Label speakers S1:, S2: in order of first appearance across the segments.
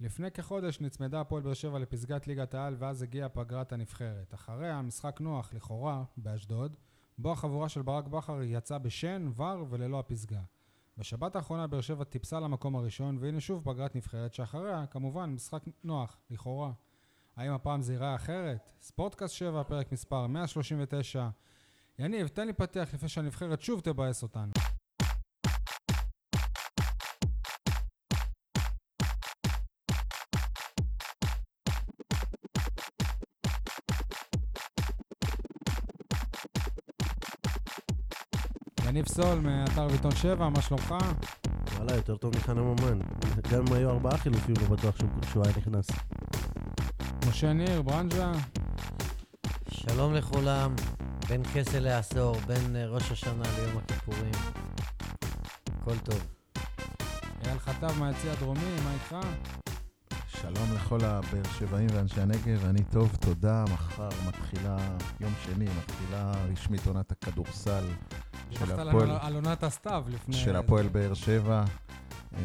S1: לפני כחודש נצמדה הפועל באר שבע לפסגת ליגת העל ואז הגיעה פגרת הנבחרת. אחריה משחק נוח, לכאורה, באשדוד, בו החבורה של ברק בכר יצאה בשן, ור וללא הפסגה. בשבת האחרונה באר שבע טיפסה למקום הראשון, והנה שוב פגרת נבחרת שאחריה, כמובן, משחק נוח, לכאורה. האם הפעם זה ייראה אחרת? ספורטקאסט 7, פרק מספר 139. יניב, תן לי פתח לפני שהנבחרת שוב תבאס אותנו. יניב סול מאתר ביטון 7, מה שלומך?
S2: וואלה, יותר טוב מחנה ממן. גם אם היו ארבעה חילופים, לא בטוח שהוא- שהוא היה נכנס.
S1: משה ניר, ברנז'ה,
S3: שלום לכולם, בין כסל לעשור, בין אה, ראש השנה ליום הכיפורים. הכל טוב.
S1: אייל חטב מהיציע הדרומי, מה איתך?
S4: שלום לכל הבאר שבעים ואנשי הנגב, אני טוב, תודה. מחר מתחילה, יום שני, מתחילה רשמית עונת הכדורסל של
S1: הלכת
S4: הפועל-
S1: לנו על עונת הסתיו לפני...
S4: של הפועל באר שבע, אה,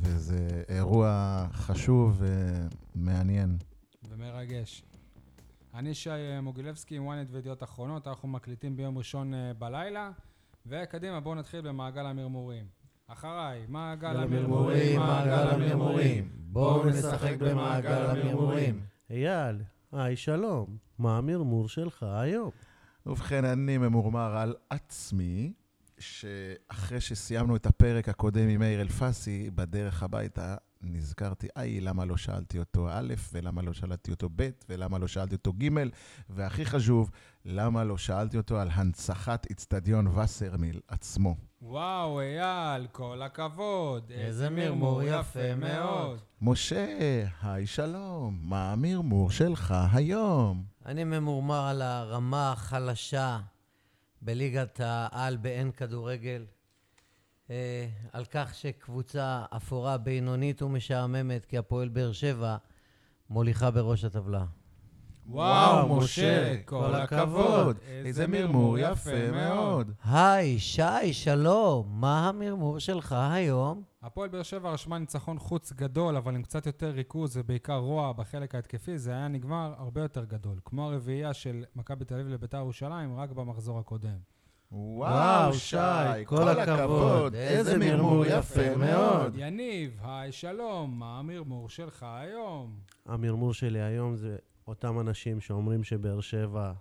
S4: וזה אירוע חשוב ומעניין.
S1: ומרגש. אני שי אה, מוגילבסקי עם ynet וידיעות אחרונות, אנחנו מקליטים ביום ראשון אה, בלילה, וקדימה, בואו נתחיל במעגל המרמורים. אחריי, מעגל המרמורים, מעגל המרמורים.
S3: בואו נשחק במעגל המרמורים.
S2: אייל, היי שלום, מה המרמור שלך היום?
S4: ובכן, אני ממורמר על עצמי, שאחרי שסיימנו את הפרק הקודם עם מאיר אלפסי, בדרך הביתה נזכרתי, איי, למה לא שאלתי אותו א', ולמה לא שאלתי אותו ב', ולמה לא שאלתי אותו ג', והכי חשוב, למה לא שאלתי אותו על הנצחת איצטדיון וסרמיל עצמו.
S1: וואו, אייל, כל הכבוד.
S3: איזה מרמור יפה מאוד.
S4: משה, היי שלום, מה המרמור שלך היום?
S3: אני ממורמר על הרמה החלשה בליגת העל באין כדורגל. אה, על כך שקבוצה אפורה בינונית ומשעממת כהפועל באר שבע מוליכה בראש הטבלה.
S1: וואו, משה, כל הכבוד.
S4: איזה מרמור יפה מאוד.
S3: היי, שי, שלום, מה המרמור שלך היום?
S1: הפועל באר שבע רשמה ניצחון חוץ גדול, אבל עם קצת יותר ריכוז ובעיקר רוע בחלק ההתקפי, זה היה נגמר הרבה יותר גדול. כמו הרביעייה של מכבי תל אביב לביתר ירושלים, רק במחזור הקודם.
S4: וואו, שי, כל הכבוד, איזה מרמור יפה מאוד.
S1: יניב, היי שלום, מה המרמור שלך היום?
S2: המרמור שלי היום זה אותם אנשים שאומרים שבאר שבע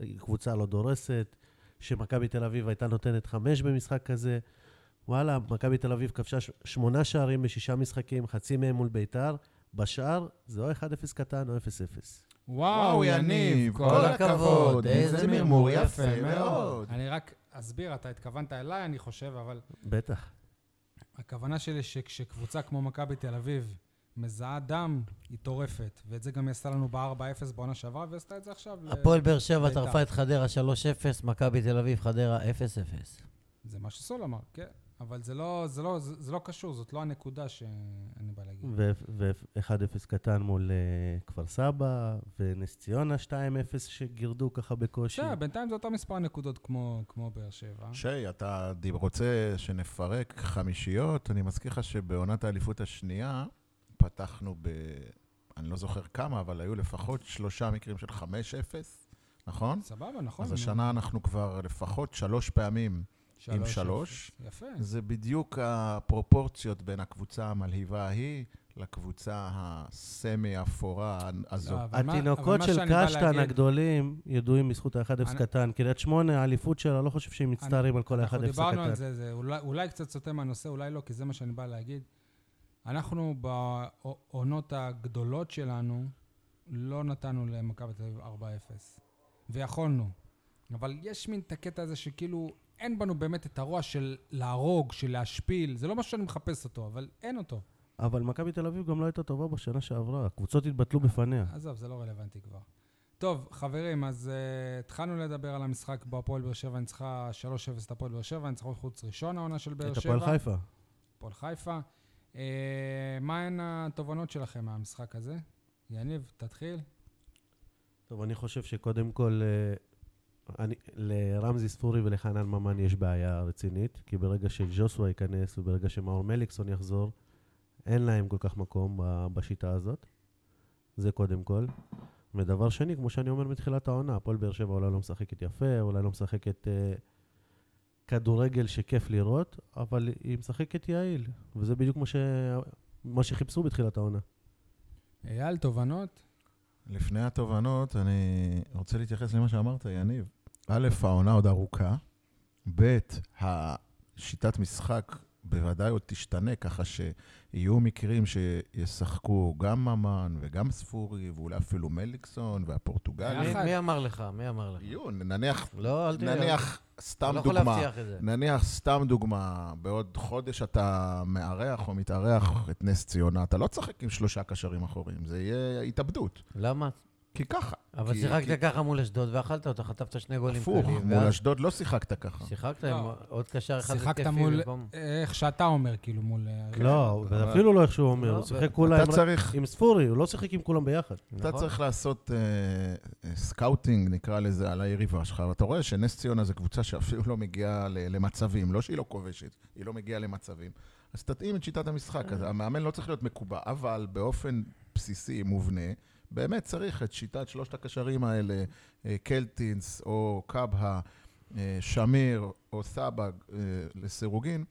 S2: היא קבוצה לא דורסת, שמכבי תל אביב הייתה נותנת חמש במשחק כזה. וואלה, מכבי תל אביב כבשה ש- שמונה שערים בשישה משחקים, חצי מהם מול ביתר. בשאר זה או 1-0 קטן או 0-0.
S1: וואו, יניב,
S3: כל הכבוד, איזה מרמור יפה מאוד.
S1: אני רק אסביר, אתה התכוונת אליי, אני חושב, אבל
S2: בטח.
S1: הכוונה שלי שכשקבוצה כמו מכבי תל אביב מזהה דם, היא טורפת. ואת זה גם היא עשתה לנו ב-4-0 בעונה שעברה, והיא עשתה את זה עכשיו. ל-
S3: הפועל באר שבע
S1: בית"ר.
S3: טרפה את חדרה 3-0, מכבי תל אביב חדרה 0-0.
S1: זה מה שסול אמר, כן. אבל זה לא, זה, לא, זה, זה לא קשור, זאת לא הנקודה שאני בא להגיד.
S2: ו-1-0 קטן מול אה, כפר סבא, ונס ציונה 2-0 שגירדו ככה בקושי.
S1: בסדר, בינתיים זה אותו מספר נקודות כמו, כמו באר שבע.
S4: שי, אתה דיב- רוצה שנפרק חמישיות? אני מזכיר לך שבעונת האליפות השנייה פתחנו ב... אני לא זוכר כמה, אבל היו לפחות שלושה מקרים של 5-0, נכון?
S1: סבבה, נכון.
S4: אז
S1: נו.
S4: השנה אנחנו כבר לפחות שלוש פעמים. עם שלוש.
S1: אפס. יפה.
S4: זה בדיוק הפרופורציות בין הקבוצה המלהיבה ההיא לקבוצה הסמי-אפורה הזו.
S1: לא,
S3: אה.
S1: אבל מה- אבל
S2: התינוקות
S1: מה
S2: של
S1: שאני בא
S2: קשטן
S1: להגיד-
S2: הגדולים ידועים בזכות ה-1-0
S1: אני-
S2: קטן. קריית שמונה, האליפות שלה, לא חושב שהם מצטערים על כל ה-1-0
S1: אנחנו דיברנו
S2: הקטן.
S1: על זה, זה אולי, אולי קצת סוטה מהנושא, אולי לא, כי זה מה שאני בא להגיד. אנחנו בעונות הגדולות שלנו, לא נתנו למכבי תל אביב 4-0. ויכולנו. אבל יש מין את הקטע הזה שכאילו אין בנו באמת את הרוע של להרוג, של להשפיל, זה לא מה שאני מחפש אותו, אבל אין אותו.
S2: אבל מכבי תל אביב גם לא הייתה טובה בשנה שעברה, הקבוצות התבטלו בפניה.
S1: עזוב, זה לא רלוונטי כבר. טוב, חברים, אז uh, התחלנו לדבר על המשחק בו הפועל באר שבע ניצחה 3-0 את הפועל באר שבע, ניצחון חוץ ראשון העונה של באר
S2: את
S1: שבע.
S2: הפועל חיפה.
S1: הפועל חיפה. Uh, מהן התובנות שלכם מהמשחק הזה? יניב, תתחיל.
S2: טוב, אני חושב שקודם כל, אה, אני, לרמזי ספורי ולחנן ממן יש בעיה רצינית, כי ברגע שג'וסווה ייכנס וברגע שמאור מליקסון יחזור, אין להם כל כך מקום ב- בשיטה הזאת. זה קודם כל. ודבר שני, כמו שאני אומר מתחילת העונה, הפועל באר שבע אולי לא משחקת יפה, אולי לא משחקת אה, כדורגל שכיף לראות, אבל היא משחקת יעיל, וזה בדיוק מה, ש... מה שחיפשו בתחילת העונה.
S1: אייל, תובנות?
S4: לפני התובנות, אני רוצה להתייחס למה שאמרת, יניב. א', העונה עוד ארוכה, ב', השיטת משחק בוודאי עוד תשתנה, ככה שיהיו מקרים שישחקו גם ממן וגם ספורי, ואולי אפילו מליקסון והפורטוגלים.
S1: יחד.
S3: מי- מי אמר לך? מי אמר לך?
S4: יהיו, נניח,
S3: לא, אל תראה.
S4: נניח, סתם
S3: לא יכול
S4: דוגמה.
S3: להבטיח את זה.
S4: נניח, סתם דוגמה, בעוד חודש אתה מארח או מתארח את נס ציונה, אתה לא תשחק עם שלושה קשרים אחוריים, זה יהיה התאבדות.
S3: למה?
S4: כי ככה.
S3: אבל
S4: כי-
S3: שיחקת
S4: כי-
S3: ככה מול אשדוד ואכלת אותה, חטפת שני גולים קלים.
S4: הפוך, מול
S3: ואז
S4: אשדוד לא שיחקת ככה.
S3: שיחקת עם
S1: לא.
S3: עוד קשר אחד
S1: שיחקת
S3: התקפי
S1: מול,
S3: במקום-
S1: איך שאתה אומר, כאילו, מול... אה,
S2: לא,
S4: כן, אבל-
S2: ואפילו לא איך שהוא אומר,
S3: לא,
S2: הוא
S3: אבל-
S2: שיחק כולה עם-
S4: אתה צריך,
S2: עם ספורי, הוא לא שיחק עם כולם ביחד.
S4: אתה
S3: נכון.
S4: צריך לעשות אה, אה, סקאוטינג, נקרא לזה, על היריבה שלך, ואתה רואה שנס ציונה זו קבוצה שאפילו לא מגיעה ל- למצבים, לא שהיא לא כובשת, היא לא מגיעה למצבים. אז תתאים את שיטת המשחק,
S3: אה.
S4: אז המאמן לא צריך להיות מקובע, אבל באופן בסיסי, מובנה, באמת צריך את שיטת שלושת הקשרים האלה, אה, קלטינס או קבהה, אה, שמיר או סבג אה, לסירוגין.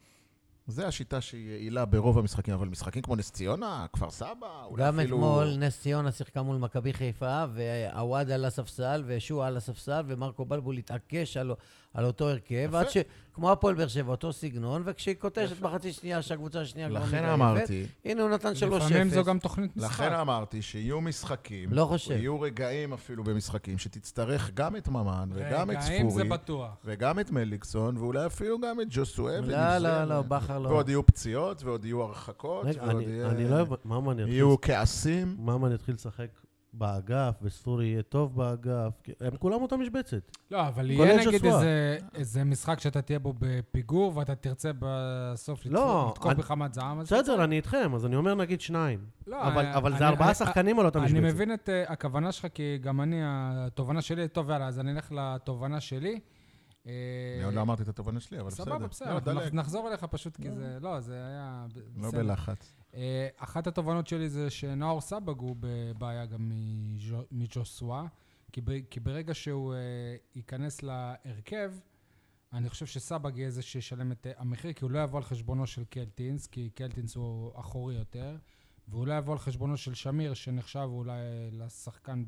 S4: זה השיטה שהיא יעילה ברוב המשחקים, אבל משחקים כמו נס ציונה, כפר סבא, אולי
S3: גם
S4: אפילו...
S3: אתמול נס ציונה שיחקה מול מכבי חיפה, ועווד על הספסל, ושועה על הספסל, ומרקו בלבול התעקש על, על אותו הרכב,
S4: יפה.
S3: עד ש... כמו הפועל באר שבע, אותו סגנון, וכשהיא קוטשת מחצית שנייה, שהקבוצה השנייה כבר
S4: לכן
S3: מתעייפת,
S4: אמרתי,
S3: הנה הוא נתן 3-0.
S1: לפעמים זו גם תוכנית משחק.
S4: לכן אמרתי שיהיו משחקים,
S3: לא חושב.
S4: יהיו רגעים אפילו במשחקים, שתצטרך גם את ממן וגם את
S1: רגעים זה
S4: ספורי,
S1: בטוח.
S4: וגם את מליקסון, ואולי אפילו גם את ג'וסואב,
S3: לא, לא, לא, בכר לא.
S4: ועוד יהיו פציעות, ועוד יהיו הרחקות,
S2: רגע,
S4: ועוד
S2: אני-
S1: אה,
S2: אני לא...
S4: יהיה-
S2: הבנ- ממן יתחיל
S4: יהיו כעסים.
S2: ממן יתחיל לשחק באגף, וספורי יהיה טוב באגף, כי הם כולם אותה משבצת.
S1: לא, אבל
S2: כולל
S1: יהיה נגיד
S2: שסואה.
S1: איזה- איזה משחק שאתה תהיה בו בפיגור, ואתה תרצה בסוף לתקוף-
S2: לא,
S1: לתקוף
S2: אני-
S1: בחמת זעם. אז-
S2: בסדר, אני איתכם, אז אני אומר נגיד שניים.
S1: לא,
S2: אבל
S1: אני-
S2: אבל זה
S1: אני-
S2: ארבעה
S1: אני-
S2: שחקנים על אותה
S1: אני
S2: משבצת.
S1: מבין את אה, הכוונה שלך, כי גם אני, התובנה שלי, טוב, יאללה, אז אני אלך לתובנה שלי. אה,
S4: אני עוד לא אמרתי את התובנה שלי, אבל בסדר.
S1: סבבה,
S4: לא,
S1: בסדר,
S4: דלג,
S1: אנחנו נחזור אליך פשוט כי זה, לא, זה היה...
S4: לא
S1: בסדר.
S4: בלחץ.
S1: אה, אחת התובנות שלי זה שנאור סבג הוא בבעיה גם מז'ו- מג'וסואה, כי, ב- כי ברגע שהוא אה, ייכנס להרכב, אני חושב שסבג יהיה זה שישלם את אה, המחיר, כי הוא לא יבוא על חשבונו של קלטינס, כי קלטינס הוא אחורי יותר, והוא לא יבוא על חשבונו של שמיר, שנחשב אולי לשחקן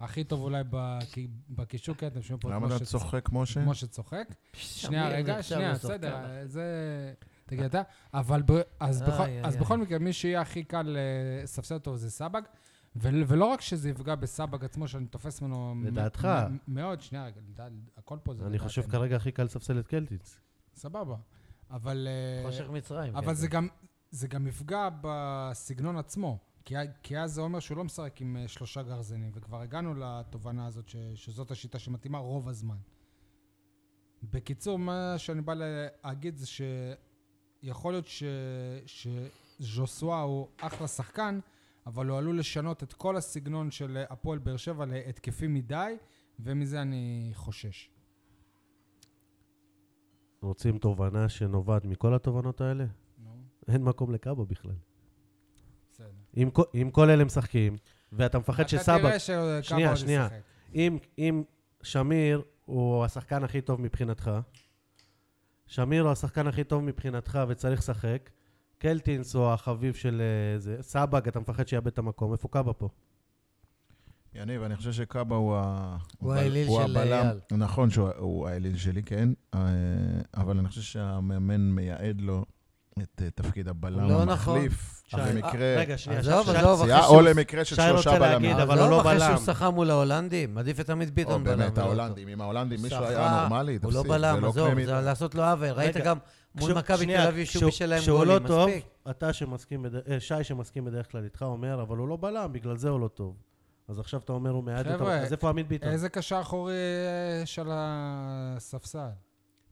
S1: הכי טוב אולי בק- בקישור, כי אתם שומעים פה את
S4: למה אתה
S1: משה צ-
S4: צוחק, משה?
S1: משה צוחק. שנייה,
S3: שמיר
S1: רגע,
S3: נחשב
S1: שנייה,
S3: לשחקן.
S1: בסדר, זה... תגיד אתה. אבל ב... אז,
S3: איי,
S1: בכל...
S3: איי,
S1: אז
S3: איי.
S1: בכל מקרה, מי שיהיה הכי קל אה, לספסל אותו זה סבג. ול- ולא רק שזה יפגע בסבג עצמו, שאני תופס ממנו... מ-
S2: לדעתך.
S1: מ- מאוד, שנייה, רגע, לדעת- הכל פה זה...
S2: אני חושב
S1: לדעתנו.
S2: כרגע הכי קל לספסל את קלטינס.
S1: סבבה. אבל... אה,
S3: חושך מצרים. כן.
S2: אוקיי,
S1: אבל זה גם, זה גם יפגע בסגנון עצמו. כי, כי אז זה אומר שהוא לא משחק עם אה, שלושה גרזנים, וכבר הגענו לתובנה הזאת ש, שזאת השיטה שמתאימה רוב הזמן. בקיצור, מה שאני בא להגיד זה שיכול להיות ש, שז'וסואה הוא אחלה שחקן, אבל הוא עלול לשנות את כל הסגנון של אה, הפועל באר שבע להתקפי מדי, ומזה אני חושש.
S2: רוצים תובנה שנובעת מכל התובנות האלה?
S1: נו,
S2: אין מקום לקאבה בכלל.
S1: בסדר.
S2: אם כל- אם כל אלה משחקים, ואתה מפחד
S1: אתה
S2: שסבג...
S1: תראה שכמה
S2: שנייה,
S1: עוד
S2: שנייה.
S1: ישחק.
S2: אם, אם שמיר הוא השחקן הכי טוב מבחינתך, שמיר הוא השחקן הכי טוב מבחינתך וצריך לשחק, קלטינס הוא החביב של אה, זה, סבג, אתה מפחד שיאבד את המקום, איפה קאבה
S4: אה,
S2: פה?
S4: יניב, אני חושב שקאבה הוא ה...
S3: הוא
S4: הבל-
S3: האליל
S4: הוא
S3: של
S4: הבלם-
S3: אייל.
S4: נכון שהוא הוא האליל שלי, כן. אה, אבל אני חושב שהמאמן מייעד לו את אה, תפקיד הבלם
S3: לא נכון.
S4: המחליף.
S2: שי, אה,
S4: למקרה...
S2: רגע, שנייה,
S3: עזוב,
S2: שי- שי-
S3: עזוב,
S4: פציעה,
S3: אחרי
S4: או
S3: שהוא-
S4: למקרה של
S2: שי
S4: שלושה
S2: רוצה
S4: בלמים. אה,
S2: להגיד, אבל
S3: עזוב,
S2: הוא לא
S3: אחרי
S2: בלם.
S3: שהוא שחה מול ההולנדים, עדיף את עמית
S4: או
S3: ביטון בלם.
S4: באמת,
S3: ולא אותו.
S4: ההולנדים. עם ההולנדים מישהו היה
S3: שחה,
S4: נורמלי,
S3: הוא
S4: תפסיק.
S3: לא
S4: זה
S3: בלם, עזוב,
S4: קרמי-
S3: זה לעשות לו עוול. ראית
S2: רגע,
S3: גם מול
S2: כשהוא-
S3: מכבי
S2: שנייה,
S3: תל אב שהוא
S2: כשהוא-
S3: בישל להם
S2: כשהוא
S3: גולים,
S2: לא טוב,
S3: מספיק.
S2: אתה שמסכים, בד- אה, שי שמסכים בדרך כלל איתך אומר, אבל הוא לא בלם, בגלל זה הוא לא טוב. אז עכשיו אתה אומר הוא מעט,
S1: חבר'ה,
S2: אז איפה עמית ביטון?
S1: איזה קשר אחורי אה, של הספסל?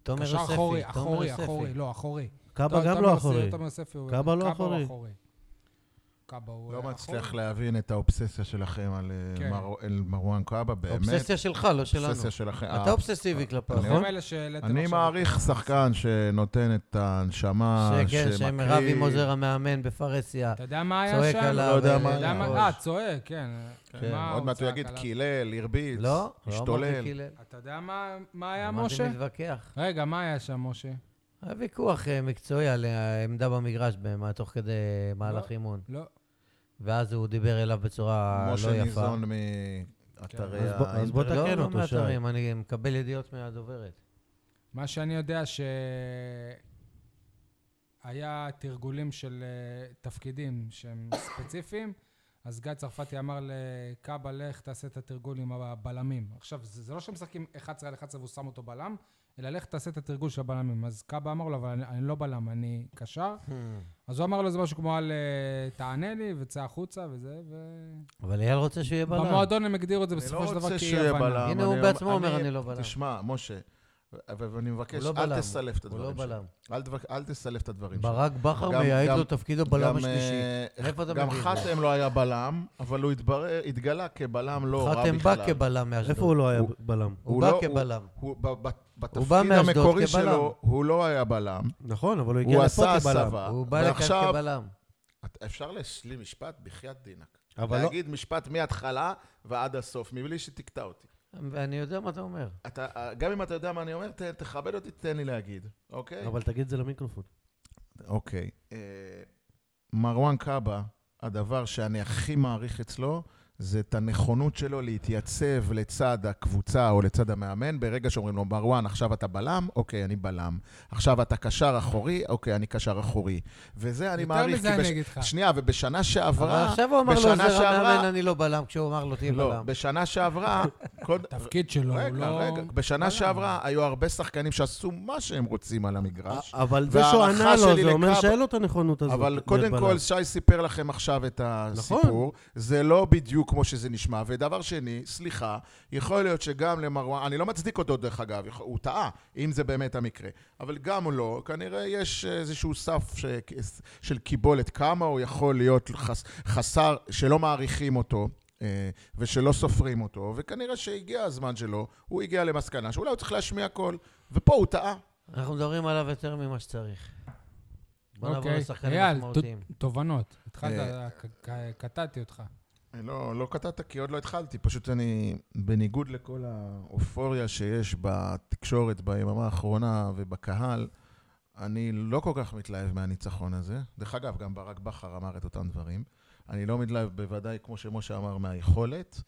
S3: תומר
S1: קשר
S3: יוספי,
S1: אחורי,
S3: תומר
S1: אחורי,
S3: יוספי.
S1: אחורי, לא, אחורי.
S2: קאבה
S1: ת-
S2: גם
S1: תומר
S2: לא
S1: אסיר,
S2: אחורי.
S1: תומר יוספי הוא-
S2: קאבה לא
S1: הוא
S2: אחורי.
S1: קאבה הוא...
S4: לא
S1: היה
S4: מצליח
S1: אחורי.
S4: להבין את האובססיה שלכם על אה,
S1: כן.
S4: מרו- אל מרואן קאבה, באמת.
S3: אובססיה שלך, לא שלנו.
S4: אובססיה שלכם.
S3: אתה
S4: אה,
S3: אובססיבי
S4: אה,
S3: כלפיו,
S4: אני-
S3: נכון?
S1: הם אלה שהעליתם
S4: אני
S1: עכשיו.
S4: מעריך שחקן שנותן את
S1: אה,
S4: הנשמה,
S3: שכן, שמרבי כן, מוזר המאמן בפרסיה.
S1: אתה יודע מה היה
S3: צועק
S1: שם?
S3: עליו,
S4: לא יודע
S3: אה,
S4: מה
S1: אתה יודע
S4: היה.
S1: מה- אה, צועק, כן.
S4: כן,
S1: מה
S4: עוד
S1: הוא
S4: מעט הוא
S1: צעק
S4: יגיד
S1: עליו?
S4: קילל, הרביץ,
S3: לא, לא אמרתי
S4: השתולל.
S3: קילל.
S1: אתה יודע מה- מה היה,
S3: אמרתי
S1: משה?
S3: מתווכח.
S1: רגע, מה היה שם, משה?
S3: היה ויכוח אה, מקצועי על העמדה במגרש במה- תוך כדי מהלך אימון.
S1: לא.
S3: ואז הוא דיבר אליו בצורה לא
S4: משה
S3: יפה.
S4: ניזון כן. מאתרי
S2: אז בוא- אז בוא
S4: האינטרנט.
S2: תקן
S3: לא, לא
S2: אותו, שי.
S3: מהאתרים, אני מקבל ידיעות מהדוברת.
S1: מה שאני יודע ש... היה תרגולים של אה, תפקידים שהם ספציפיים, אז גיא צרפתי אמר לקאבה, לך תעשה את התרגול עם הבלמים. עכשיו, זה זה לא שהם משחקים 11 על 11 והוא שם אותו בלם, אלא לך תעשה את התרגול של הבלמים. אז קאבה אמר לו, אבל אני, אני לא בלם, אני קשר.
S4: Hmm.
S1: אז הוא אמר לו איזה משהו כמו על אה, תענה לי וצא החוצה וזה, ו...
S3: אבל לא. אייל רוצה שהוא יהיה בלם.
S1: במועדון הם הגדירו את זה
S4: אני לא
S1: בסופו של
S4: רוצה
S1: דבר
S4: שהוא יהיה
S1: כאי-הבנה.
S4: בלם.
S3: הנה, הוא
S4: אני-
S3: בעצמו אומר, "אני לא בלם".
S4: תשמע, משה, ו- ואני מבקש,
S3: לא
S4: אל
S3: בלם.
S4: תסלף את
S3: הוא לא
S4: הדברים שלו.
S3: בלם.
S4: אל תבק- אל תסלף את הדברים שלו.
S3: ברק בכר
S4: גם-
S3: מייעד
S4: גם-
S3: לו תפקיד הבלם
S4: גם,
S3: השלישי.
S4: אה,
S3: מאיפה אתה
S4: גם
S3: מביא את זה?
S4: חתם לא היה בלם, אבל הוא התברר- התגלה כבלם לא רע
S3: חתם
S4: בכלל.
S3: בא כבלם מאשדוד.
S2: איפה הוא לא היה בלם?
S3: הוא
S4: הוא
S3: בא
S4: לא-
S3: כבלם.
S4: הוא ב- ב-
S3: בא
S4: בתפקיד
S3: מאשדוד כבלם.
S4: המקורי שלו, הוא לא היה בלם,
S2: נכון, אבל הוא הגיע
S4: הוא
S2: לפה
S4: עשה
S2: כבלם.
S4: הסבה.
S3: הוא בא לכאן
S4: ועכשיו-
S3: כבלם.
S4: את- אפשר להשלים משפט? בחייאת דינק.
S2: אבל לא-
S4: להגיד משפט מההתחלה ועד הסוף, מבלי שתקטע אותי.
S3: ואני יודע מה אתה אומר.
S4: אתה, אה, גם אם אתה יודע מה אני אומר, ת, תכבד אותי, תן לי להגיד, אוקיי?
S2: אבל תגיד את זה למיקרופון.
S4: אוקיי. אה, מרואן קאבה, הדבר שאני הכי מעריך אצלו, זה את הנכונות שלו להתייצב לצד הקבוצה או לצד המאמן. ברגע שאומרים לו, מרואן, עכשיו אתה בלם? אוקיי, אני בלם. עכשיו אתה קשר אחורי? אוקיי, אני קשר אחורי. וזה אני מעריך...
S1: יותר
S4: כי
S1: מזה
S4: בש-
S1: אני אגיד לך.
S4: שנייה, ובשנה
S3: אבל
S4: שעברה...
S3: עכשיו הוא אמר לו,
S4: בשנה
S3: עוזר
S4: שעברה-
S3: המאמן, אני לא בלם, כשהוא אמר לו, תהיה
S4: לא,
S3: בלם.
S4: בשנה שעברה... קוד-
S1: התפקיד שלו, הוא
S4: רגע,
S1: לא...
S4: רגע. בשנה שעברה היו הרבה שחקנים שעשו מה שהם רוצים על המגרש.
S2: אבל זה שהוא
S4: אה, וההערכה
S2: ענה לו,
S4: שלי
S2: זה אומר
S4: לקאבה-
S2: שאין לו את הנכונות הזאת.
S4: אבל
S2: להיות
S4: קודם
S2: בלם.
S4: כל, שי סיפר לכם עכשיו את הסיפור. זה לא בדיוק כמו שזה נשמע. ודבר שני, סליחה, יכול להיות שגם למרואן, אני לא מצדיק אותו דרך אגב, יכול- הוא טעה, אם זה באמת המקרה. אבל גם לו, כנראה יש איזשהו סף ש... של קיבולת, כמה הוא יכול להיות חס... חסר, שלא מעריכים אותו. אה, ושלא סופרים אותו, וכנראה שהגיע הזמן שלו, הוא הגיע למסקנה שאולי הוא צריך להשמיע קול, ופה הוא טעה.
S3: אנחנו מדברים עליו יותר ממה שצריך. בוא נעבור
S1: אוקיי.
S3: לשחקנים
S1: אייל,
S3: משמעותיים.
S1: ת- תובנות. התחלת,
S4: אה.
S1: ק- ק- קטעתי אותך.
S4: לא, לא קטעת, כי עוד לא התחלתי. פשוט אני, בניגוד לכל האופוריה שיש בתקשורת ביממה האחרונה ובקהל, אני לא כל כך מתלהב מהניצחון הזה. דרך אגב, גם ברק בכר אמר את אותם דברים. אני לא מתלהב, בוודאי, כמו שמשה אמר, מהיכולת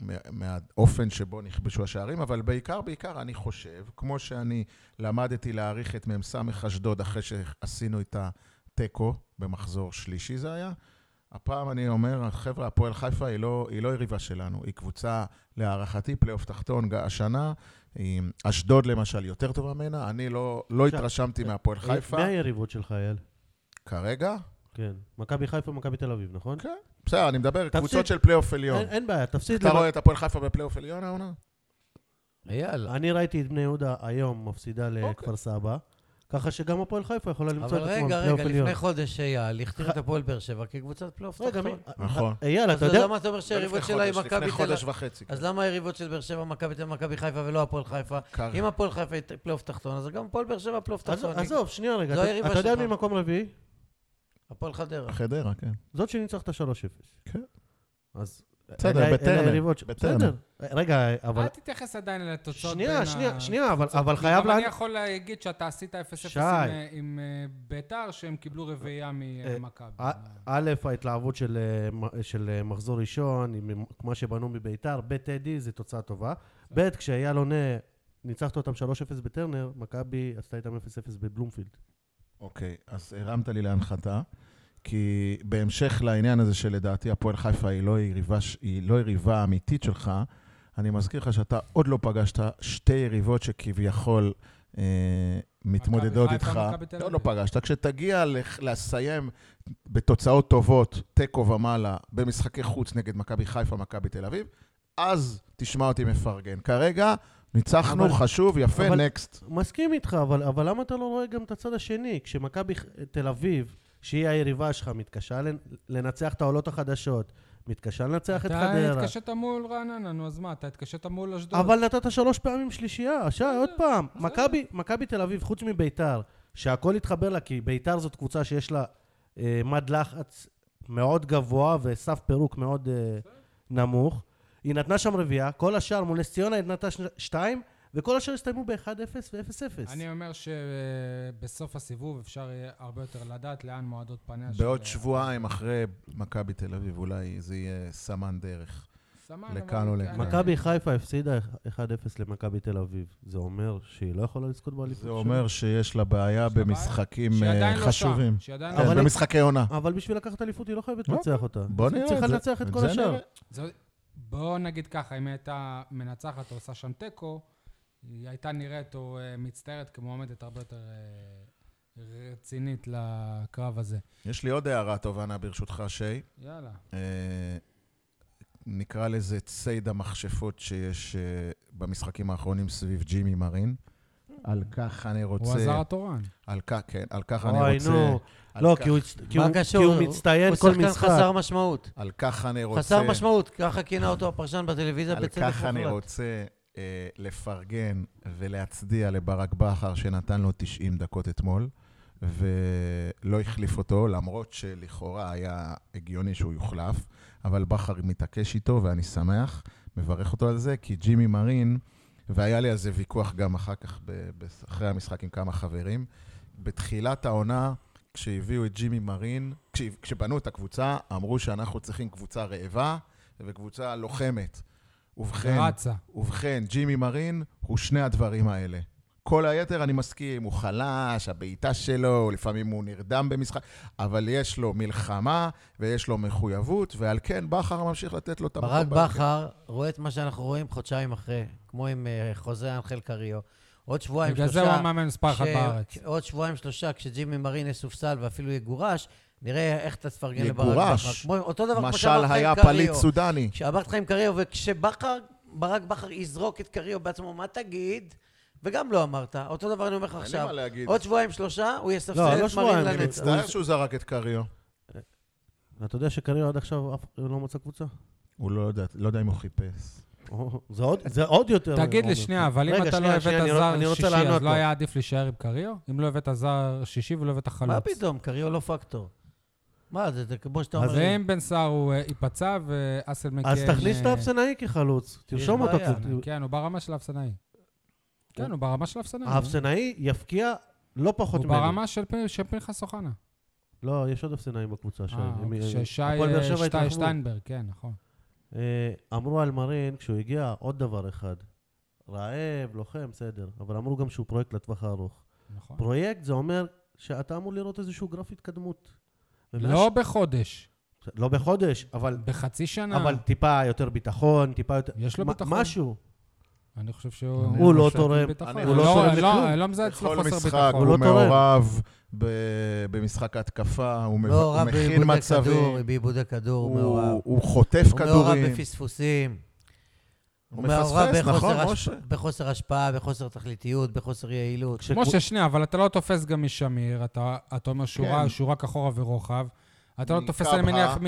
S4: ומהאופן שבו נכבשו השערים, אבל בעיקר, בעיקר, אני חושב, כמו שאני למדתי להעריך את מ"ס אשדוד אחרי שעשינו את התיקו במחזור שלישי זה היה, הפעם אני אומר, חבר'ה, הפועל חיפה היא לא, היא לא יריבה שלנו, היא קבוצה להערכתי, פלייאוף תחתון ג- השנה. היא- אשדוד למשל יותר טובה ממנה, אני לא, לא
S2: עכשיו, אה,
S4: התרשמתי מהפועל חיפה
S2: מי היריבות שלך, אייל?
S4: כרגע.
S2: כן. מכבי חיפה, מכבי תל אביב, נכון?
S4: כן. בסדר, אני מדבר,
S2: תפסיד. אה,
S4: קבוצות של פלייאוף עליון.
S2: אין- אין בעיה, תפסיד.
S4: אתה
S2: למ-
S4: רואה את הפועל חיפה בפלייאוף עליון העונה?
S3: אייל,
S2: אני ראיתי את בני יהודה היום מפסידה
S4: אוקיי.
S2: לכפר סבא, ככה שגם הפועל חיפה יכולה למצוא
S3: אבל
S2: את לא עצמה
S3: רגע,
S2: בפלייאוף
S3: רגע,
S2: עליון.
S3: לפני חודש אייל הכתיר את הפועל באר שבע כקבוצת פלייאוף
S2: רגע,
S3: תחתון.
S2: מי- אה,
S4: נכון.
S2: אייל,
S3: אז
S2: אתה
S3: לא
S2: יודע?
S3: למה אתה אומר שהיריבות
S4: לפני
S3: שלה היא
S4: חודש,
S3: מכבי
S4: לפני
S3: תל
S4: חודש
S3: אביב?
S4: וחצי. כן.
S3: אז לא- למה היריבות של באר שבע, מכבי תל אביב, מכבי חיפה ולא הפועל חיפה?
S4: כרגע.
S3: אם הפועל חיפה היא פלייאוף תחתון, אז גם הפועל באר שבע פלייאוף
S2: עזוב-
S3: תחתון.
S2: עזוב, שנייה רגע.
S3: זו
S2: אתה-
S3: היריבה
S2: אתה יודע
S3: שלך.
S2: מי מקום רביעי?
S3: הפועל חדרה.
S4: חדרה, כן.
S2: זאת שניצחת 3-0.
S4: כן.
S2: אז...
S4: בסדר,
S2: אלה- אלה
S4: בטרנר,
S2: היריבות ש-
S4: בטרנר.
S2: בסדר. רגע, אבל...
S3: אה,
S1: אל תתייחס עדיין לתוצאות בין
S2: שנייה, שנייה,
S1: ה-
S2: שנייה, אבל- אבל
S1: גם
S2: חייב
S1: אני
S2: להגיד...
S1: יכול להגיד שאתה עשית 0-0
S2: שי. אה,
S1: עם, אה, עם אה, ביתר, שהם קיבלו רביעייה אה, ממכבי.
S2: א', ההתלהבות של, אה, מ- של אה, מחזור ראשון, עם עם- מה שבנו מביתר, ב' טדי, זו תוצאה טובה. ב', כשאייל עונה, ניצחת אותם 3-0 בטרנר, מכבי עשתה איתם 0-0 בבלומפילד.
S4: אוקיי, אז הרמת לי להנחתה, כי בהמשך לעניין הזה שלדעתי הפועל חיפה היא לא יריבה, ש- היא לא יריבה אמיתית שלך, אני מזכיר לך שאתה עוד לא פגשת שתי יריבות שכביכול אה, מתמודדות
S1: מכבי
S4: איתך.
S1: חיפה, מכבי תל
S4: עוד לא
S1: אביב.
S4: פגשת. כשתגיע לח- לסיים בתוצאות טובות, תיקו ומעלה, במשחקי חוץ נגד מכבי חיפה, מכבי תל אביב, אז תשמע אותי מפרגן. כרגע ניצחנו,
S2: אבל-
S4: חשוב, יפה,
S2: אבל-
S4: נקסט.
S2: מסכים איתך, אבל, אבל למה אתה לא רואה גם את הצד השני? כשמכבי ח- תל אביב שהיא היריבה שלך, מתקשה לנ- לנצח את העולות החדשות, מתקשה לנצח את
S1: אתה
S2: חדרה.
S1: התקשית מול רעננה, נו, אז מה, אתה התקשית מול אשדוד.
S2: אה, אבל נתת שלוש פעמים שלישייה, עכשיו עוד פעם, מכבי- מכבי תל אביב, חוץ מביתר, שהכל התחבר לה, כי ביתר זאת קבוצה שיש לה אה, מד לחץ מאוד גבוה וסף פירוק מאוד אה, נמוך, היא נתנה שם רביעייה, כל השאר מול נס ציונה היא נתנה ש- שתיים, וכל השאר הסתיימו ב-1-0 ו-0-0.
S1: אני אומר שבסוף הסיבוב אפשר יהיה הרבה יותר לדעת לאן מועדות פניה של...
S4: בעוד שבועיים אחרי מכבי תל אביב, אולי זה יהיה סמן דרך.
S1: סמן, אבל
S4: לכאן או
S1: כן,
S4: לכאן.
S2: מכבי חיפה הפסידה 1-0 למכבי תל אביב, זה אומר שהיא לא יכולה לזכות באליפות
S4: זה
S2: שלה?
S4: אומר שיש לה בעיה
S1: יש לה
S4: במשחקים
S1: שהיא
S4: אה,
S1: עדיין לא
S4: חשובים.
S1: שם, שהיא עדיין
S4: כן,
S1: לא
S2: אבל-
S1: שם.
S4: במשחקי עונה.
S2: אבל בשביל לקחת אליפות היא לא חייבת
S4: אוקיי.
S2: לנצח אותה.
S4: בוא
S2: היא
S4: נראה.
S2: צריכה
S4: זה-
S2: לנצח את כל
S4: זה
S2: השאר.
S4: נראה.
S1: זה- בוא נגיד ככה, אם היא הייתה מנצחת או עושה שם תיקו, היא הייתה נראית או אה, מצטיירת כמועמדת הרבה יותר אה, רצינית לקרב הזה.
S4: יש לי עוד הערה תובנה ברשותך, שי.
S1: יאללה.
S4: אה, נקרא לזה ציד המכשפות שיש אה, במשחקים האחרונים סביב ג'ימי מרין. על כך אני רוצה...
S1: הוא הזר התורן.
S4: על כך, כן, על כך אני
S2: אוי,
S4: רוצה...
S2: נו.
S4: על
S2: לא,
S4: כך-
S2: כי הוא הצט- כי
S3: מה
S2: הוא- כי
S3: קשור?
S2: הוא מצטיין כל
S3: הוא שחקן
S2: משחק.
S3: חסר משמעות.
S4: על כך אני רוצה...
S3: חסר משמעות, ככה כינה אותו הפרשן בטלוויזיה
S4: על
S3: בצדק
S4: כך אני
S3: מוחלט.
S4: רוצה אה, לפרגן ולהצדיע לברק בכר, שנתן לו 90 דקות אתמול, ולא החליף אותו, למרות שלכאורה היה הגיוני שהוא יוחלף, אבל בכר מתעקש איתו, ואני שמח, מברך אותו על זה, כי ג'ימי מרין, והיה לי על זה ויכוח גם אחר כך, ב- ב- אחרי המשחק עם כמה חברים, בתחילת העונה, כשהביאו את ג'ימי מרין, כש- כשבנו את הקבוצה, אמרו שאנחנו צריכים קבוצה רעבה וקבוצה לוחמת. ובכן,
S1: רצה.
S4: ובכן, ג'ימי מרין הוא שני הדברים האלה. כל היתר אני מסכים, הוא חלש, הבעיטה שלו, לפעמים הוא נרדם במשחק, אבל יש לו מלחמה ויש לו מחויבות, ועל כן בכר ממשיך לתת לו את המקום.
S3: ברק
S4: בהרכב.
S3: בכר רואה את מה שאנחנו רואים חודשיים אחרי, כמו עם אה, חוזה אנחל קריו. עוד שבועיים,
S1: בגלל
S3: שלושה...
S1: זה הוא המאמן מספר אחת
S3: כש-
S1: בארץ.
S3: עוד שבועיים, שלושה, כשג'ימי מרין יסופסל ואפילו יגורש, נראה איך אתה תפרגן לברק
S4: יגורש.
S3: בכר. כמו- אותו דבר כמו
S4: משל
S3: שאמרת לך
S4: היה
S3: עם
S4: פליט
S3: קריו.
S4: סודני.
S3: כשאמרת לך עם קריו, וכשבכר, ברק בכר יזרוק את קריו בעצמו, מה תגיד? וגם לא אמרת. אותו דבר אני אומר לך
S4: אין לי
S3: עכשיו.
S4: מה להגיד.
S3: עוד שבועיים, שלושה, הוא יספסל
S2: לא, לא
S3: את מרין
S2: שבועיים, אני
S3: לנצח.
S4: מצטער שהוא זרק את קריו.
S2: אתה יודע שקריו עד עכשיו אף- לא מצא קבוצה?
S4: הוא לא יודע, לא יודע אם הוא חיפש.
S2: או, זה עוד- זה עוד יותר...
S1: תגיד לי
S2: עומק.
S1: שנייה, אבל אם
S2: רגע,
S1: אתה לא
S2: שנייה,
S1: הבאת
S2: שנייה, אני רוצ- אני
S1: זר
S2: רוצה
S1: שישי,
S2: לענות
S1: אז לא
S2: לו.
S1: היה עדיף להישאר עם קריו? אם לא הבאת זר שישי ולא הבאת חלוץ.
S3: מה פתאום, קריו לא פקטור. מה זה, זה כמו שאתה אומר...
S1: אז אם בן סער הוא אה, ייפצע ואסל מקיאן...
S2: אז תכניס את
S1: אה,
S2: האפסנאי כחלוץ, תרשום אותו
S3: בעיה.
S2: קצת.
S1: כן, הוא ברמה של האפסנאי. כן, הוא ברמה של האפסנאי.
S2: האפסנאי יפקיע לא פחות
S1: הוא
S2: ממנו.
S1: ברמה של פ- של פנחס אוחנה.
S2: לא, יש עוד אפסנאים בקבוצה שי.
S1: אה,
S2: הם-
S1: אוקיי, ששי
S2: הפועל באר שבע
S1: אה, שטי-
S2: התרחבו.
S1: שטיינברג, כן, נכון.
S2: אה, אמרו על מרין, כשהוא הגיע, עוד דבר אחד. רעב, לוחם, בסדר. אבל אמרו גם שהוא פרויקט לטווח הארוך.
S1: נכון.
S2: פרויקט זה אומר שאתה אמור לראות איזשהו גרף התקדמות. ומאז-
S1: לא בחודש,
S2: לא בחודש, אבל,
S1: בחצי שנה.
S2: אבל טיפה יותר ביטחון, טיפה יותר...
S1: יש לו
S2: מה-
S1: ביטחון.
S2: משהו.
S1: אני חושב שהוא...
S2: הוא לא
S1: חושב שהוא
S2: תורם.
S1: ביטחון.
S4: אני
S1: הוא לא
S2: חושב-
S1: תורם
S2: אני
S1: לכלום.
S2: כלום.
S1: אני לא מזהה אצלו
S4: בכל
S1: חוסר
S4: משחק,
S1: ביטחון.
S2: הוא
S4: הוא
S2: לא תורם.
S4: מעורב ב- במשחק התקפה, הוא מב-
S3: לא,
S4: הוא
S3: רק
S4: מכין
S3: בעיבודי כדור,
S4: מצבים,
S3: בעיבודי כדור, הוא מעורב.
S4: הוא הוא חוטף
S3: הוא מעורב
S4: כדורים,
S3: בפספוסים. הוא
S4: מפספס,
S3: מעורב
S4: נכון,
S3: בחוסר הש-
S4: משה?
S3: בחוסר השפעה, בחוסר תכליתיות, בחוסר יעילות.
S2: כשקבוצ-
S1: משה, שנייה, אבל אתה לא תופס גם משמיר, אתה אתה אומר שהוא
S4: כן.
S1: רע- שהוא רק אחורה ורוחב. אתה לא תופס,
S4: מכבהה,
S1: אני מניח, מ...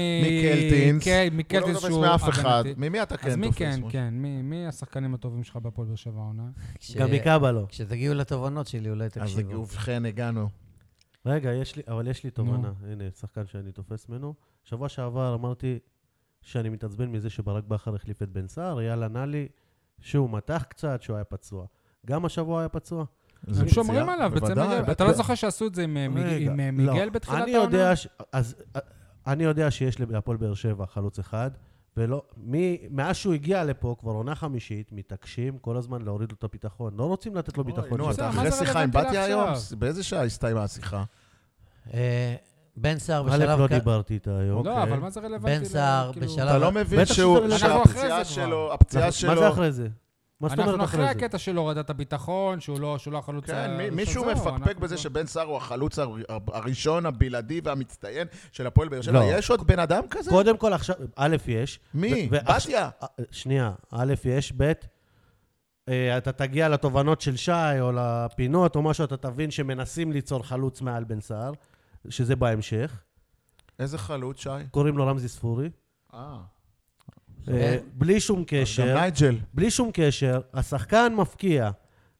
S4: מקלטינס.
S1: כן,
S4: הוא לא
S1: מקלטינס
S4: תופס
S1: שהוא...
S4: מאף אחד.
S1: הגנתי.
S4: ממי אתה כן תופס?
S1: אז מי כן,
S4: משה?
S1: כן, מי- מי השחקנים הטובים שלך בהפועל באר שבע העונה?
S3: כש-
S2: גם מקאבה לא.
S3: כשתגיעו לתובנות שלי, אולי
S1: כן,
S4: אז
S3: תקשיבו.
S4: ובכן הגענו.
S2: רגע, יש לי, אבל יש לי תובנה. הנה, שחקן שאני תופס ממנו. שבוע שעבר אמרתי שאני מתעצבן מזה שברק בכר החליף את בן סער, אייל ענה לי שהוא מתח קצת, שהוא היה פצוע. גם השבוע היה פצוע.
S4: זה
S1: הם
S4: פציעה?
S1: שומרים עליו, בצד
S4: בוודאי,
S1: מגל.
S4: בטח.
S1: אתה לא זוכר שעשו את זה עם אה, מיג-
S2: רגע,
S1: עם, אה,
S2: לא.
S1: מיגל בתחילת
S2: אני
S1: העונה?
S2: יודע ש... אז אה, אני יודע שיש להפועל באר שבע חלוץ אחד, ולא... מי- מאז שהוא הגיע לפה, כבר עונה חמישית, מתעקשים כל הזמן להוריד לו את הביטחון. לא רוצים לתת לו ביטחון.
S4: נו,
S2: שם.
S1: בסדר,
S4: אתה
S1: מה
S4: אחרי
S1: זה
S4: שיחה עם
S1: רלוונטי
S4: בתיה
S1: לעכשיו?
S4: היום? באיזה שעה הסתיימה השיחה?
S3: אה, בן סער
S2: א',
S3: בשלב...
S2: לא
S3: ק-
S2: דיברתי איתה היום.
S1: לא,
S4: אוקיי.
S1: אבל מה זה רלוונטי?
S3: בן
S1: ל-
S3: סער
S1: כאילו-
S3: בשלב...
S4: אתה לא מבין
S2: בטח שזה
S4: שהוא-
S2: רלוונטי.
S1: אנחנו אחרי
S4: שהפציעה
S1: זה
S4: שלו,
S1: כבר.
S4: הפציעה
S2: אנחנו- מה
S4: שלו...
S2: זה אחרי זה? מה זאת אומרת
S1: אנחנו
S2: אחרי
S1: אחרי
S2: זה?
S1: הקטע של הורדת הביטחון, שהוא לא שהוא לא החלוץ...
S4: כן, מי-
S1: הראשון,
S4: מישהו
S1: זהו,
S4: מפקפק
S1: אנחנו לא-
S4: בזה
S1: כבר-
S4: שבן סער הוא החלוץ הר- הראשון, הבלעדי והמצטיין של הפועל באר שבע.
S2: לא.
S4: יש עוד בן אדם כזה?
S2: קודם כל עכשיו, א', יש.
S4: מי?
S2: ו- ועכשיו-
S4: בתיה?
S2: אה, שנייה, א', יש, ב', אה, אתה תגיע לתובנות של שי או לפינות או משהו, אתה תבין שמנסים ליצור חלוץ מעל בן סער. שזה בהמשך,
S4: איזה חלוץ, שי?
S2: קוראים לו רמזי ספורי.
S4: אה.
S2: אה, בלי שום
S4: גם
S2: קשר,
S4: נייג'ל.
S2: בלי שום קשר, השחקן מפקיע.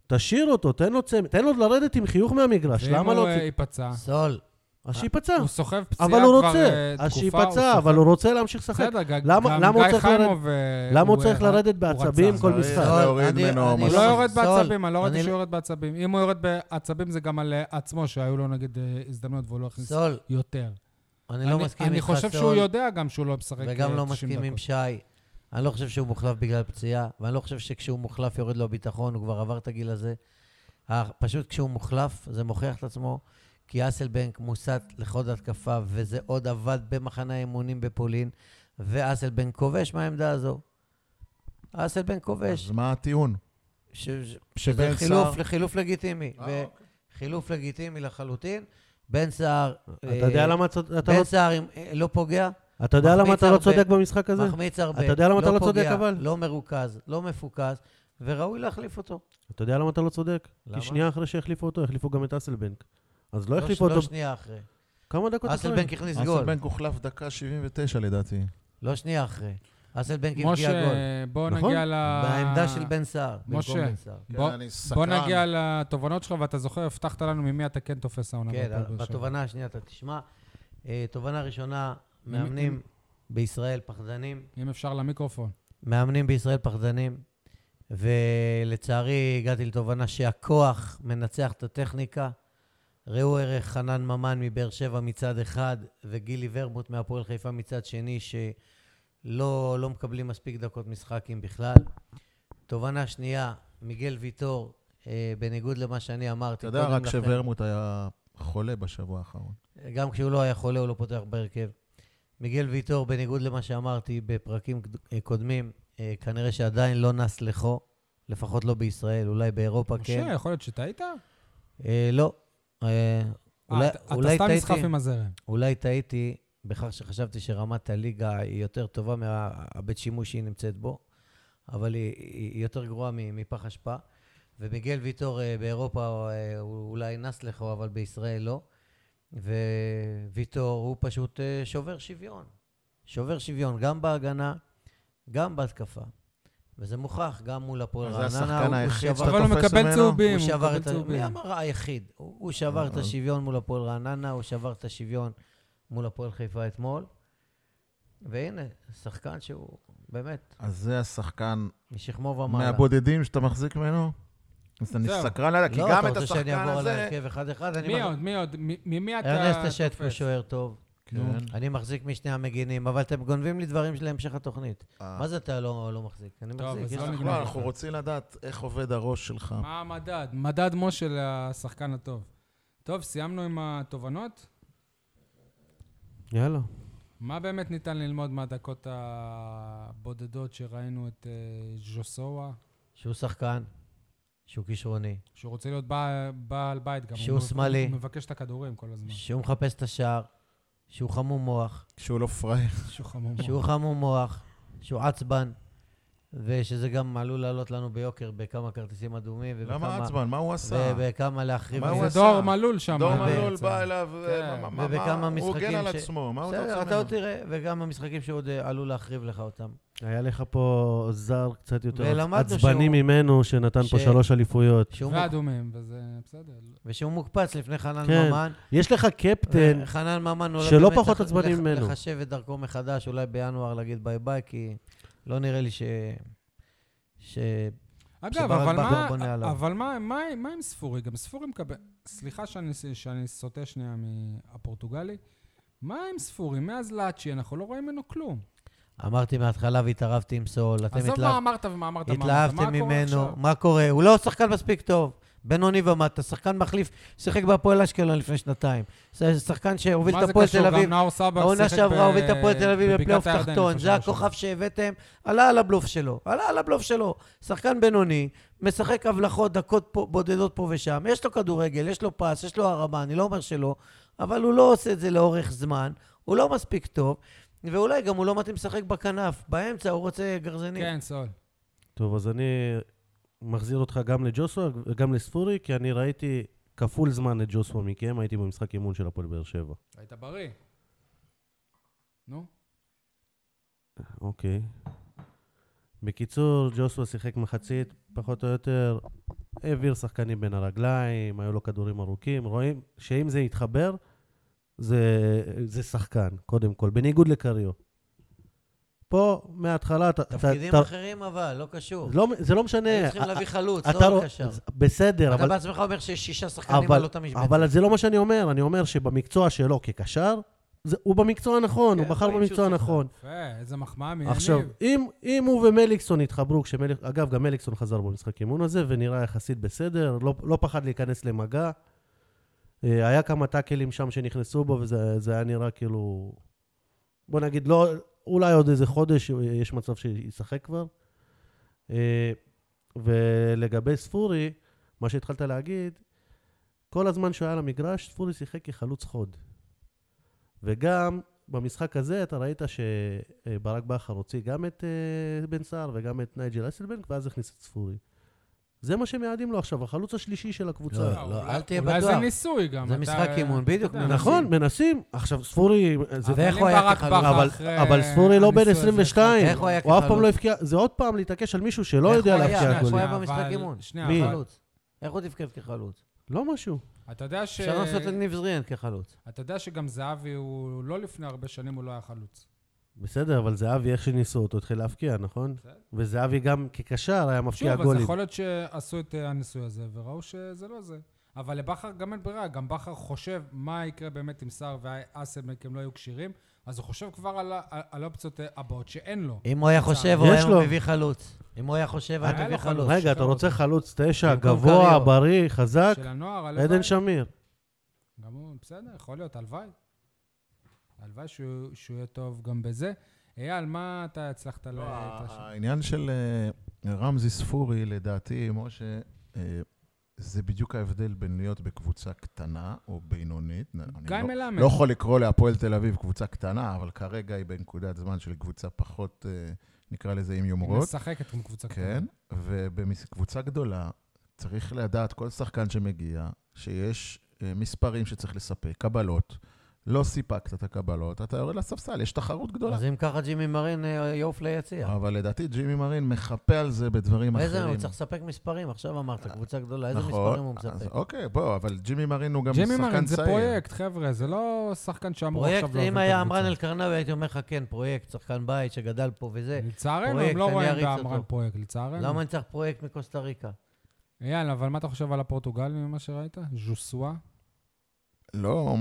S2: תשאיר אותו, תן לו צמד, תן לו לרדת עם חיוך מהמגרש,
S1: ואם
S2: למה לא...
S1: הוא אה, ייפצע?
S3: סול,
S2: אז שייפצע.
S1: הוא סוחב פציעה כבר
S2: אבל הוא
S1: אה, תקופה.
S2: רוצה, אז שייפצע,
S1: הוא
S2: אבל
S1: סוחב-
S2: הוא רוצה להמשיך לשחק.
S1: בסדר, ג-
S2: למה-
S1: גם
S2: למה הוא
S1: גיא
S2: צריך לרדת-
S1: חיימוב... אה,
S2: למה הוא
S1: אה,
S2: צריך
S1: רצ-
S2: לרדת
S1: הוא
S2: בעצבים
S1: רצה.
S2: כל
S4: צריך
S2: משחק?
S4: לא
S3: סול,
S4: להוריד
S3: אני-
S4: ממנו
S3: אני
S1: הוא
S4: משהו.
S1: לא
S3: סול,
S1: יורד בעצבים, אני לא ראיתי
S3: אני-
S1: שהוא יורד בעצבים. אם הוא יורד בעצבים זה גם על אה, עצמו, שהיו לו נגיד אה, הזדמנויות והוא לא הכניס
S3: סול,
S1: יותר.
S3: אני לא
S1: אני-
S3: מסכים
S1: אני
S3: איתך,
S1: חושב שהוא
S3: סול,
S1: יודע גם שהוא לא משחק אה, 90 דקות.
S3: וגם לא מסכים עם שי. אני לא חושב שהוא מוחלף בגלל פציעה, ואני לא חושב שכשהוא מוחלף יורד לו הביטחון, הוא כבר עבר את הגיל הזה. ה- פשוט כשהוא מוחלף, זה מוכיח את עצמו, כי אסלבנק מוסט לכל התקפה, וזה עוד עבד במחנה האימונים בפולין, ואסלבנק כובש מהעמדה הזו. אסלבנק כובש.
S4: אז מה הטיעון?
S3: ש- ש- שזה
S4: שבן
S3: חילוף,
S4: סער-
S3: חילוף לגיטימי.
S4: אה,
S3: ו- חילוף לגיטימי לחלוטין. בן סער...
S2: אתה יודע
S3: אה,
S2: למה אתה- אתה
S3: בן
S2: לא-
S3: סער אם- אה, לא פוגע,
S2: אתה יודע למה
S3: מחמיץ
S2: אתה לא
S3: הרבה.
S2: צודק במשחק הזה?
S3: מחמיץ הרבה.
S2: אתה יודע למה אתה לא צודק,
S3: פוגע,
S2: אבל?
S3: לא מרוכז, לא מפוקס, וראוי להחליף אותו.
S2: אתה יודע למה אתה לא צודק?
S3: למה?
S2: כי שנייה אחרי שהחליפו אותו, החליפו גם את אסלבנק. אז לא
S3: לא
S2: החליפו
S3: ש-
S2: אותו
S3: לא שנייה אחרי.
S2: כמה דקות אחרי.
S3: אסלבנק הכניס גול.
S4: אסלבנק הוחלף דקה 79 לדעתי.
S3: לא שנייה אחרי. אסלבנק
S1: משה,
S3: הבקיע גול.
S1: בוא
S2: נכון?
S1: נגיע ל...
S3: בעמדה של בן סער. במקום
S1: משה.
S3: בן סער.
S1: בוא-
S4: כן, אני
S1: בוא
S4: סקרן.
S1: נגיע לתובנות שלך, ואתה זוכר, הבטחת לנו ממי אתה כן תופס העונה.
S3: כן,
S1: בהפועל באר שבע.
S3: בתובנה השנייה אתה תשמע. אה, תובנה ראשונה, מאמנים בישראל פחדנים.
S1: אם אפשר למיקרופון.
S3: מאמנים בישראל פחדנים, ולצערי הגעתי לתובנה שהכוח מנצח את הטכניקה. ראו ערך חנן ממן מבאר שבע מצד אחד, וגילי ורמוט מהפועל חיפה מצד שני, שלא לא מקבלים מספיק דקות משחק אם בכלל. תובנה שנייה, מיגל ויטור, אה, בניגוד למה שאני אמרתי
S4: אתה
S3: קודם
S4: יודע רק
S3: לכן,
S4: שוורמוט היה חולה בשבוע האחרון.
S3: גם כשהוא לא היה חולה הוא לא פותח בהרכב. מיגל ויטור, בניגוד למה שאמרתי בפרקים קד- אה, קודמים, אה, כנראה שעדיין לא נס לחו, לפחות לא בישראל, אולי באירופה
S1: משה,
S3: כן.
S1: יכול להיות שטעית? אה,
S3: אה, לא. אה, אולי-
S1: אתה אתה
S3: אולי
S1: סתם
S3: טעיתי.
S1: נסחף עם הזרם.
S3: אולי טעיתי בכך שחשבתי שרמת הליגה היא יותר טובה מהבית שימוש שהיא נמצאת בו, אבל היא, היא יותר גרועה מ- מפח אשפה. ומיגל ויטור אה, באירופה אה, הוא אולי נס לכו, אבל בישראל לא. וויטור הוא פשוט אה, שובר שוויון. שובר שוויון גם בהגנה, גם בהתקפה. וזה מוכח גם מול הפועל
S4: אז זה
S3: רעננה.
S4: השחקן
S3: הוא
S4: היחיד
S3: שבר-
S4: שאתה
S1: אבל הוא
S4: תופס
S1: מקבל
S4: ממנו?
S1: צהובים,
S3: הוא שבר
S1: מקבל
S3: את ה...
S1: צהובים.
S3: מי אמר היחיד? הוא הוא שבר את
S4: אה.
S3: השוויון מול הפועל רעננה, הוא שבר את השוויון מול הפועל חיפה אתמול. והנה, שחקן שהוא באמת
S4: אז זה השחקן
S3: משכמו ומעלה.
S4: מהבודדים שאתה מחזיק ממנו? אז אני
S1: זהו.
S4: סקרן עליו, כי
S3: לא,
S4: גם
S3: אתה
S4: את
S3: רוצה שאני
S4: השחקן
S3: אעבור כן. על
S4: הזה...
S3: ההרכב אחד-אחד? אני
S1: מי
S3: מח-
S1: עוד? מי עוד? מ- ממי אתה תופס?
S3: ארנסט השטקו שוער טוב.
S4: כן.
S3: אני מחזיק משני המגינים, אבל אתם גונבים לי דברים להמשך התוכנית.
S4: אה.
S3: מה זה אתה לא לא מחזיק? אני
S1: טוב,
S3: מחזיק.
S1: אז
S3: יש
S1: לא
S3: לך-
S1: נגמר.
S4: לא, אנחנו רוצים לדעת איך עובד הראש שלך.
S1: מה המדד? אה, מדד משה לשחקן הטוב. טוב, סיימנו עם התובנות?
S2: יאללה.
S1: מה באמת ניתן ללמוד מהדקות הבודדות שראינו את אה, ז'וסואה,
S3: שהוא שחקן, שהוא כישרוני,
S1: שהוא רוצה להיות בע- בעל בית גם.
S3: שהוא
S1: הוא מב-
S3: שמאלי.
S1: הוא מבקש את הכדורים כל הזמן.
S3: שהוא מחפש את השער, שהוא חמום מוח,
S4: שהוא לא פראייר.
S1: שהוא חמור מאוד.
S3: שהוא
S4: נכון.
S3: חמום מוח, שהוא עצבן, ושזה גם עלול לעלות לנו ביוקר בכמה כרטיסים אדומים. ובכמה-
S4: למה עצבן? מה הוא עשה?
S3: ובכמה להחריב.
S4: מה
S3: את
S4: הוא
S3: זה.
S1: זה
S4: עשה?
S1: דור מלול שם.
S4: דור
S1: אה,
S4: מלול
S1: בעצם.
S4: בא אליו, אה,
S1: כן.
S4: מה- מה-
S3: ובכמה
S4: מה- הוא
S3: משחקים
S4: הגן על
S3: ש-
S4: עצמו, מה הוא
S3: בסדר,
S4: רוצה
S3: אתה עוד
S4: ממנו?
S3: תראה, וגם המשחקים שעוד אה, עלול להחריב לך אותם.
S2: היה לך פה זר קצת יותר
S3: ולמדנו
S2: עצבני
S3: שהוא-
S2: ממנו, שנתן פה
S3: ש-
S2: שלוש אליפויות.
S3: שהוא מוק-
S1: ואדומים, וזה בסדר.
S3: ושהוא מוקפץ לפני חנן
S2: כן,
S3: ממן.
S2: יש לך קפטן,
S3: חנן ממן אולי
S2: שלא
S3: באמת
S2: פחות
S3: לח-
S2: עצבני
S3: לח-
S2: ממנו.
S3: לחשב את דרכו מחדש, אולי בינואר להגיד ביי ביי, כי לא נראה לי ש... ש...
S1: אגב,
S3: שברק
S1: אבל
S3: בכר
S1: מה,
S3: בונה עליו.
S1: אבל מה, מה, מה עם ספורי? גם ספורי מקבל... סליחה שאני, שאני סוטה שנייה מהפורטוגלי. מה עם ספורי? מאז לאצ'י אנחנו לא רואים ממנו כלום.
S3: אמרתי מההתחלה והתערבתי עם סול, אתם
S1: עזוב
S3: התלהבתם.
S1: מה אמרת ומה אמרת. מה אמרת.
S3: התלהבתם
S1: מה קורה
S3: ממנו,
S1: עכשיו?
S3: מה קורה? הוא לא שחקן מספיק טוב. בינוני ומטה, שחקן מחליף, שיחק בהפועל אשקלון לפני שנתיים. זה שחקן שהוביל
S1: מה
S3: את
S1: זה
S3: הפועל תל
S1: קשור? גם
S3: אביב.
S1: נאור סבג
S3: העונה
S1: שיחק
S3: שעברה
S1: ב-
S3: הוביל את הפועל תל אביב
S1: בבקעת
S3: לפלייאוף
S1: הירדן
S3: תחתון.
S1: לפני
S3: זה
S1: שלוש שנים.
S3: הכוכב שהבאתם, עלה על הבלוף שלו. עלה על הבלוף שלו. שחקן בינוני, משחק הבלחות דקות פה- בודדות פה ושם. יש לו כדורגל, יש לו פס, יש לו הרמה, אני לא אומר שלא, אבל הוא לא עושה את זה לאורך זמן. הוא לא מספיק טוב, ואולי גם הוא לא מתאים לשחק בכנף. באמצע הוא רוצה גרזנים.
S1: כן, סול.
S2: טוב, אז אני מחזיר אותך גם לג'וסווה וגם לספורי, כי אני ראיתי כפול זמן את ג'וסווה מכם, הייתי במשחק אימון של הפועל באר שבע.
S1: היית בריא. נו,
S2: אוקיי. בקיצור, ג'וסווה שיחק מחצית, פחות או יותר, העביר שחקנים בין הרגליים, היו לו כדורים ארוכים, רואים שאם זה יתחבר, זה, זה שחקן, קודם כל, בניגוד לקריו. פה, מההתחלה, אתה... אתה-
S3: תפקידים
S2: אתה-
S3: אחרים אבל, לא קשור.
S2: לא, זה לא משנה.
S3: היו צריכים להביא חלוץ,
S2: אתה
S3: לא
S2: לא-
S3: קשר.
S2: בסדר,
S3: אתה
S2: אבל...
S3: בעצמך אומר שיש שישה שחקנים על
S2: אבל,
S3: אותה משבצת.
S2: אבל זה לא מה שאני אומר, אני אומר שבמקצוע שלו כקשר, זה, הוא במקצוע הנכון, הוא
S3: כן,
S2: בחר
S3: רואים
S2: במקצוע
S3: שהוא שחקן.
S2: הנכון.
S1: יפה, איזה מחמאה אה, מיניב.
S2: עכשיו, אם, אם הוא ומליקסון התחברו, כשמליק... אגב, גם מליקסון חזר במשחק אימון הזה, ונראה יחסית בסדר, לא, לא פחד להיכנס למגע. אה, היה כמה טאקלים שם שנכנסו בו, וזה זה היה נראה כאילו... בוא נגיד, לא, אולי עוד איזה חודש אה, יש מצב שישחק כבר. אה, ולגבי ספורי, מה שהתחלת להגיד, כל הזמן שהוא היה על המגרש, ספורי שיחק כחלוץ חוד. וגם במשחק הזה אתה ראית שברק בכר הוציא גם את אה, בן סער וגם את נייג'ל אסלבנק, ואז הכניס את ספורי. זה מה שמייעדים לו עכשיו, החלוץ השלישי של הקבוצה.
S3: לא, לא,
S1: אולי-
S3: אל תהיה
S1: אולי זה
S3: בטוח.
S1: ניסוי גם.
S3: זה
S1: אתה-
S3: משחק אימון, בדיוק,
S1: אתה יודע,
S3: מנסים.
S2: נכון, מנסים. עכשיו, ספורי... זה-
S1: אבל
S3: ואיך
S1: אם
S3: הוא היה לא,
S1: ברק
S3: כחלוץ?
S1: בכר
S2: אבל,
S1: אחרי
S2: אבל ספורי לא בן
S1: הניסוי הזה,
S2: 22,
S3: איך הוא היה
S2: הוא אף פעם
S3: כחלוץ?
S2: לא הבקיע, זה עוד פעם להתעקש על מישהו שלא
S3: איך
S2: יודע
S3: הוא היה?
S2: להבקיע
S3: איך הוא
S2: גולים.
S3: היה
S1: אבל-
S3: במשחק אימון?
S1: שנייה,
S2: מי?
S1: אבל-
S3: חלוץ. איך הוא תפקד כחלוץ?
S2: לא משהו.
S1: אתה יודע ש...
S3: אפשר לעשות את ניב זריאן כחלוץ.
S1: אתה יודע שגם זהבי הוא לא לפני הרבה שנים, הוא לא היה חלוץ.
S2: בסדר, אבל זהבי, איך שניסו אותו, התחיל להבקיע, נכון?
S1: בסדר.
S2: וזהבי גם כקשר היה
S1: שוב,
S2: מבקיע
S1: אז
S2: גולים.
S1: יכול להיות שעשו את אה, הניסוי הזה וראו שזה לא זה. אבל לבכר גם אין ברירה, גם בכר חושב מה יקרה באמת אם סער ואסלמק הם לא יהיו כשירים, אז הוא חושב כבר על, ה- על האופציות אה, הבאות שאין לו.
S3: אם הוא היה חושב, הוא
S2: יש
S3: היה
S2: לו.
S3: מביא חלוץ. אם הוא היה חושב,
S1: היה
S3: היה
S1: לו
S3: מביא
S1: חלוץ.
S3: חלוץ.
S2: רגע, אתה
S1: שחרר
S2: רוצה
S1: אותו.
S2: חלוץ תשע,
S3: במקום
S2: גבוה,
S3: קריו.
S2: בריא, חזק,
S1: של הנוער, הלוואי.
S2: עדן שמיר.
S1: גם הוא, בסדר, יכול להיות, הלוואי. הלוואי שהוא, שהוא יהיה טוב גם בזה. אייל, מה אתה הצלחת ל...
S4: לא,
S1: את הש-
S4: העניין של אה, רמזי ספורי, לדעתי, משה, אה, זה בדיוק ההבדל בין להיות בקבוצה קטנה או בינונית. אני
S1: גיא
S4: לא-
S1: מלמד.
S4: לא יכול לקרוא להפועל תל אביב קבוצה קטנה, אבל כרגע היא בנקודת זמן של קבוצה פחות, אה, נקרא לזה עם
S1: היא
S4: יומרות.
S1: משחקת עם קבוצה קטנה.
S4: כן, ובקבוצה גדולה צריך לדעת כל שחקן שמגיע, שיש אה, מספרים שצריך לספק, קבלות. לא סיפקת את הקבלות, אתה יורד לספסל, יש תחרות גדולה.
S3: אז אם ככה ג'ימי מרין אה, יעוף ליציע.
S4: לא. אבל לדעתי ג'ימי מרין מחפה על זה בדברים אחרים.
S3: איזה, הוא צריך לספק מספרים, עכשיו אמרת, קבוצה גדולה, איזה
S4: נכון,
S3: מספרים הוא
S4: אז
S3: מספק?
S4: אוקיי, בוא, אבל ג'ימי מרין הוא גם שחקן
S1: ג'ימי
S4: צעיר.
S1: מרין זה פרויקט, חבר'ה, זה לא שחקן שאמור עכשיו לא
S3: פרויקט,
S1: להוביל את
S3: אם היה
S1: הקבוצה.
S3: עמרן אלקרנאוי, הייתי אומר לך, כן, פרויקט, שחקן בית שגדל פה וזה.
S1: לצערנו,
S3: פרויקט,
S1: הם לא
S3: אני
S1: רואים
S3: אריץ
S1: באמרן
S3: אותו.
S1: פרויקט, לצערנו.
S3: למה אני צריך פרויקט מקוסטה ריקה?
S1: אייל, אבל מה אתה חושב על הפורטוגלים ממה שראית? ז'וסואה?
S4: לא,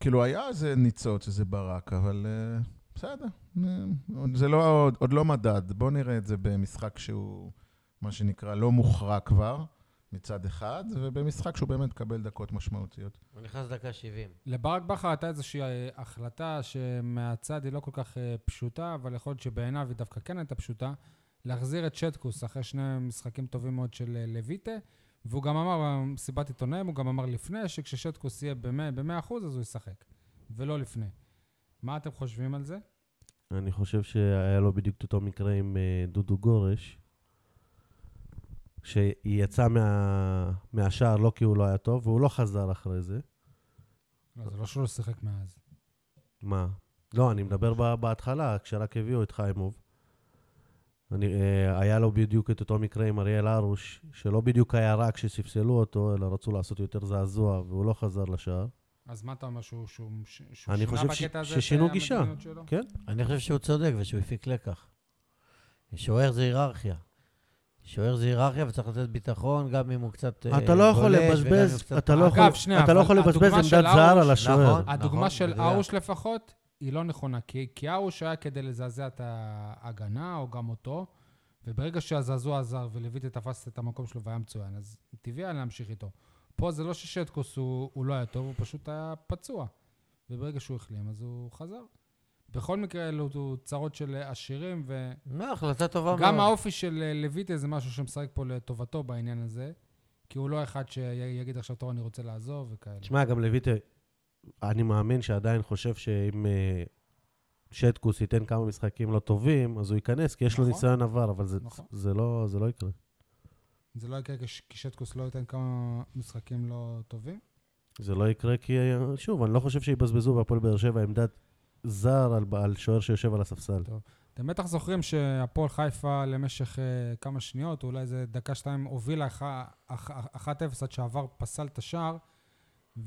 S4: כאילו היה איזה ניצוץ שזה ברק, אבל אה, בסדר. אה, עוד- זה לא, עוד- עוד לא מדד. בואו נראה את זה במשחק שהוא, מה שנקרא, לא מוכרע כבר, מצד אחד, ובמשחק שהוא באמת מקבל דקות משמעותיות.
S3: הוא נכנס דקה 70.
S1: לברק בכר הייתה איזושהי אה, החלטה שמהצד היא לא כל כך אה, פשוטה, אבל יכול להיות שבעיניו היא דווקא כן הייתה פשוטה, להחזיר את שטקוס אחרי שני משחקים טובים מאוד של אה, לויטה, והוא גם אמר במסיבת עיתונאים, הוא גם אמר לפני, שכששטקוס יהיה ב-100% אז הוא ישחק, ולא לפני. מה אתם חושבים על זה?
S2: אני חושב שהיה לו בדיוק את אותו מקרה עם אה, דודו גורש, שיצא מה... מהשער לא כי הוא לא היה טוב, והוא לא חזר אחרי זה.
S1: לא, זה לא שהוא לא שיחק מאז.
S2: מה? לא, אני מדבר ב- בהתחלה, כשרק הביאו את חיימוב. אני, אה, היה לו בדיוק את אותו מקרה עם אריאל הרוש, שלא בדיוק היה רע כשספסלו אותו, אלא רצו לעשות יותר זעזוע, והוא לא חזר לשער.
S1: אז מה אתה אומר, שהוא, שהוא, שהוא
S2: אני
S1: שינה
S2: חושב ש-
S1: בקטע הזה
S2: ששינו
S1: את אה,
S2: גישה.
S1: המדיניות שלו?
S2: כן?
S3: אני חושב שהוא צודק ושהוא הפיק לקח. שוער זה היררכיה. שוער זה היררכיה וצריך לתת ביטחון, גם אם הוא קצת אה,
S2: אתה לא יכול
S3: בולט וגם אם הוא
S2: לבזבז,
S3: קצת-
S2: אתה לא
S1: אגב,
S2: יכול-
S1: שנייה,
S2: אתה לא
S1: אבל
S2: יכול לבזבז
S1: הדוגמה של
S2: עמדת זר
S1: הרוש-
S2: על השוער.
S3: נכון,
S1: הדוגמה של
S3: מדויק.
S1: ארוש לפחות, היא לא נכונה, כי, כי ארוש היה כדי לזעזע את ההגנה, או גם אותו, וברגע שהזעזוע עזר ולויטי תפס את המקום שלו והיה מצוין, אז טבעי היה להמשיך איתו. פה זה לא ששטקוס הוא, הוא לא היה טוב, הוא פשוט היה פצוע. וברגע שהוא החלים, אז הוא חזר. בכל מקרה, אלו צרות של עשירים, ו...
S3: לא, החלטה טובה מאוד.
S1: גם האופי של אה, לויטה זה משהו שמשחק פה לטובתו בעניין הזה, כי הוא לא אחד שיגיד עכשיו, טוב, אני רוצה לעזוב וכאלה.
S2: תשמע, גם לויטה, אני מאמין שעדיין חושב שאם אה, שטקוס ייתן כמה משחקים לא טובים, אז הוא ייכנס, כי יש לו
S1: נכון.
S2: ניסיון עבר, אבל זה-
S1: נכון.
S2: זה לא זה לא יקרה.
S1: זה לא יקרה כש- כשטקוס לא ייתן כמה משחקים לא טובים?
S2: זה לא יקרה כי, שוב, אני לא חושב שיבזבזו בהפועל באר שבע עמדת זר על, על שוער שיושב על הספסל.
S1: טוב. אתם בטח זוכרים שהפועל חיפה למשך אה, כמה שניות, אולי איזה דקה-שתיים, הובילה אח- אח- 1-0 עד שעבר פסל את השער,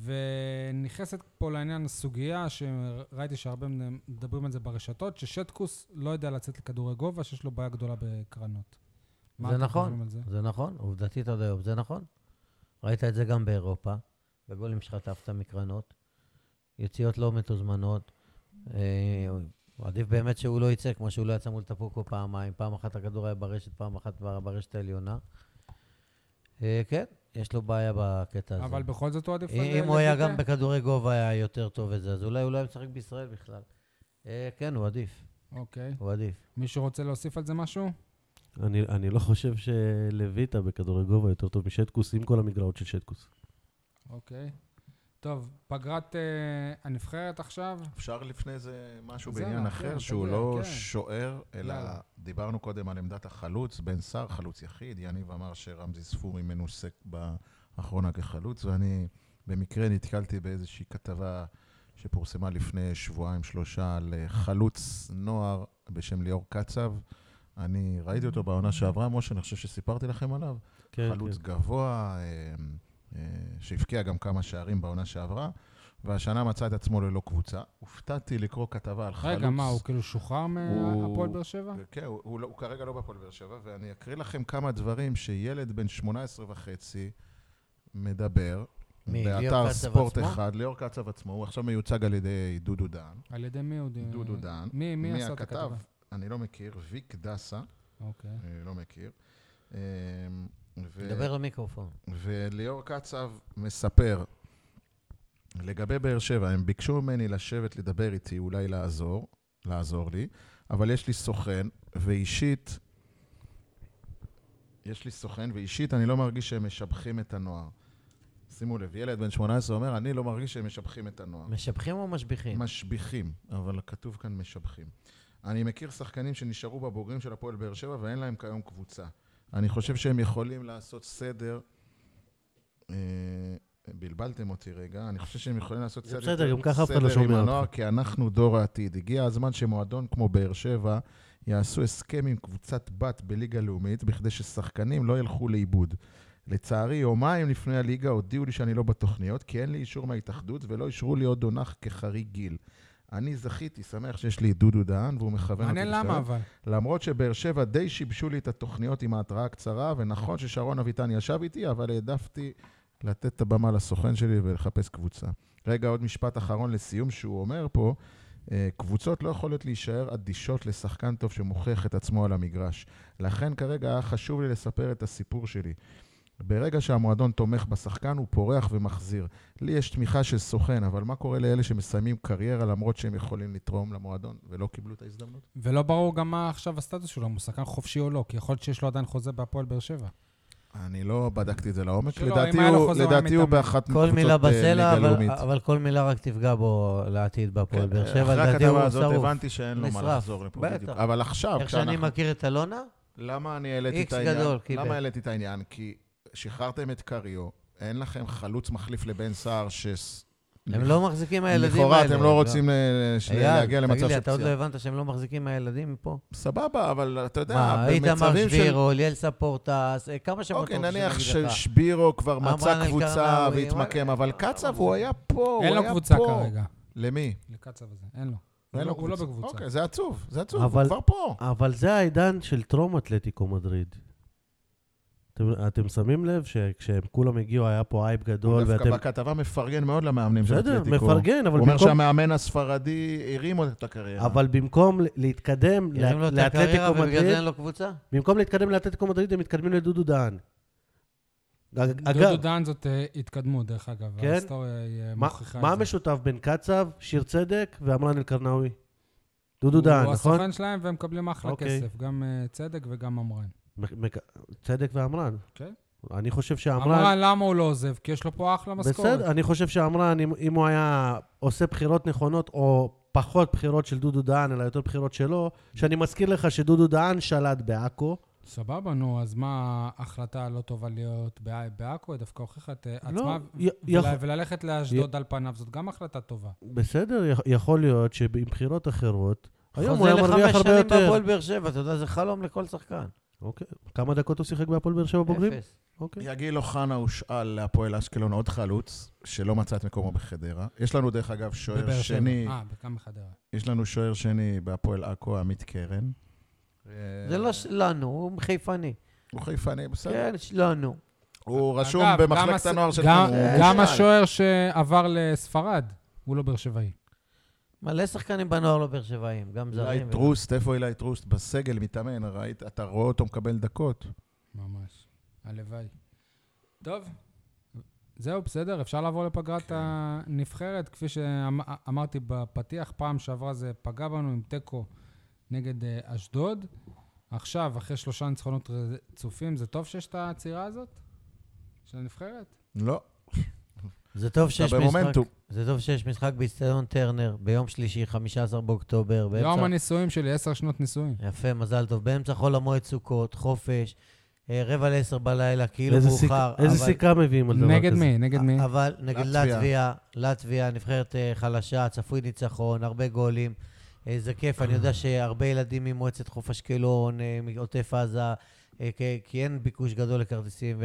S1: ונכנסת פה לעניין הסוגיה שראיתי שהרבה מדברים על זה ברשתות, ששטקוס לא יודע לצאת לכדורי גובה, שיש לו בעיה גדולה בקרנות. מה
S3: זה
S1: אתם
S3: נכון.
S1: חושבים על זה?
S3: זה נכון, עובדתית עד היום, זה נכון. ראית את זה גם באירופה, בגולים שחטפת מקרנות, יציאות לא מתוזמנות. אה, עדיף באמת שהוא לא יצא, כמו שהוא לא יצא מול טפוקו פעמיים. פעם אחת הכדור היה ברשת, פעם אחת בר- ברשת העליונה. אה, כן, יש לו בעיה בקטע הזה.
S1: אבל בכל אה, זאת הוא עדיף... על-
S3: אם הוא היה
S1: לויטה.
S3: גם בכדורי גובה היה יותר טוב וזה, אז אולי הוא לא היה משחק בישראל בכלל. אה, כן, הוא עדיף,
S1: אוקיי.
S3: הוא עדיף.
S1: מישהו רוצה להוסיף על זה משהו?
S2: אני, אני לא חושב שלויטה בכדורי גובה יותר טוב משטקוס, עם כל המגרעות של שטקוס.
S1: אוקיי. טוב, פגרת אה, הנבחרת עכשיו.
S4: אפשר לפני זה משהו
S1: זהו,
S4: בעניין
S1: כן,
S4: אחר,
S1: תגיד,
S4: שהוא לא
S1: כן.
S4: שוער, אלא
S1: יאללה.
S4: דיברנו קודם על עמדת החלוץ, בן סער, חלוץ יחיד. יניב אמר שרמזי ספורי מנוסה באחרונה כחלוץ, ואני במקרה נתקלתי באיזושהי כתבה שפורסמה לפני שבועיים-שלושה על אה, חלוץ נוער בשם ליאור קצב. אני ראיתי אותו בעונה שעברה, משה, אני חושב שסיפרתי לכם עליו.
S2: כן,
S4: חלוץ
S2: כן.
S4: גבוה, אה, אה, שהבקיע גם כמה שערים בעונה שעברה, והשנה מצא את עצמו ללא קבוצה. הופתעתי לקרוא כתבה על חלוץ.
S1: רגע, מה, הוא כאילו שוחרר
S4: הוא-
S1: מהפועל באר שבע?
S4: כן, הוא, הוא, לא- הוא כרגע לא בהפועל באר שבע, ואני אקריא לכם כמה דברים שילד בן 18 וחצי מדבר.
S3: מי, ליאור
S4: באתר
S3: קצב
S4: ספורט
S3: עצמו?
S4: אחד, ליאור קצב עצמו, הוא עכשיו מיוצג על ידי דודו דן.
S1: על ידי מי הוא?
S4: דודו דן.
S1: מי, אה, מי, עשה את
S4: הכתב?
S1: הכתבה?
S4: אני לא מכיר, ויק דסה,
S1: אוקיי.
S4: אה, לא מכיר. אה, ו-
S3: דבר למיקרופון.
S4: וליאור קצב מספר, לגבי באר שבע, הם ביקשו ממני לשבת לדבר איתי, אולי לעזור, לעזור לי, אבל יש לי סוכן, ואישית, יש לי סוכן, ואישית אני לא מרגיש שהם משבחים את הנוער. שימו לב, ילד בן 18 אומר, אני לא מרגיש שהם משבחים את הנוער.
S3: משבחים או משביחים?
S4: משביחים, אבל כתוב כאן משבחים. אני מכיר שחקנים שנשארו בבוגרים של הפועל באר שבע ואין להם כיום קבוצה. אני חושב שהם יכולים לעשות סדר. אה, בלבלתם אותי רגע, אני חושב שהם יכולים לעשות
S2: זה
S4: סדר.
S2: בסדר,
S4: יותר-
S2: גם ככה אף אחד לא
S4: סדר עם
S2: שומע
S4: הנוער,
S2: אותך.
S4: כי אנחנו דור העתיד. הגיע הזמן שמועדון כמו באר שבע יעשו הסכם עם קבוצת בת בליגה לאומית, בכדי ששחקנים לא ילכו לאיבוד. לצערי, יומיים לפני הליגה הודיעו לי שאני לא בתוכניות, כי אין לי אישור מההתאחדות ולא אישרו לי עוד עונה כחריג גיל. אני זכיתי, שמח שיש לי את דודו דהן, והוא מכוון אותי
S1: מעניין למה
S4: לשם.
S1: אבל.
S4: למרות שבאר שבע די שיבשו לי את התוכניות עם ההתראה הקצרה, ונכון ששרון אביטן ישב איתי, אבל העדפתי לתת את הבמה לסוכן שלי ולחפש קבוצה. רגע, עוד משפט אחרון לסיום שהוא אומר פה. אה, קבוצות לא יכולות להישאר אדישות לשחקן טוב שמוכיח את עצמו על המגרש. לכן כרגע היה חשוב לי לספר את הסיפור שלי. ברגע שהמועדון תומך בשחקן, הוא פורח ומחזיר. לי יש תמיכה של סוכן, אבל מה קורה לאלה שמסיימים קריירה למרות שהם יכולים לתרום למועדון ולא קיבלו את ההזדמנות?
S1: ולא ברור גם מה עכשיו הסטטוס שלו, אם הוא שחקן חופשי או לא, כי יכול להיות שיש לו עדיין חוזה בהפועל באר שבע.
S4: אני לא בדקתי את זה לעומק.
S1: שלא,
S4: לדעתי
S1: אם היה לו
S4: הוא-
S1: חוזה, הוא
S4: לדעתי
S1: היה
S4: הוא
S1: מתאמן.
S4: באחת
S3: כל
S4: מקבוצות
S3: מילה
S4: אה,
S3: בסלע,
S4: ליגה
S3: אבל,
S4: לאומית. כן,
S3: אבל כל מילה רק תפגע בו לעתיד בהפועל באר שבע.
S4: אחרי
S3: לדעתי
S4: הכתבה
S3: הוא
S4: הזאת
S3: שרוף.
S4: הבנתי שאין לו מה
S3: נשרף.
S4: לחזור לפה
S3: בטח.
S4: בדיוק. אבל עכשיו,
S3: איך שאני
S4: כשאנחנו...
S3: מכיר את אלונה,
S4: למה אני העליתי את
S3: איקס
S4: העניין?
S3: גדול קיבל.
S4: למה העליתי את העניין? כי שחררתם את קריו, אין לכם חלוץ מחליף לבן סער ש...
S3: הם לא מחזיקים מהילדים האלה.
S4: נכון. לכאורה אתם לא רוצים ל- ש-
S3: אייל,
S4: להגיע למצב של
S3: תגיד לי, אתה עוד לא
S4: פציעה.
S3: הבנת שהם לא מחזיקים מהילדים פה?
S4: סבבה, אבל אתה יודע,
S3: מה, איתמר
S4: במצבים של...
S3: שבירו, ליאל ספורטס, אה, כמה שמות
S4: אוקיי,
S3: אתה רוצה
S4: נניח
S3: שאני אגיד לך?
S4: ששבירו כבר
S3: אמרן
S4: מצא קבוצה
S3: אלקרנאווי, אה,
S4: והתמקם, אבל קצב הוא היה פה, הוא היה
S1: אין
S4: פה.
S1: לו קבוצה כרגע,
S4: למי?
S1: לקצב הזה, אין לו.
S4: אין לו
S1: הוא לא
S4: קבוצה.
S1: בקבוצה.
S4: אוקיי, זה עצוב, זה עצוב, הוא
S2: אבל-
S4: כבר פה.
S2: אבל זה העידן של טרום אתלטיקו מדריד. אתם, אתם שמים לב שכשהם כולם הגיעו היה פה אייפ גדול
S4: דווקא
S2: ואתם...
S4: בכתבה מפרגן מאוד למאמנים של
S2: בסדר,
S4: אתלטיקו.
S2: מפרגן, אבל
S4: הוא אומר
S2: במקום,
S4: שהמאמן הספרדי הרים עוד את הקריירה.
S2: אבל במקום ל- להתקדם
S3: ירים לו
S2: ל-
S3: את הקריירה
S2: לאתלטיקו
S3: לא ובגלל
S2: מדריד,
S3: זה אין לו קבוצה?
S2: במקום להתקדם לאתלטיקו מדריד, הם מתקדמים לדודו דהן. אג-
S1: דודו
S2: אגב,
S1: דן זאת אה, התקדמות, דרך אגב.
S2: כן?
S1: ההיסטוריה היא אה,
S2: מה-
S1: מוכיחה את זה.
S2: מה המשותף בין קצב, שיר צדק ואמרן אלקרנאווי? דודו דהן,
S1: הוא
S2: נכון?
S1: הסוכן שלהם והם מקבלים אחלה
S2: אוקיי.
S1: כסף, גם אה, צדק וגם אמרן.
S2: מק- מק- צדק ואמרן.
S1: כן.
S2: אני חושב שאמרן...
S1: אמרן, למה הוא לא עוזב? כי יש לו פה אחלה משכורת.
S2: בסדר, אני חושב שאמרן, אם, אם הוא היה עושה בחירות נכונות, או פחות בחירות של דודו דהן, אלא יותר בחירות שלו, שאני מזכיר לך שדודו דהן שלט בעכו,
S1: סבבה, נו, אז מה ההחלטה הלא טובה להיות בע- בעכו? היא דווקא הוכיחה את אה, עצמה,
S2: י-
S1: ול-
S2: לא, יכול-
S1: וללכת לאשדוד על פניו, זאת גם החלטה טובה.
S2: בסדר, יכ- יכול להיות שבבחירות אחרות, היום הוא
S3: חוזה
S2: היה מרוויח
S3: לחמש
S2: הרבה
S3: שנים
S2: יותר.
S3: בהפועל באר שבע, אתה יודע, זה חלום לכל שחקן.
S2: אוקיי. כמה דקות הוא שיחק בהפועל באר שבע בוגרים?
S3: אפס.
S2: אוקיי.
S4: יגיל אוחנה הושאל להפועל אשקלון עוד חלוץ, שלא מצא את מקומו בחדרה. יש לנו, דרך אגב,
S1: בבאר
S4: שוער
S1: שבע.
S4: שני,
S1: אה, גם בחדרה.
S4: יש לנו שוער שני בהפועל עכו, עמית קרן.
S3: זה לא שלנו, הוא חיפני.
S4: הוא חיפני, בסדר.
S3: כן, שלנו.
S4: הוא רשום
S1: אגב, גם
S4: במחלקת
S1: הס-
S4: הנוער
S1: גם-
S4: שלנו.
S2: אה,
S4: הוא
S1: גם
S4: מושאל.
S1: השוער שעבר לספרד, הוא לא באר שבעי.
S3: מלא שחקנים בנוער לא באר שבעים, גם
S2: אה,
S4: אילי
S3: זרים. וגם-
S4: טרוסט, איפה אילי טרוסט? בסגל, מתאמן, ראית, אתה רואה אותו מקבל דקות.
S1: ממש. הלוואי. טוב, זהו, בסדר, אפשר לעבור לפגרת כן. הנבחרת. כפי שאמרתי בפתיח, פעם שעברה זה פגע בנו עם תיקו נגד אה, אשדוד. עכשיו, אחרי שלושה ניצחונות רצופים, זה טוב שיש את העצירה הזאת? של הנבחרת?
S4: לא,
S3: זה טוב שיש משחק.
S4: במומנטום.
S3: זה טוב שיש משחק באיצטדיון טרנר ביום שלישי, 15 באוקטובר, באמצע...
S1: יום הנישואים שלי, עשר שנות נישואים.
S3: יפה, מזל טוב. באמצע חול המועד סוכות, חופש, אה, רבע לעשר בלילה, כאילו
S2: איזה סיק-
S3: מאוחר.
S2: איזה
S3: אבל-
S2: סיכה מביאים על דבר כזה? אה,
S1: נגד מי? נגד מי?
S3: אבל נגד
S4: לטביה.
S3: לטביה, לטביה, נבחרת אה, חלשה, צפוי ניצחון, הרבה גולים. אה, זה כיף, אני יודע שהרבה ילדים ממועצת חוף אשקלון, אה, מעוטף עזה, אה, כי- כי אין ביקוש גדול לכרטיסים,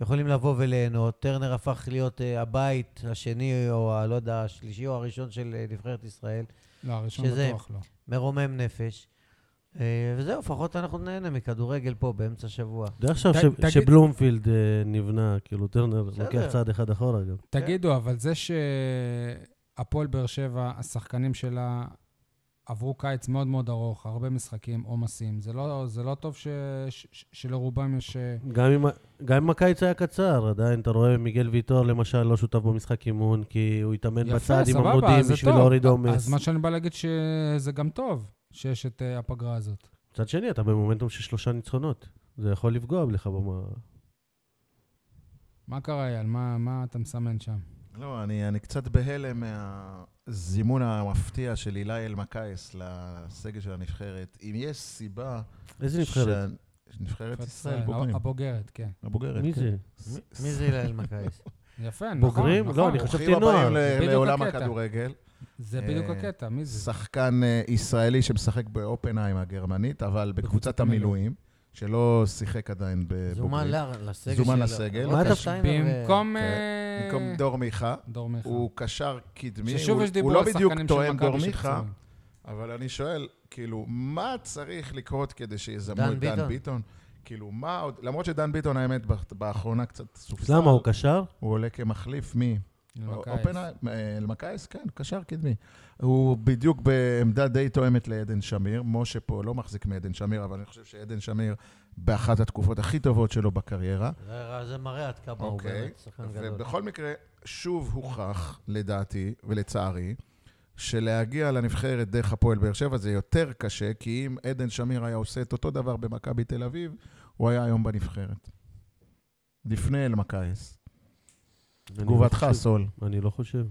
S3: ויכולים לבוא וליהנות. טרנר הפך להיות אה, הבית השני, או ה- לא יודע, השלישי או הראשון של אה, נבחרת ישראל.
S1: לא, הראשון
S3: שזה-
S1: בטוח לא.
S3: מרומם נפש. אה, וזהו, לפחות אנחנו נהנה מכדורגל פה באמצע השבוע.
S2: אתה יודע עכשיו
S1: ת-
S2: ש-
S1: תגיד-
S2: שבלומפילד אה, נבנה, כאילו טרנר
S3: בסדר.
S2: לוקח צעד אחד אחורה גם.
S1: תגידו, אבל זה שהפועל באר שבע, השחקנים שלה עברו קיץ מאוד מאוד ארוך, הרבה משחקים, עומסים, זה לא, זה לא טוב ש, ש, ש, שלרובם יש... אה,
S2: גם אם, ה- גם אם הקיץ היה קצר, עדיין אתה רואה מיגל ויטור למשל לא שותף במשחק אימון, כי הוא התאמן בצד עם
S1: סבבה,
S2: עמודים
S1: אז זה
S2: בשביל
S1: טוב.
S2: להוריד
S1: אז
S2: עומס.
S1: מה שאני בא להגיד שזה גם טוב שיש את אה, הפגרה הזאת.
S2: מצד שני, אתה במומנטום של שלושה ניצחונות. זה יכול לפגוע לך במה...
S1: מה קרה, אייל? מה, מה אתה מסמן שם?
S4: לא, אני, אני קצת בהלם מהזימון המפתיע של אילי אלמקייס לסגל של הנבחרת. אם יש סיבה...
S2: איזה נבחרת?
S4: שה- נבחרת ישראל,
S1: אה,
S4: בוגרים.
S1: הבוגרת, כן.
S4: הבוגרת,
S2: מי
S4: כן.
S2: זה?
S3: מי- מי זה הלל מקייס?
S1: יפה, נכון,
S2: בוגרים?
S1: נכון.
S2: לא, אני חושב-
S4: ברוכים
S2: חשבתי נוער.
S4: הבאים
S1: זה
S4: ל-
S1: בדיוק
S4: לעולם
S1: הקטע.
S4: הכדורגל.
S1: זה בדיוק
S4: אה,
S1: הקטע, מי זה?
S4: שחקן אה, ישראלי שמשחק באופנהיים הגרמנית, אבל
S1: בקבוצת
S4: בקבוצת המילואים, שלא שיחק עדיין
S3: זומן
S4: בבוגרים.
S3: ל- לסגל
S4: אה, זומן
S3: שלו.
S4: לסגל.
S3: רוטה
S2: מה אתה-
S3: שטיינר ו-
S1: במקום...
S4: כן.
S1: אה,
S4: במקום דור מיכה,
S1: דור מיכה.
S4: הוא קשר קדמי,
S1: ששוב
S4: הוא
S1: יש
S4: הוא
S1: דיבור
S4: לא
S1: על
S4: בדיוק
S1: שחקנים של
S4: טוען דור
S1: מכבי
S4: מיכה,
S1: שפצועים.
S4: אבל אני שואל, כאילו, מה צריך לקרות כדי שיזמו
S3: דן
S4: את דן
S3: ביטון.
S4: ביטון? כאילו, מה עוד... למרות שדן ביטון, האמת, באח- באחרונה קצת סופסל.
S2: למה, הוא קשר?
S4: הוא עולה כמחליף מי?
S1: אלמקייס.
S4: אופנהיים, אלמקייס, כן, קשר קדמי. הוא בדיוק בעמדה די תואמת לעדן שמיר. משה פה לא מחזיק מעדן שמיר, אבל אני חושב שעדן שמיר באחת התקופות הכי טובות שלו בקריירה.
S3: זה- זה מראה עד כמה הוא
S4: אוקיי,
S3: באמת שחקן גדול.
S4: ובכל מקרה, שוב הוכח, לדעתי ולצערי, שלהגיע לנבחרת דרך הפועל באר שבע זה יותר קשה, כי אם עדן שמיר היה עושה את אותו דבר במכבי תל אביב, הוא היה היום בנבחרת. לפני אלמקייס.
S2: אני
S4: תגובתך,
S2: לא חושב.
S4: סול.
S2: אני לא חושב.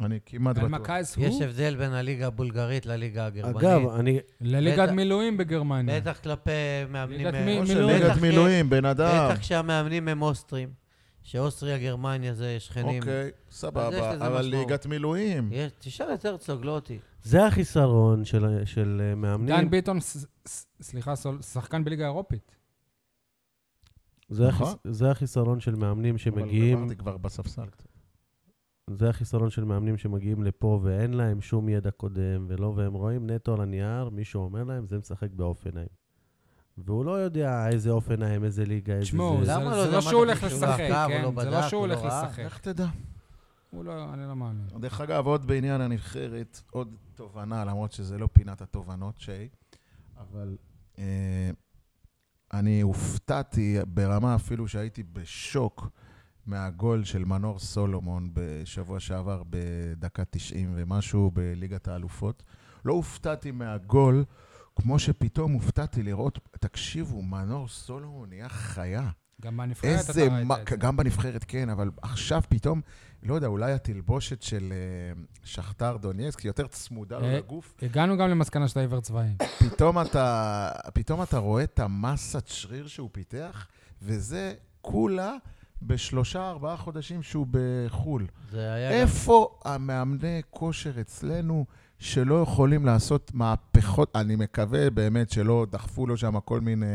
S4: אני כמעט בטוח.
S1: אלמקייס
S3: יש
S1: הוא
S3: הבדל בין הליגה הבולגרית לליגה הגרמנית.
S2: אגב, אני...
S1: לליגת
S3: בטח-
S1: מילואים בגרמניה.
S3: בטח כלפי מאמנים...
S1: ליגת
S3: אה,
S1: מי-
S4: או
S1: מילואים.
S4: שליגת
S3: בטח-
S4: לא מילואים, בן אדם.
S3: בטח שהמאמנים הם אוסטרים, שאוסטריה, גרמניה זה שכנים.
S4: אוקיי,
S3: אז יש לזה
S4: סבבה, אבל
S3: משמעות.
S4: ליגת מילואים.
S3: יש- תשאל את הרצוג, לא אותי.
S2: זה החיסרון של ה- של אה, מאמנים.
S1: דן ביטון, ס- ס- סליחה, סול- שחקן בליגה האירופית.
S2: זה
S4: נכון.
S2: החיס- זה החיסרון של מאמנים
S4: אבל
S2: שמגיעים
S4: עברתי כבר בספסל קצת.
S2: זה החיסרון של מאמנים שמגיעים לפה ואין להם שום ידע קודם ולא, והם רואים נטו על הנייר, מישהו אומר להם, זה משחק באופנהיים. והוא לא יודע איזה אופנהיים, איזה ליגה, איזה
S1: תשמעו,
S2: זה.
S1: זה
S3: למה לא
S1: זה
S3: למד
S1: לא שהוא הולך
S3: מישהו?
S1: לשחק,
S3: הוא לא עקב, הוא
S1: כן?
S3: לא
S1: זה לא
S3: בדק,
S1: שהוא
S3: הוא
S1: הולך
S3: לא ראה.
S1: לשחק.
S4: איך תדע?
S1: הוא לא, אני לא מאמין.
S4: דרך אגב, עוד בעניין הנבחרת, עוד תובנה, למרות שזה לא פינת התובנות, שי, אבל אה, אני הופתעתי ברמה אפילו שהייתי בשוק מהגול של מנור סולומון בשבוע שעבר בדקה 90 ומשהו בליגת האלופות. לא הופתעתי מהגול, כמו שפתאום הופתעתי לראות, תקשיבו, מנור סולומון נהיה חיה.
S1: גם מהנבחרת אה, אתה
S4: איזה,
S1: ראית
S4: מה-
S1: את זה.
S4: גם בנבחרת כן, אבל עכשיו פתאום, לא יודע, אולי התלבושת של אה, שכתר דונייסק היא יותר צמודה לו
S1: אה.
S4: לגוף.
S1: הגענו גם למסקנה שאתה עיוור צבעים.
S4: פתאום אתה, פתאום אתה רואה את המסת שריר שהוא פיתח, וזה כולה בשלושה, ארבעה חודשים שהוא בחו"ל.
S3: זה היה אה, גם...
S4: איפה המאמני כושר אצלנו שלא יכולים לעשות מהפכות? אני מקווה באמת שלא דחפו לו שם כל מיני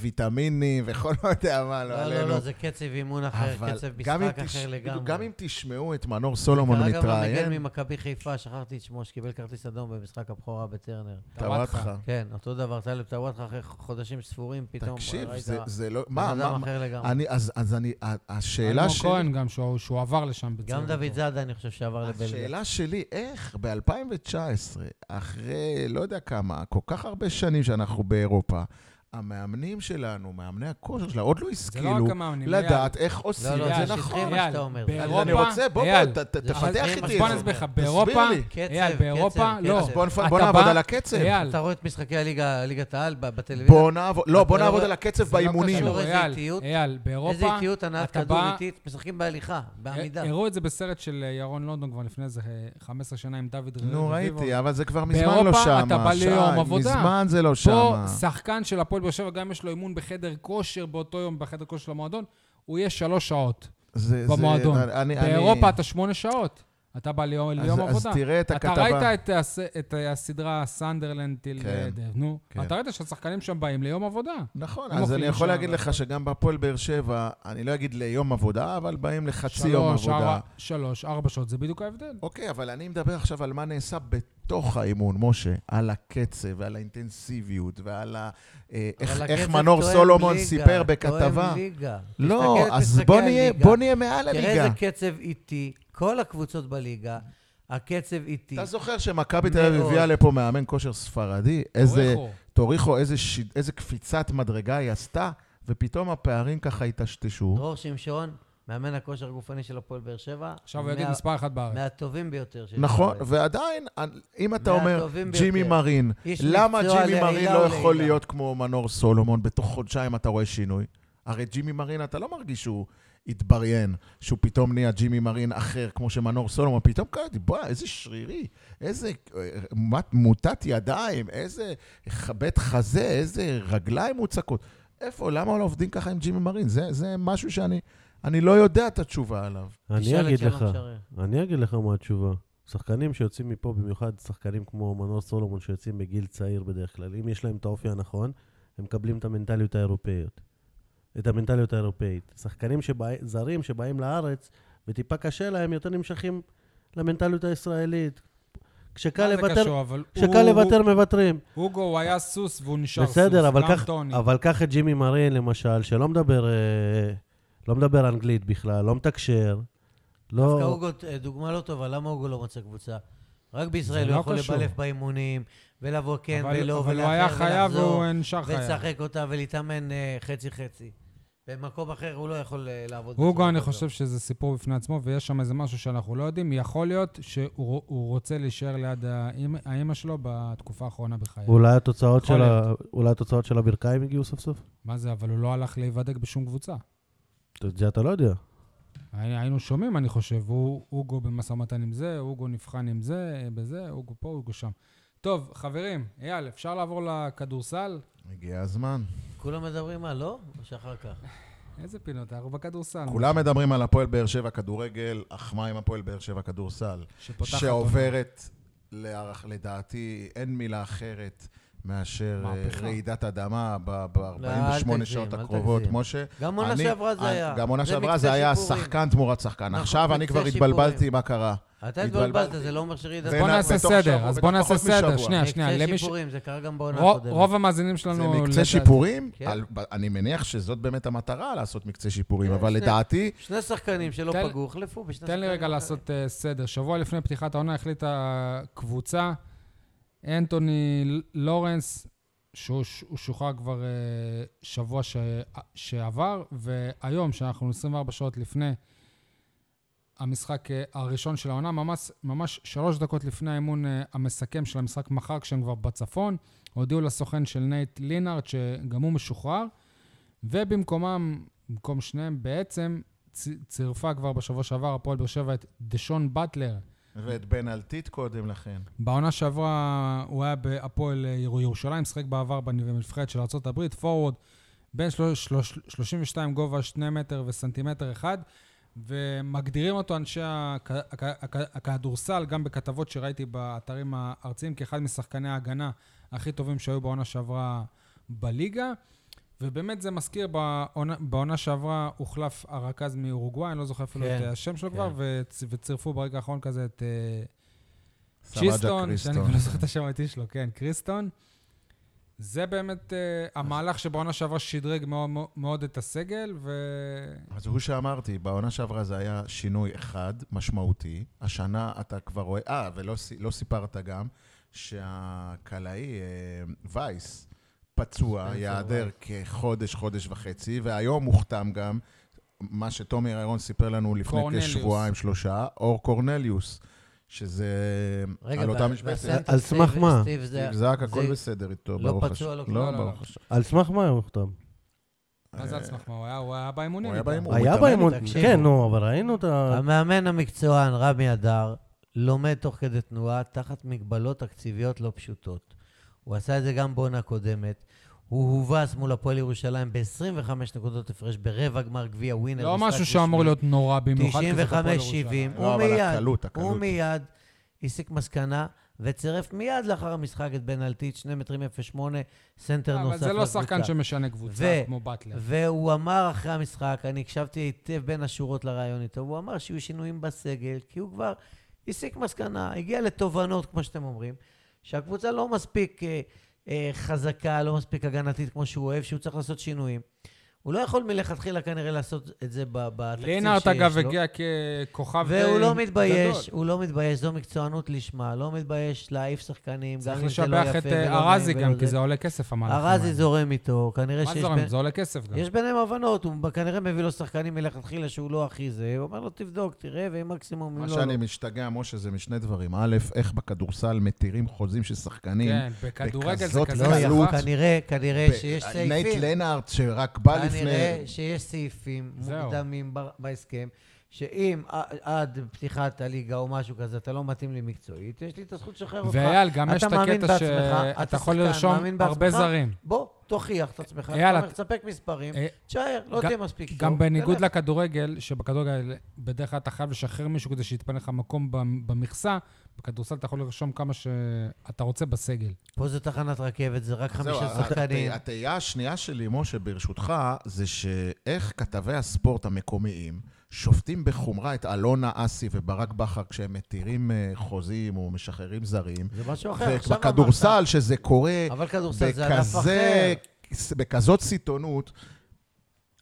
S4: ויטמינים וכל לא יודע מה, לא
S3: לא,
S4: עלינו.
S3: לא, לא, זה קצב אימון אחר,
S4: אבל
S3: קצב
S4: גם אם
S3: משחק
S4: תש-
S3: אחר לגמרי. לא
S4: גם אם תשמעו את מנור סולומון
S3: כרגע הוא המגן
S4: מתראיין,
S3: ממכבי חיפה, שכחתי את שמו, שקיבל כרטיס אדום במשחק הבכורה בטרנר.
S4: טוואטחה.
S3: כן, אותו דבר, טלב טוואטחה אחרי חודשים ספורים, פתאום אה,
S4: תקשיב,
S3: ראית
S4: זה- זה לא...
S3: בן
S4: מה, מה,
S3: אדם
S4: מה-
S3: אחר לגמרי.
S4: אני, אז, אז אני, ה- השאלה
S1: אלמוג
S4: שלי...
S1: כהן גם, שהוא שהוא עבר לשם בצורה.
S3: גם דוד זאדה, אני חושב, שעבר לבלגיה.
S4: השאלה שלי, איך ב-2019, אחרי לא יודע כמה, כל כך הרבה שנים שאנחנו באירופה, המאמנים שלנו, מאמני הכושר שלנו, עוד לא
S1: זה לא
S4: השכילו
S1: רק המאמנים,
S4: לדעת איך עושים
S3: לא,
S4: את
S3: לא,
S4: זה
S3: זה
S4: נכון.
S3: שטחי מה
S1: אייל,
S3: שאתה אומר.
S4: אז
S1: באירופה-
S4: אני רוצה, בוא,
S1: אייל,
S4: בוא, ת- ת-
S3: זה
S4: תפתח
S3: שטחי
S4: איתי
S3: מה
S4: את
S1: אז
S4: זה.
S1: בוא נסביר לך,
S4: תסביר
S1: באירופה...
S4: לי.
S3: קצב,
S1: אייל, באירופה,
S3: קצב,
S1: לא.
S3: קצב.
S4: בוא נפ-
S1: אתה
S4: בוא נעבוד
S1: בא-
S4: על הקצב.
S1: אייל,
S3: אתה רואה את משחקי הליגה- ליגת העל ב- בטלוויזיה?
S4: בוא נעבוד, לא, בוא
S3: אתה לא
S4: נעבוד
S3: רואה-
S4: על
S1: זה
S4: הקצב
S1: לא
S4: באימונים.
S1: קשור,
S3: אתה לא רואה איזה
S1: אייל,
S3: איטיות?
S1: אייל, באירופה...
S3: איזה איטיות הנעת
S1: אתה
S3: כדור
S1: בא-
S3: איטית, משחקים בהליכה, בעמידה.
S1: אה, הראו את זה בסרט של אה, ירון לונדון כבר לפני איזה אה, 15 שנה עם דוד רביבו.
S4: נו, ראיתי, אבל זה כבר מזמן
S1: אה, באירופה
S4: לא שמה.
S1: אתה בא
S4: שי,
S1: ליום עבודה.
S4: מזמן זה לא
S1: פה
S4: שמה.
S1: שחקן של הפועל באר שבע, גם יש לו אימון בחדר כושר באותו יום, בחדר כושר של המועדון, הוא יהיה שלוש שעות
S4: זה- זה-
S1: במועדון.
S4: אני- אני-
S1: באירופה אתה שמונה שעות. אתה בא ליום
S4: אז-
S1: ליום
S4: אז
S1: עבודה.
S4: תראה את
S1: אתה
S4: הכתבה.
S1: ראית את הס- את הסדרה סנדרלנד טיל
S4: כן,
S1: דב, נו.
S4: כן.
S1: אתה ראית שהשחקנים שם באים ליום עבודה.
S4: נכון,
S1: הם
S4: אז אני
S1: אוכלים
S4: יכול
S1: לא שם,
S4: להגיד לך
S1: והכל.
S4: שגם בהפועל באר שבע, אני לא אגיד ליום עבודה, אבל באים לחצי יום
S1: שלוש,
S4: עבודה.
S1: ארבע- שלוש, ארבע שעות, זה בדיוק ההבדל.
S4: אוקיי, אבל אני מדבר עכשיו על מה נעשה בתוך האימון, משה, על הקצב ועל האינטנסיביות ועל ה... אה,
S3: אבל
S4: איך,
S3: הקצב
S4: איך מנור
S3: תואם
S4: סולומון
S3: ליגה,
S4: סיפר
S3: תואם
S4: בכתבה.
S3: ליגה.
S4: לא,
S3: תסתכל-
S4: אז
S3: תסתכל
S4: בוא
S3: על
S4: נהיה,
S3: ליגה.
S4: בוא נהיה מעל
S3: תראה
S4: הליגה.
S3: איזה קצב איטי, כל הקבוצות בליגה, הקצב איטי.
S4: אתה זוכר שמכבי תל אביב
S3: מאוד.
S4: הביאה לפה מאמן כושר ספרדי? איזה...
S1: אוריחו.
S4: תוריכו, איזה, ש... איזה קפיצת מדרגה היא עשתה, ופתאום הפערים ככה היטשטשו.
S3: דרור שמשון, מאמן הכושר הגופני של הפועל באר שבע.
S1: עכשיו הוא יגיד
S3: מה-
S1: מספר אחת בארץ.
S3: מהטובים ביותר שיש.
S4: נכון,
S3: בארץ.
S4: ועדיין, אם אתה אומר,
S3: מהטובים
S4: ג'ימי
S3: לא- ביותר.
S4: מרין,
S3: איש
S4: למה
S3: מקצוע
S4: ג'ימי
S3: לעילא
S4: מרין לא יכול
S3: ולעילא.
S4: להיות כמו מנור סולומון? בתוך חודשיים אתה רואה שינוי. הרי ג'ימי מרין, אתה לא מרגיש שהוא התבריין, שהוא פתאום נהיה ג'ימי מרין אחר, כמו שמנור סולומון. פתאום קראתי, בוא, איזה שרירי, איזה אה, מוט- מוטת ידיים, איזה ח- בית חזה, איזה רגליים מוצקות. איפה, למה לא עובדים ככה עם ג'ימי מרין? זה, זה משהו שאני אני לא יודע את התשובה עליו.
S2: אני
S3: לא, תשאל את
S2: אגיד
S3: שלום
S2: לך,
S3: שרר.
S2: אני אגיד לך מה התשובה. שחקנים שיוצאים מפה, במיוחד שחקנים כמו מנור סולומון, שיוצאים בגיל צעיר בדרך כלל, אם יש להם את האופי הנכון, הם מקבלים את המנטליות האירופאיות. את המנטליות האירופאית. שחקנים שבא, זרים שבאים לארץ, וטיפה קשה להם, יותר נמשכים למנטליות הישראלית. כשקל
S1: מה זה
S2: לוותר,
S1: קשור, אבל
S2: כשקל
S1: הוא-
S2: לוותר, מוותרים.
S1: הוגו, הוא היה סוס והוא נשאר סוס.
S2: בסדר, אבל
S1: גם
S2: קח-
S1: טוני.
S2: אבל קח את ג'ימי מרין, למשל, שלא מדבר, אה, לא מדבר אנגלית בכלל, לא מתקשר.
S3: דווקא
S2: לא...
S3: אוגו, אה, דוגמה לא טובה, למה אוגו לא מצא קבוצה? רק בישראל
S1: זה
S3: הוא
S1: לא
S3: יכול
S1: קשור.
S3: לבלף באימונים, ולבוא כן
S1: אבל-
S3: ולא,
S1: אבל הוא היה
S3: ולאחר
S1: חייב
S3: ולחזור,
S1: והוא נשאר חייב.
S3: ולשחק אותה ולהתאמן אה, חצי-חצי. במקום אחר הוא לא יכול אה, לעבוד.
S1: הוגו,
S3: בצורה
S1: אני
S3: כזאת.
S1: חושב שזה סיפור בפני עצמו, ויש שם איזה משהו שאנחנו לא יודעים. יכול להיות שהוא הוא רוצה להישאר ליד האמא- האמא שלו בתקופה האחרונה בחייו.
S2: אולי התוצאות,
S1: יכול
S2: של ה... אולי התוצאות של הברכיים הגיעו סוף סוף?
S1: מה זה, אבל הוא לא הלך להיבדק בשום קבוצה.
S2: את זה אתה לא יודע.
S1: הי- היינו שומעים, אני חושב, הוא- הוגו במשא ומתן עם זה, הוגו נבחן עם זה, בזה, הוגו פה, הוגו שם. טוב, חברים, אייל, אפשר לעבור לכדורסל?
S4: הגיע הזמן.
S3: כולם מדברים מה, לא? או שאחר כך?
S1: איזה פינות, אנחנו בכדורסל.
S4: כולם מדברים על הפועל באר שבע כדורגל, אך מה עם הפועל באר שבע כדורסל?
S1: שפותחת
S4: שעוברת, לערך, לדעתי, אין מילה אחרת מאשר אה,
S1: מהפכה.
S4: רעידת אדמה
S3: לא, אל
S4: ב-48
S3: תגזים,
S4: שעות
S3: אל
S4: הקרובות,
S3: תגזים.
S4: משה.
S3: גם עונה
S4: אני-
S3: שעברה זה
S4: אני-
S3: היה.
S4: גם עונה
S3: זה
S4: שעברה
S3: מקצה
S4: זה היה
S3: שיפורים.
S4: שחקן תמורת שחקן.
S3: נכון,
S4: עכשיו אני
S3: מקצה
S4: כבר
S3: שיפורים.
S4: התבלבלתי מה קרה.
S3: אתה
S4: התבלבלתי.
S3: התבלבלת, זה לא אומר שרעידת
S4: זה
S1: בוא
S4: נע-
S1: נעשה
S4: בתוך
S1: סדר,
S4: שבוע,
S1: אז
S4: בתוך
S1: בוא נעשה
S4: פחות
S1: סדר,
S4: משבוע.
S1: שנייה, שנייה.
S3: מקצה
S1: למי ש-
S3: שיפורים, זה קרה גם בעונה
S1: רוב-
S3: הקודמת.
S1: רוב המאזינים
S4: זה
S1: שלנו...
S4: מקצה
S1: לדעתי-
S4: שיפורים,
S3: כן.
S4: על- ב- אני מניח שזאת באמת המטרה, לעשות מקצה שיפורים, אבל
S3: שני-
S4: לדעתי,
S3: שני שחקנים שלא
S1: תן-
S3: פגעו, הוחלפו בשני שחקנים.
S1: תן לי רגע
S3: אחרים.
S1: לעשות אה, סדר. שבוע לפני פתיחת העונה החליטה קבוצה, אנטוני לורנס, שהוא ש- הוא שוחרר כבר אה, שבוע ש- שעבר, והיום, שאנחנו 24 שעות לפני המשחק אה, הראשון של העונה, ממש, ממש שלוש דקות לפני האימון אה, המסכם של המשחק מחר, כשהם כבר בצפון, הודיעו לסוכן של נייט לינארד, שגם הוא משוחרר, ובמקומם במקום שניהם, בעצם צ- צירפה כבר בשבוע שעבר הפועל באר שבע את דשון באטלר.
S4: ואת בן אלטית קודם לכן.
S1: בעונה שעברה הוא היה בהפועל אה, ירושלים, שיחק בעבר בנבחרת של ארה"ב, פורוורד, בין של- שלוש- 32 גובה 2 מטר וסנטימטר אחד, ומגדירים אותו אנשי הכ- הכ- הכ- הכדורסל, גם בכתבות שראיתי באתרים הארציים, כאחד משחקני ההגנה הכי טובים שהיו בעונה שעברה בליגה. ובאמת זה מזכיר, בעונה, בעונה שעברה הוחלף הרכז מאורוגוואי, אני לא זוכר אפילו
S3: כן,
S1: את השם שלו
S3: כן.
S1: כבר, וצ- וצירפו ברגע האחרון כזה את... אה,
S4: סבג'ה
S1: צ'יסטון, שאני
S4: קריסטון.
S1: כבר לא זוכר את השם האמיתי שלו, כן, קריסטון. זה באמת אה, המהלך שבעונה שעברה שדרג מאוד- מאוד את הסגל, ו...
S4: אז הוא שאמרתי, בעונה שעברה זה היה שינוי אחד, משמעותי. השנה אתה כבר רואה, אה, ולא סי- לא סיפרת גם, שהקלעי, אה, וייס, פצוע,
S3: ספנסר
S4: ייעדר כחודש, חודש וחצי, והיום הוחתם גם, מה שתומר אהרון סיפר לנו לפני
S1: קורנליוס.
S4: כשבועיים, שלושה, אור קורנליוס, שזה
S3: רגע,
S4: על אותה
S3: וה-
S4: משבצת.
S3: והסנטר
S2: על סמך
S3: סטיב-
S2: מה?
S3: סטיב זה-
S4: סטיב זאק,
S3: זה-
S4: הכל בסדר איתו,
S3: לא
S4: ברוך השם.
S3: פצוע, לא כלום.
S1: לא,
S4: לא,
S1: לא,
S4: ברוך
S1: לא.
S4: השם.
S2: על סמך מה הוא הוחתם?
S3: אה,
S1: מה זה על סמך מה? הוא היה- הוא היה באימונים.
S4: הוא היה
S1: איתם.
S4: באימון. הוא
S2: היה
S4: מתאמן
S2: באימון,
S3: תקשיבו.
S2: כן, נו, אבל ראינו את ה...
S3: המאמן המקצוען, רמי אדר, לומד תוך כדי תנועה תחת מגבלות תקציביות לא פשוטות. הוא עשה את זה גם בעונה קודמת. הוא הובס מול הפועל ירושלים ב-25 נקודות הפרש ברבע גמר גביע ווינר.
S1: לא
S3: משחק
S1: משהו שאמור
S3: משני.
S1: להיות נורא במיוחד. כי זה בפועל
S3: 95-70,
S1: ירושלים.
S4: לא,
S3: הוא
S4: אבל
S3: מיד,
S4: הקלות, הקלות.
S3: הוא מיד הסיק מסקנה וצירף מיד לאחר המשחק את בן אלטית, 2 מטרים 08, סנטר נוסף.
S1: אבל זה לא
S3: לקבוצה.
S1: שחקן שמשנה קבוצה,
S3: ו-
S1: כמו באטלר.
S3: והוא אמר אחרי המשחק, אני הקשבתי היטב בין השורות לרעיון איתו, הוא אמר שיהיו שינויים בסגל, כי הוא כבר הסיק מסקנה, הגיע לתובנות, כמו שאתם אומרים, שהקבוצה לא מספיק אה, אה, חזקה, לא מספיק הגנתית כמו שהוא אוהב, שהוא צריך לעשות שינויים. הוא לא יכול מלכתחילה כנראה לעשות את זה ב- בתקציב שיש לו.
S1: לינארט, אגב, הגיע ככוכב
S3: והוא לא
S1: גדול.
S3: מתבייש, הוא לא מתבייש, זו מקצוענות לשמה, לא מתבייש להעיף שחקנים, גם
S1: צריך
S3: אם זה לא יפה ולא
S1: לשבח
S3: נעים
S1: את אה, ארזי
S3: ולא
S1: גם,
S3: זה.
S1: כי זה עולה כסף, המהלך.
S3: ארזי
S1: הזה.
S3: זורם איתו, כנראה
S1: מה
S3: שיש...
S1: זה זורם?
S3: בין-
S1: זה עולה כסף גם.
S3: יש ביניהם הבנות, הוא כנראה מביא לו שחקנים מלכתחילה שהוא לא הכי זה, הוא אומר לו, תבדוק, תראה, ואם מקסימום, אם
S4: מה
S3: לא,
S4: שאני
S3: לא.
S4: משתגע, משה, זה משני דברים. א', איך בכדורסל מתירים חוזים של שחקנים.
S1: כן, בכדורגל זה
S4: בכזאת
S1: כזה
S3: לא,
S4: קלות.
S1: סבך.
S3: יפה, כנראה, כנראה
S4: ב-
S3: שיש
S4: אה, נייט
S3: סעיפים,
S4: לנארט, שרק בא
S3: כנראה
S4: לפני...
S3: שיש סעיפים
S1: זהו.
S3: מוקדמים ב- בהסכם, שאם ע- עד פתיחת הליגה או משהו כזה, אתה לא מתאים לי מקצועית, יש לי את הזכות לשחרר אותך.
S1: ואייל, גם
S3: אתה
S1: יש את
S3: מאמין
S1: הקטע
S3: בעצמך, אתה
S1: שאתה יכול
S3: שחקן,
S1: לרשום
S3: מאמין
S1: הרבה
S3: בעצמך.
S1: זרים.
S3: בוא, תוכיח את עצמך,
S1: אייל,
S3: אתה אומר,
S1: את-
S3: תספק מספרים,
S1: אה,
S3: תשאר, לא
S1: גם-
S3: תהיה מספיק טוב.
S1: גם בניגוד
S3: תלך.
S1: לכדורגל, שבכדורגל בדרך כלל אתה חייב לשחרר מישהו כדי שיתפנה לך מקום במ- במכסה, בכדורסל אתה יכול לרשום כמה שאתה רוצה בסגל.
S3: פה זה תחנת רכבת, זה רק
S4: זהו, אה,
S3: חמישה
S4: הת-
S3: שחקנים.
S4: התהייה השנייה שלי, משה, ברשותך, זה שאיך כתבי הספורט המקומיים שופטים בחומרה את אלונה אסי וברק בכר כשהם מתירים אה, חוזים או משחררים זרים.
S3: זה משהו אחר. עכשיו אמרת.
S4: ובכדורסל, שזה קורה
S3: אבל כדורסל זה ענף
S4: בכזה,
S3: אחר.
S4: בכזאת סיטונות,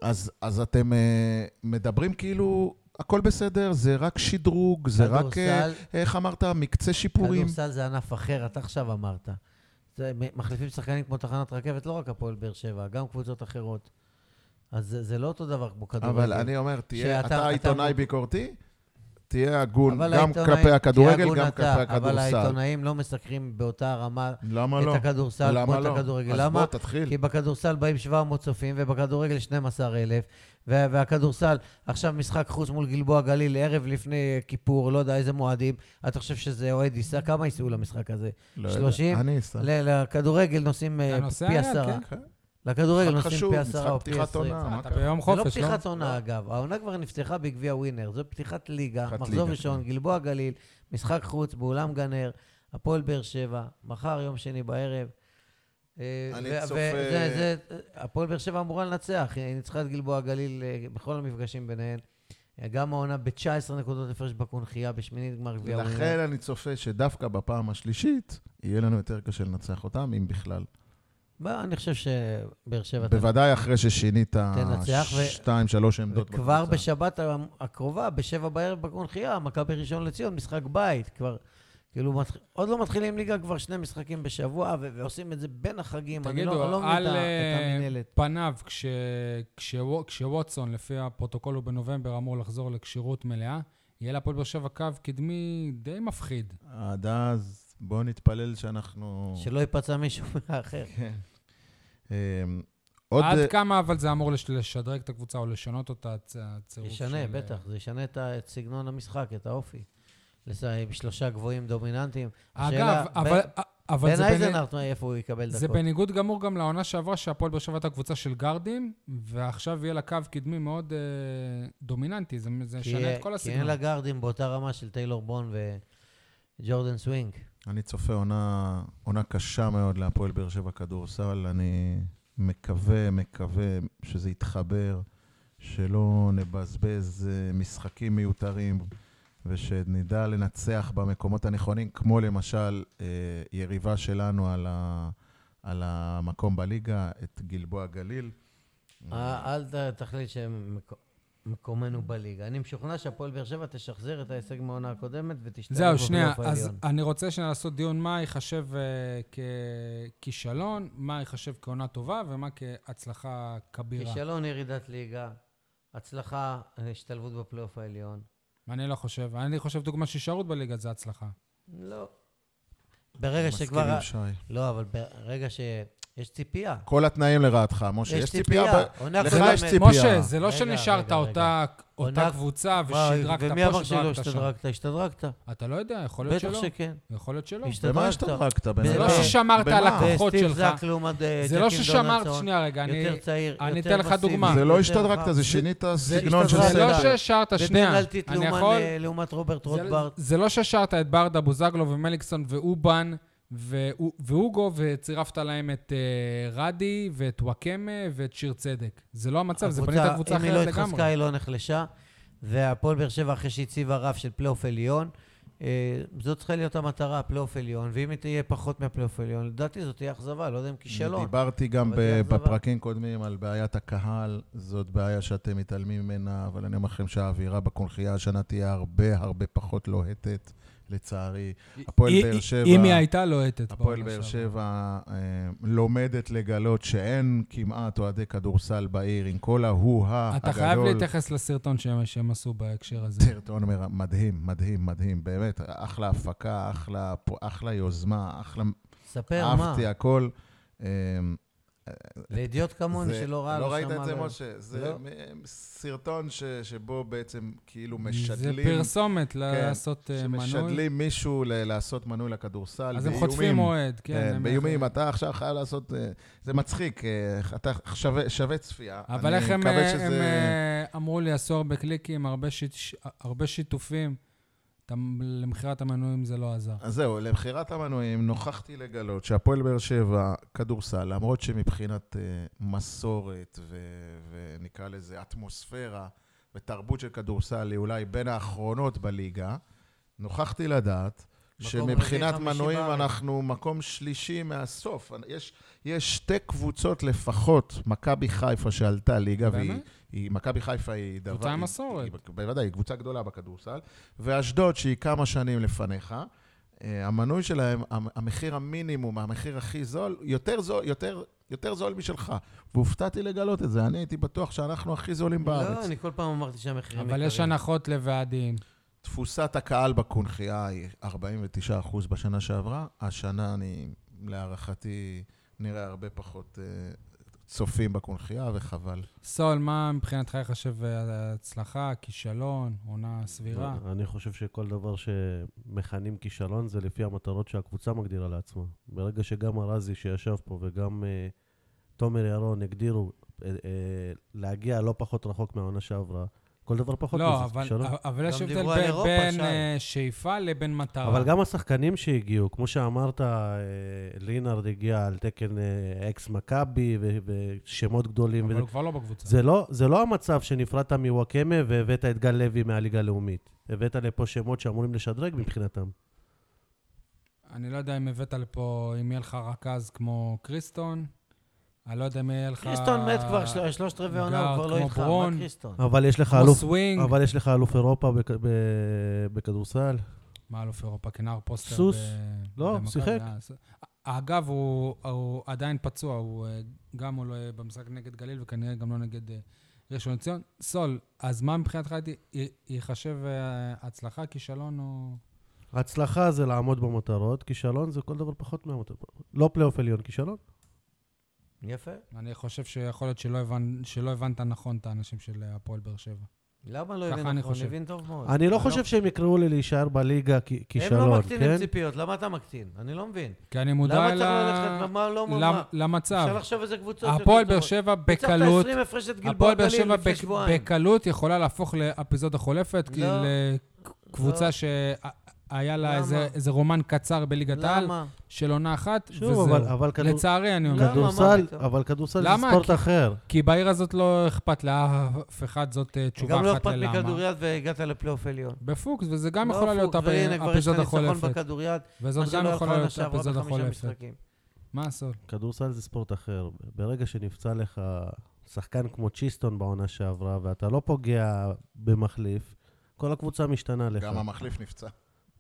S4: אז, אז אתם אה, מדברים כאילו, הכל בסדר, זה רק שדרוג, זה רק, אה,
S3: כדורסל-
S4: איך אמרת, מקצה שיפורים.
S3: כדורסל זה ענף אחר, אתה עכשיו אמרת. זה, מ- מחליפים שחקנים כמו תחנת רכבת, לא רק הפועל באר שבע, גם קבוצות אחרות. אז זה, זה לא אותו דבר כמו כדורגל.
S4: אבל אני אומר, תהיה,
S3: שאתה-
S4: אתה
S3: אתה-
S4: עיתונאי ביקורתי, תהיה הגון
S3: אבל
S4: גם
S3: העיתונאים-
S4: כלפי
S3: תהיה
S4: הכדורגל,
S3: הגון
S4: גם
S3: אתה,
S4: כלפי
S3: אבל
S4: הכדורסל.
S3: העיתונאים לא מסקרים באותה רמה
S4: למה
S3: את
S4: לא?
S3: הכדורסל כמו
S4: למה
S3: את
S4: לא?
S3: הכדורגל.
S4: אז
S3: למה?
S4: בוא, תתחיל.
S3: כי בכדורסל באים 700 צופים, ובכדורגל 12,000, וה- והכדורסל, עכשיו משחק חוץ מול גלבוע גליל, ערב לפני כיפור, לא יודע איזה מועדים, אתה חושב שזה אוהד ייסע? כמה ייסעו למשחק הזה?
S4: לא יודע,
S3: 30?
S4: אני אסע.
S3: ל- לכדורגל נוסעים אה,
S1: אתה נוסע,
S3: פי
S1: אייל?
S3: עשרה.
S1: כן.
S4: כן.
S3: לכדורגל
S4: משחק
S3: נוסעים
S4: חשוב,
S3: פי עשרה
S4: משחק
S3: או פי
S4: פתיחת
S3: עשרים.
S4: עונה. מה
S1: אתה
S4: קרה?
S1: ביום
S3: זה לא
S1: חופש, לא?
S3: פתיחת עונה, אגב. העונה כבר נפתחה בגביע ווינר. זו פתיחת ליגה,
S4: פתיחת
S3: מחזור
S4: ליגה, כן.
S3: ראשון, גלבוע גליל, משחק חוץ באולם גנר, הפועל באר שבע, מחר, יום שני בערב. אה,
S4: אני
S3: ו-
S4: צופה-
S3: וזה- זה- הפועל באר שבע אמורה לנצח, היא ניצחה את גלבוע גליל אה, בכל המפגשים ביניהן. אה, גם העונה ב-19 נקודות הפרש בקונכייה, בשמינית גמר גביע ווינר.
S4: לכן אני צופה שדווקא בפעם השלישית, יהיה לנו יותר קשה לנצח אותם, אם בכלל.
S3: מה, אני חושב שבאר שבע... תנצח.
S4: בוודאי אחרי ששינית
S3: כן, תנצח ו-
S4: שתיים, שלוש עמדות
S3: וכבר בשבת הקרובה, בשבע בערב בקונחייה, מכבי ראשון לציון, משחק בית. כבר, כאילו, מתח... עוד לא מתחילים ליגה, כבר שני משחקים בשבוע, ו- ועושים את זה בין החגים. אני לא, אני
S1: תגידו,
S3: לא מבין
S1: על
S3: את ה- את
S1: אה,
S3: המינהלת.
S1: פניו, כש- כשוו- כשווטסון, לפי הפרוטוקול, הוא בנובמבר אמור לחזור לכשירות מלאה, יהיה להפועל באר שבע קו קדמי די מפחיד.
S4: עד אז, בואו נתפלל שאנחנו...
S3: שלא ייפצע מישהו מהאחר.
S4: כן. אמ, עוד...
S1: עד
S4: אה,
S1: כמה אבל זה אמור לש- לשדרג את הקבוצה או לשנות אותה, הצ- הצירוף של... אה,
S3: ישנה, בטח, זה ישנה את ה- את סגנון המשחק, את האופי. לס- עם שלושה גבוהים דומיננטיים. השאלה,
S1: אגב,
S3: ב-
S1: אבל- אבל
S3: בן
S1: זה בני-
S3: אייזנארט, מה, איפה הוא יקבל
S1: זה
S3: דקות?
S1: בניגוד גמור גם לעונה שעברה שהפועל באר שבע הייתה קבוצה של גארדים, ועכשיו יהיה לה קו קדמי מאוד אה, דומיננטי, זה זה
S3: כי-
S1: ישנה את כל
S3: כי אין לה
S1: הסגנון.
S3: גארדים באותה רמה של טיילור בון וג'ורדן סווינג.
S4: אני צופה עונה, עונה קשה מאוד להפועל באר שבע כדורסל. אני מקווה, מקווה שזה יתחבר, שלא נבזבז אה, משחקים מיותרים ושנדע לנצח במקומות הנכונים, כמו למשל אה, יריבה שלנו על, ה, על המקום בליגה, את גלבוע גליל.
S3: אה, אל ת- תחליט שמקומנו בליגה. אני משוכנע שהפועל באר שבע תשחזר את ההישג מהעונה הקודמת ותשתלב
S1: זהו, שנייה,
S3: בפלייאוף
S1: אז
S3: העליון.
S1: אני רוצה שנייה לעשות דיון מה ייחשב אה, ככישלון, מה ייחשב כעונה טובה ומה כהצלחה כבירה.
S3: כישלון ירידת ליגה, הצלחה, אה, השתלבות בפלייאוף העליון.
S1: אני לא חושב, אני חושב דוגמה שהישארות בליגה זה הצלחה.
S3: לא. ברגע
S4: מסכים
S3: שכבר...
S4: עם שי.
S3: לא, אבל ברגע ש... יש ציפייה.
S4: כל התנאים לרעתך, משה. יש,
S3: יש ציפייה.
S4: ב-
S3: עונה
S4: לך
S3: קודמת.
S4: יש ציפייה.
S1: משה, זה לא
S3: רגע,
S1: שנשארת
S3: רגע,
S1: אותה אותה
S3: עונה-
S1: קבוצה
S3: וואי,
S1: ושדרגת
S3: ומי אמר
S1: פה,
S3: שלא
S1: שדרגת שם.
S3: השתדרגת? השתדרגת.
S1: אתה לא יודע, יכול להיות
S3: בטח
S1: שלא.
S3: שכן.
S1: יכול להיות שלא.
S3: השתדרגת.
S4: במה השתדרגת? בן
S3: זה
S1: זה
S4: אדם?
S1: לא
S3: אה,
S1: ששמרת על
S4: במה?
S1: הכוחות
S3: סטיב
S1: שלך.
S3: זאק לעומת אה,
S1: זה לא
S3: ג'קים
S1: ששמרת,
S3: דונלדסון,
S1: שנייה רגע, אני...
S3: יותר צעיר,
S1: אני
S3: יותר
S1: אתן לך
S3: מסיבי,
S1: דוגמה.
S4: זה לא
S3: יותר
S4: השתדרגת,
S3: רב.
S4: זה שינית סגנון של
S3: השתדרגת.
S1: זה לא
S4: סדר.
S1: שהשארת, שנייה.
S3: ופנלטית
S1: אני
S3: לעומת,
S1: יכול...
S3: אה, לעומת רוברט
S1: זה-
S3: רוטברט.
S1: זה לא שהשארת את ברדה, בוזגלו ומליקסון ואובן והוא- והוגו, וצירפת להם את אה, רדי ואת וואקמה ואת שיר צדק. זה לא המצב, זה בנית קבוצה
S3: אם היא
S1: אחרת
S3: לא התחזקה,
S1: לגמרי.
S3: היא לא נחלשה. והפועל באר שבע, אחרי שהציבה רף של פלייאוף עליון, אה, זאת צריכה להיות המטרה, פלייאוף עליון. ואם היא תהיה פחות מהפלייאוף עליון, לדעתי זאת תהיה אכזבה, לא יודע אם כישלון.
S4: דיברתי גם
S3: אבל זה
S4: ב-
S3: אכזבה.
S4: בפרקים קודמים על בעיית הקהל, זאת בעיה שאתם מתעלמים ממנה, אבל אני אומר לכם שהאווירה בקונכייה השנה תהיה הרבה הרבה פחות לוהטת, לצערי. הפועל
S1: היא-
S4: באר
S1: היא-
S4: שבע...
S1: אם היא הייתה לוהטת.
S4: הפועל
S1: בעונה
S4: באר
S1: שעברה.
S4: שבע אה, לומדת לגלות שאין כמעט אוהדי כדורסל בעיר, עם כל ההוא-הא אה, הגדול.
S1: אתה חייב להתייחס לסרטון שהם שהם עשו בהקשר הזה.
S4: סרטון מר- מדהים, מדהים, מדהים, באמת, אחלה הפקה, אחלה, אחלה יוזמה, אחלה,
S3: ספר מה,
S4: אהבתי הכל. אה,
S3: לידיעות כמוני
S4: זה-
S3: שלא ראה,
S4: לא
S3: לא
S4: ראית
S3: שמע,
S4: את זה,
S3: לא-
S4: משה? זה
S3: לא.
S4: מ- סרטון ש- שבו בעצם כאילו
S1: זה
S4: משדלים, כן,
S1: פרסומת לעשות אה, מנוי.
S4: שמשדלים מישהו ל- לעשות מנוי לכדורסל,
S1: אז הם
S4: באיומים.
S1: חוטפים אוהד, כן.
S4: כן,
S1: הם-
S4: באיומים, אתה עכשיו חייב לעשות, אה, זה מצחיק, אה, אתה שווה- שווה צפייה.
S1: אבל
S4: אני
S1: איך הם,
S4: מקווה
S1: אה,
S4: שזה-
S1: הם אה, אמרו לי, עשו הרבה קליקים, הרבה שיט- ש- הרבה שיתופים. אתה- למכירת המנויים זה לא עזר.
S4: אז זהו, למכירת המנויים נוכחתי לגלות שהפועל באר שבע, כדורסל, למרות שמבחינת אה, מסורת ו, ונקרא לזה אטמוספירה ותרבות של כדורסל היא אולי בין האחרונות בליגה, נוכחתי לדעת
S3: מקום
S4: שמבחינת
S3: רביעי, חמישי
S4: מנויים
S3: בארץ.
S4: אנחנו מקום שלישי מהסוף. יש, יש שתי קבוצות לפחות, מכבי חיפה שעלתה ליגה, והיא...
S1: באמת?
S4: היא- מכבי חיפה היא דבר...
S1: קבוצה עם
S4: היא-
S1: מסורת.
S4: היא- בוודאי, היא קבוצה גדולה בכדורסל. ואשדוד, שהיא כמה שנים לפניך, אה, המנוי שלהם, המ- המחיר המינימום, המחיר הכי זול, יותר זול, יותר... יותר זול משלך, והופתעתי לגלות את זה. אני הייתי בטוח שאנחנו הכי זולים
S3: לא,
S4: בארץ.
S3: אני כל פעם אמרתי שהמחירים
S1: אבל יש הנחות לוועדים.
S4: תפוסת הקהל בקונכייה היא 49% בשנה שעברה. השנה אני, להערכתי, נראה הרבה פחות אה, צופים בקונכייה, וחבל.
S1: סול, מה מבחינתך ייחשב אה, הצלחה, כישלון, עונה סבירה?
S2: אני חושב שכל דבר שמכנים כישלון זה לפי המטרות שהקבוצה מגדירה לעצמה. ברגע שגם ארזי שישב פה וגם אה, תומר ירון הגדירו אה, אה, להגיע לא פחות רחוק מהעונה שעברה, כל דבר פחות מזה
S1: לא,
S2: זה
S1: אבל-
S2: כישלון.
S1: אבל יש
S3: גם
S1: הבדל
S3: דיברו על
S1: בין-
S3: אירופה,
S1: בין
S3: שי.
S1: אה, שאיפה לבין מטרה.
S2: אבל גם השחקנים שהגיעו, כמו שאמרת, אה, לינארד הגיע על תקן אה, אקס מכבי ו- ושמות גדולים.
S1: אבל
S2: וזה-
S1: הוא כבר לא בקבוצה.
S2: זה לא, זה לא המצב שנפרדת מוואקמה והבאת את גל לוי מהליגה הלאומית. הבאת לפה שמות שאמורים לשדרג מבחינתם.
S1: אני לא יודע אם הבאת לפה, אם יהיה לך רכז כמו קריסטון. אני לא יודע אם יהיה לך...
S3: קריסטון מת כבר, של- שלושת רבעי עונה, הוא
S1: גארד
S3: כבר לא
S1: כמו
S3: איתך, מה
S1: ברון.
S3: קריסטון?
S2: אבל יש לך
S1: כמו
S2: אלוף,
S1: סווינג.
S2: אבל יש לך אלוף אירופה בכ, ב, בכדורסל.
S1: מה אלוף אירופה? כנער פוסטר.
S2: סוס.
S1: ב-
S2: לא,
S1: במכבי?
S2: שיחק.
S1: אה, ס- אגב, הוא, הוא עדיין פצוע, הוא אה, גם הוא לא יהיה במשחק נגד גליל וכנראה גם לא נגד אה, ראשון לציון. סול, אז מה מבחינתך י- ייחשב אה, הצלחה, כישלון או...
S2: הצלחה זה לעמוד במטרות, כישלון זה כל דבר פחות מהמטרות. לא פלייאוף עליון, כישלון.
S3: יפה.
S1: אני חושב שיכול להיות שלא, הבנ... שלא הבנת נכון את האנשים של הפועל באר שבע.
S3: למה לא
S1: ככה
S3: הבאנו
S1: אני
S3: נכון?
S1: חושב.
S3: הבין טוב מאוד.
S2: אני לא חושב שהם יקראו לי להישאר בליגה כ-
S3: הם לא
S2: כישלון,
S3: מקטינים
S2: כן?
S3: ציפיות, למה אתה מקטין? אני לא מבין.
S1: כי אני מודע
S3: למה
S1: ל...
S3: צריך ללכת? מה לא מה?
S1: למ-
S3: מה?
S1: למצב.
S3: אפשר לחשוב איזה קבוצות... יותר
S1: הפועל באר
S3: טובות.
S1: שבע
S3: ניצחת
S1: בקלות,
S3: 20 הפרש את גלבוע
S1: הפועל באר
S3: גליל
S1: שבע
S3: לפני
S1: בק-
S3: שבועיים.
S1: בקלות יכולה להפוך לאפיזודה חולפת, כי
S3: לא.
S1: לקבוצה
S3: לא.
S1: שהיה לה
S3: למה?
S1: איזה איזה רומן קצר בליגת העל,
S3: למה?
S1: של עונה אחת,
S2: שוב, אבל-
S1: וזהו.
S2: אבל כדור-
S1: לצערי, אני אומר.
S3: למה? מה
S2: כדורסל,
S3: פתאום?
S2: אבל כדורסל זה
S1: למה?
S2: ספורט
S1: כי-
S2: אחר.
S1: כי בעיר הזאת לא אכפת לאף אחד, זאת אה, תשובה
S3: גם לא
S1: אחת
S3: אכפת
S1: ללמה.
S3: מכדוריד והגעת לפלייאוף עליון.
S1: בפוקס, וזה גם
S3: לא
S1: יכולה להיות
S3: הפוך, והנה, כבר יש לך
S1: אפיזודה
S3: ניצחון
S1: חולפת.
S3: בכדוריד, לא מה
S1: וזאת גם
S3: שלא
S1: יכולה
S3: יכולנו
S1: להיות
S3: שעברה
S1: אפיזודה
S3: בחמישה
S1: חולפת.
S3: משחקים.
S1: מה הסוד?
S2: כדורסל זה ספורט אחר. ברגע שנפצע לך שחקן כמו צ'יסטון בעונה שעברה, ואתה לא פוגע במחליף, כל הקבוצה משתנה לך.
S4: גם המחליף נפצע.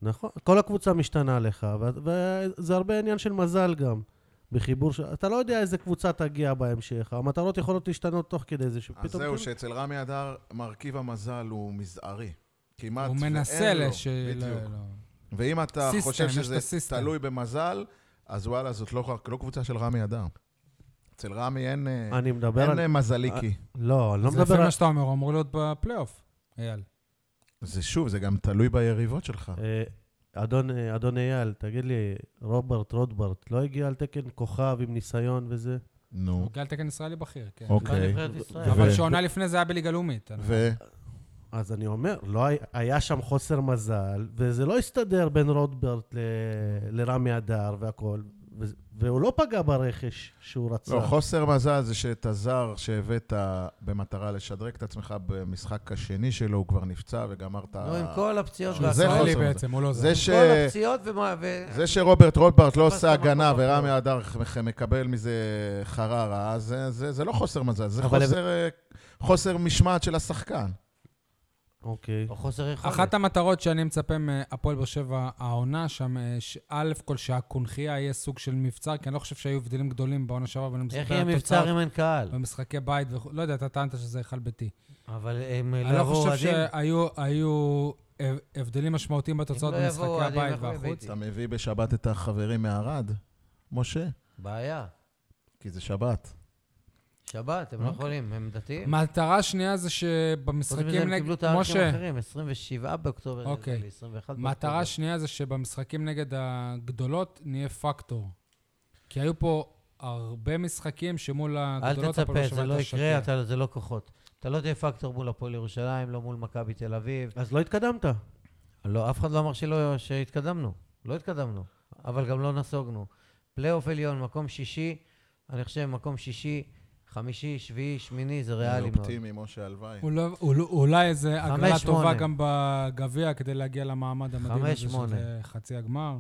S2: נכון, כל הקבוצה משתנה לך, ו- וזה הרבה עניין של מזל גם. בחיבור של... אתה לא יודע איזה קבוצה תגיע בהמשך, המטרות יכולות להשתנות תוך כדי זה שפתאום...
S4: אז זהו,
S2: כן.
S4: שאצל רמי אדר מרכיב המזל הוא מזערי. כמעט
S1: הוא
S4: ואין
S1: מנסה
S4: לו.
S1: לש...
S4: בדיוק.
S1: לא, לא.
S4: ואם אתה
S1: סיסטם,
S4: חושב
S1: יש את
S4: שזה
S1: הסיסטם.
S4: תלוי במזל, אז וואלה, זאת לא לא קבוצה של רמי אדר. אצל רמי אין אה,
S2: אני מדבר
S4: אין
S2: על...
S4: אה, מזליקי.
S2: לא, אני לא
S1: זה לפי
S2: מדבר על...
S1: מה שאתה אומר, הוא אמור להיות בפלייאוף, אייל.
S4: זה שוב, זה גם תלוי ביריבות שלך.
S2: אה, אדון, אה, אדון אייל, תגיד לי, רוברט רוטברט לא הגיע על תקן כוכב עם ניסיון וזה?
S4: נו,
S1: הוא גל תקן ישראלי בכיר, כן.
S4: אוקיי.
S3: בנבחרת ישראל.
S1: אבל
S4: ו-
S1: שעונה לפני זה היה בליגה לאומית. אני-
S4: ו...
S2: אז אני אומר, לא היה, היה שם חוסר מזל, וזה לא הסתדר בין רוטברט ל, לרמי אדר והכול, ו, והוא לא פגע ברכש שהוא רצה.
S4: לא, חוסר מזל זה שאת הזר שהבאת במטרה לשדרג את עצמך במשחק השני שלו, הוא כבר נפצע וגמר את ה...
S3: נו, לא, עם כל הפציעות
S4: זה
S3: והכל.
S1: ישראלי
S4: חוסר.
S1: בעצם, הוא לא זה.
S4: זה ש...
S3: כל הפציעות ומה... ו-
S4: זה שרוברט רוטברט לא
S3: תפס
S4: עושה
S3: את המקום
S4: הגנה
S3: האחרון.
S4: ורמי אדר מח- מקבל מזה חררה, אז זה, זה, זה לא חוסר מזל, זה
S2: אבל-
S4: חוסר, אה, חוסר משמעת של השחקן.
S2: אוקיי.
S3: או חוסר יכולת.
S1: אחת המטרות שאני מצפה מהפועל באר שבע העונה שם, אה, ש- א' כל שהקונכייה יהיה סוג של מבצר, כי אני לא חושב שהיו הבדלים גדולים בעונה שעברה, ואני מסתכל
S3: איך
S1: על
S3: יהיה מבצר אם אין קהל?
S1: במשחקי בית, וכו- לא יודע, אתה טענת שזה היכל ביתי.
S3: אבל הם
S1: אני
S3: לא
S1: לא
S3: יבואו
S1: חושב
S3: אוהדים.
S1: שהיו היו הב- הבדלים משמעותיים בתוצאות
S3: לא יבואו
S1: במשחקי
S3: אוהדים,
S1: הבית
S3: אנחנו
S1: והחוץ.
S3: בביתי.
S4: אתה מביא בשבת את החברים מערד, משה,
S3: בעיה.
S4: כי זה שבת.
S3: שבת, הם לא
S1: אוקיי.
S3: יכולים, הם דתיים.
S1: מטרה שנייה זה
S3: חוץ מזה
S1: שבמשחקים
S3: הם קיבלו
S1: נגד...
S3: את הערכים
S1: משה,
S3: האחרים, 27 באוקטובר,
S1: אוקיי.
S3: נדמה לי, 21 באוקטובר.
S1: מטרה שנייה זה שבמשחקים נגד הגדולות נהיה פקטור. כי היו פה הרבה משחקים שמול
S3: אל
S1: הגדולות
S3: תצפה,
S1: שבע
S3: זה לא
S1: הייתה
S3: יקרה,
S1: שקט.
S3: אתה- זה לא כוחות. אתה לא תהיה פקטור מול הפועל ירושלים, לא מול מכבי תל אביב.
S2: אז לא התקדמת.
S3: לא, אף אחד לא אמר שלא, שהתקדמנו. לא התקדמנו, אבל גם לא נסוגנו. פלייאוף עליון, מקום שישי, אני חושב מקום שישי, חמישי, שביעי, שמיני, זה ריאלי
S4: אני
S3: מאוד.
S4: אופטימי, משה, הלוואי.
S1: הוא לא- הוא לא- אולי איזה
S3: חמש,
S1: הגרלה טובה
S3: שמונה.
S1: גם בגביע כדי להגיע למעמד המדהים
S3: חמש,
S1: הזה של
S3: שמונה.
S1: אה, חצי הגמר.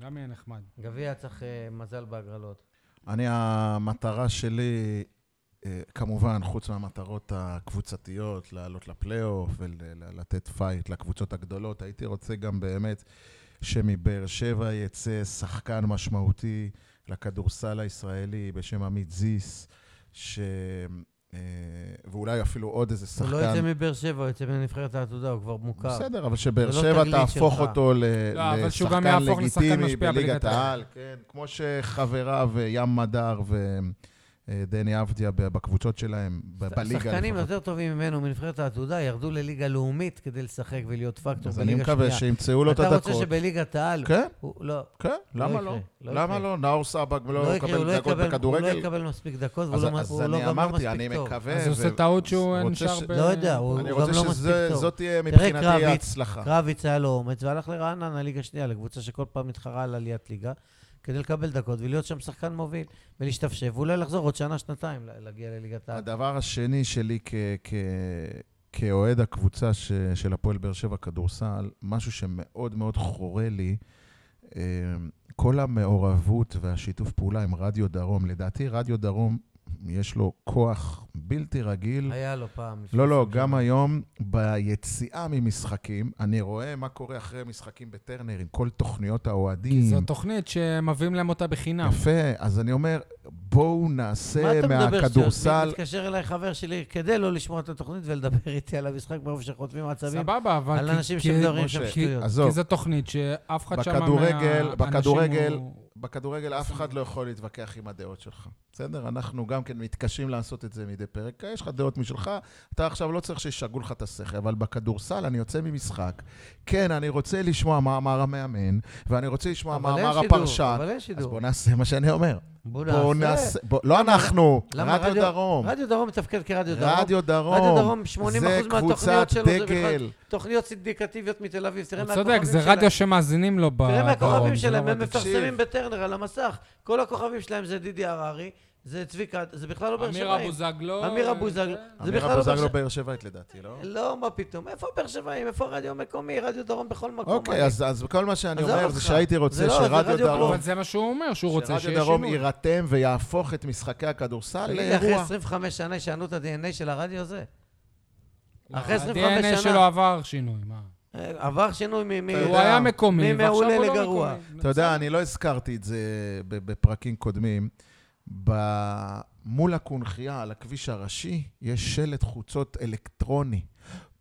S1: גם יהיה נחמד.
S3: גביע צריך אה, מזל בהגרלות.
S4: אני, המטרה שלי, אה, כמובן, חוץ מהמטרות הקבוצתיות, לעלות לפלייאוף ולתת פייט לקבוצות הגדולות, הייתי רוצה גם באמת שמבאר שבע יצא שחקן משמעותי לכדורסל הישראלי בשם עמית זיס, ש... אה, ואולי אפילו עוד איזה
S3: הוא
S4: שחקן.
S3: לא יוצא מבאר שבע, הוא יוצא מנבחרת העתודה, הוא כבר מוכר.
S4: בסדר, אבל שבאר
S3: זה לא
S4: שבע
S3: תגלית
S4: תהפוך
S3: שלך.
S4: אותו ל-
S1: לא, אבל שהוא גם
S4: לשחקן
S1: יהפוך לשחקן
S4: לגיטימי
S1: משפיע
S4: בליגת
S1: בליגת העל.
S4: העל, כן, כמו שחבריו אה, ים מדר ודני עבדיה ב- בקבוצות שלהם, ב- בליגה
S3: שחקנים
S4: לפחות.
S3: יותר טובים ממנו מנבחרת העתודה ירדו לליגה לאומית כדי לשחק ולהיות פקטור
S4: אז אני
S3: בליגה שנייה.
S4: מקווה שימצאו לו את הדקות.
S3: אתה רוצה שבליגת העל...
S4: כן,
S3: הוא- לא,
S4: כן,
S3: לא
S4: למה
S3: יקרה,
S4: לא?
S3: לא
S4: למה
S3: יקרה.
S4: לא? נאור סבג לא
S3: לא יקרה, הוא לא
S4: יקבל דקות
S3: יקבל- הוא לא
S4: בכדורגל?
S3: יקבל מספיק דקות, והוא
S4: אז
S3: לא מ-
S4: אז
S3: הוא לא
S4: אני
S3: גמר
S4: אמרתי,
S3: מספיק
S4: אני
S3: טוב.
S4: מקווה...
S1: אז הוא עושה
S4: ו-
S1: טעות שהוא
S4: רוצה
S1: נשאר
S4: ש-
S1: ב...
S3: לא יודע, הוא
S4: אני
S3: הוא גם
S4: רוצה
S3: לא מספיק טוב.
S4: שזאת תהיה
S3: תראה,
S4: מבחינתי
S3: קרביץ-
S4: ההצלחה.
S3: קרביץ היה לו אומץ, והלך לרעננה, ליגה שנייה, לקבוצה שכל פעם מתחרה על עליית ליגה, כדי לקבל דקות ולהיות שם שחקן מוביל, ולהשתפשף, ואולי לחזור עוד שנה, שנתיים, לה- להגיע לליגת העל.
S4: הדבר השני שלי כ- כ- כאוהד הקבוצה ש- של הפועל באר שבע כדורסל, משהו שמאוד מאוד חורה לי, אה, כל המעורבות והשיתוף פעולה עם רדיו דרום. לדעתי רדיו דרום יש לו כוח בלתי רגיל.
S3: היה לו פעם. לפני
S4: לא, לא,
S3: עשרים
S4: גם
S3: שנה.
S4: היום ביציאה ממשחקים, אני רואה מה קורה אחרי משחקים בטרנר עם כל תוכניות האוהדים.
S1: כי זו תוכנית שמביאים להם אותה בחינם.
S4: יפה, אז אני אומר, בואו
S3: מה
S4: נעשה
S3: אתה מדבר?
S4: אה, מהכדורסל
S3: מתקשר אליי חבר שלי כדי לא לשמוע את התוכנית ולדבר איתי על המשחק מרוב שחוטפים עצבים.
S1: סבבה, אבל...
S3: על
S1: כי-
S3: אנשים
S1: כי-
S3: שמדברים
S4: משה,
S3: שם
S1: כי-
S3: שטויות.
S4: עזוב.
S1: כי זו תוכנית שאף אחד שם...
S4: בכדורגל- בכדורגל- בכדורגל אף אחד לא יכול להתווכח עם הדעות שלך, בסדר? אנחנו גם כן מתקשים לעשות את זה מדי פרק. יש לך דעות משלך, אתה עכשיו לא צריך שישגעו לך את השכל, אבל בכדורסל אני יוצא ממשחק, כן, אני רוצה לשמוע מה אמר המאמן, ואני רוצה לשמוע מה
S3: אבל אין
S4: אמר
S3: שידור,
S4: הפרשן.
S3: אבל אין
S4: אז
S3: שידור.
S4: בוא נעשה מה שאני אומר.
S3: בוא
S4: בואו נעשה... בוא- לא אנחנו,
S3: למה
S4: רדיו דרום.
S3: רדיו דרום מתפקד כרדיו דרום.
S4: רדיו דרום.
S3: רדיו דרום, 80%
S4: זה
S3: מהתוכניות
S4: קבוצת
S3: שלו זה בכלל
S4: דגל.
S3: תוכניות סינדיקטיביות מתל אביב. תראה
S1: הוא
S3: מה
S1: צודק,
S3: הכוכבים
S1: זה
S3: שלהם.
S1: רדיו שמאזינים לו בדרום.
S3: תראה מה הכוכבים
S1: זה לא
S3: שלהם, הם
S1: רדיו.
S3: מפרסמים
S4: תקשיב.
S3: בטרנר על המסך. כל הכוכבים שלהם זה דידי הררי, זה צביקה, זה בכלל לא באר
S1: אמיר
S3: שבעים.
S1: אבוזגלו.
S3: אמיר אבוזגלו. זה
S4: כן. אמיר
S3: בכלל לא באר
S4: אבוזגלו
S3: שבעים.
S4: באר שבעית לדעתי, לא?
S3: לא, מה פתאום. איפה באר שבעים? איפה רדיו מקומי? רדיו דרום בכל מקום.
S4: אוקיי,
S3: אחי.
S4: אז אז כל מה שאני
S3: לא עזוב
S4: אומר זה
S3: אותך.
S4: שהייתי
S3: זה
S4: רוצה
S3: לא, זה
S4: שרדיו
S3: רדיו
S4: דרום...
S1: אבל זה מה שהוא אומר, שהוא רוצה
S4: שרדיו
S1: שיהיה
S4: דרום
S1: שינוי.
S4: יירתם ויהפוך את משחקי הכדורסל
S3: תגיד לי, אחרי
S4: לאירוע.
S3: 25 שנה ישנו את ה-DNA של הרדיו הזה.
S1: לא,
S3: אחרי 25
S1: ה-DNA
S3: שנה.
S1: שלו עבר שינוי, מה?
S3: אה, עבר שינוי מ... מ-
S1: הוא
S4: יודע,
S1: היה מקומי, ועכשיו הוא
S3: ממעולה
S1: לא מקומי.
S3: לגרוע.
S4: אתה יודע, אני לא הזכרתי את זה ב- בפרקים קודמים. ב- מול הקונכייה, על הכביש הראשי, יש שלט חוצות אלקטרוני.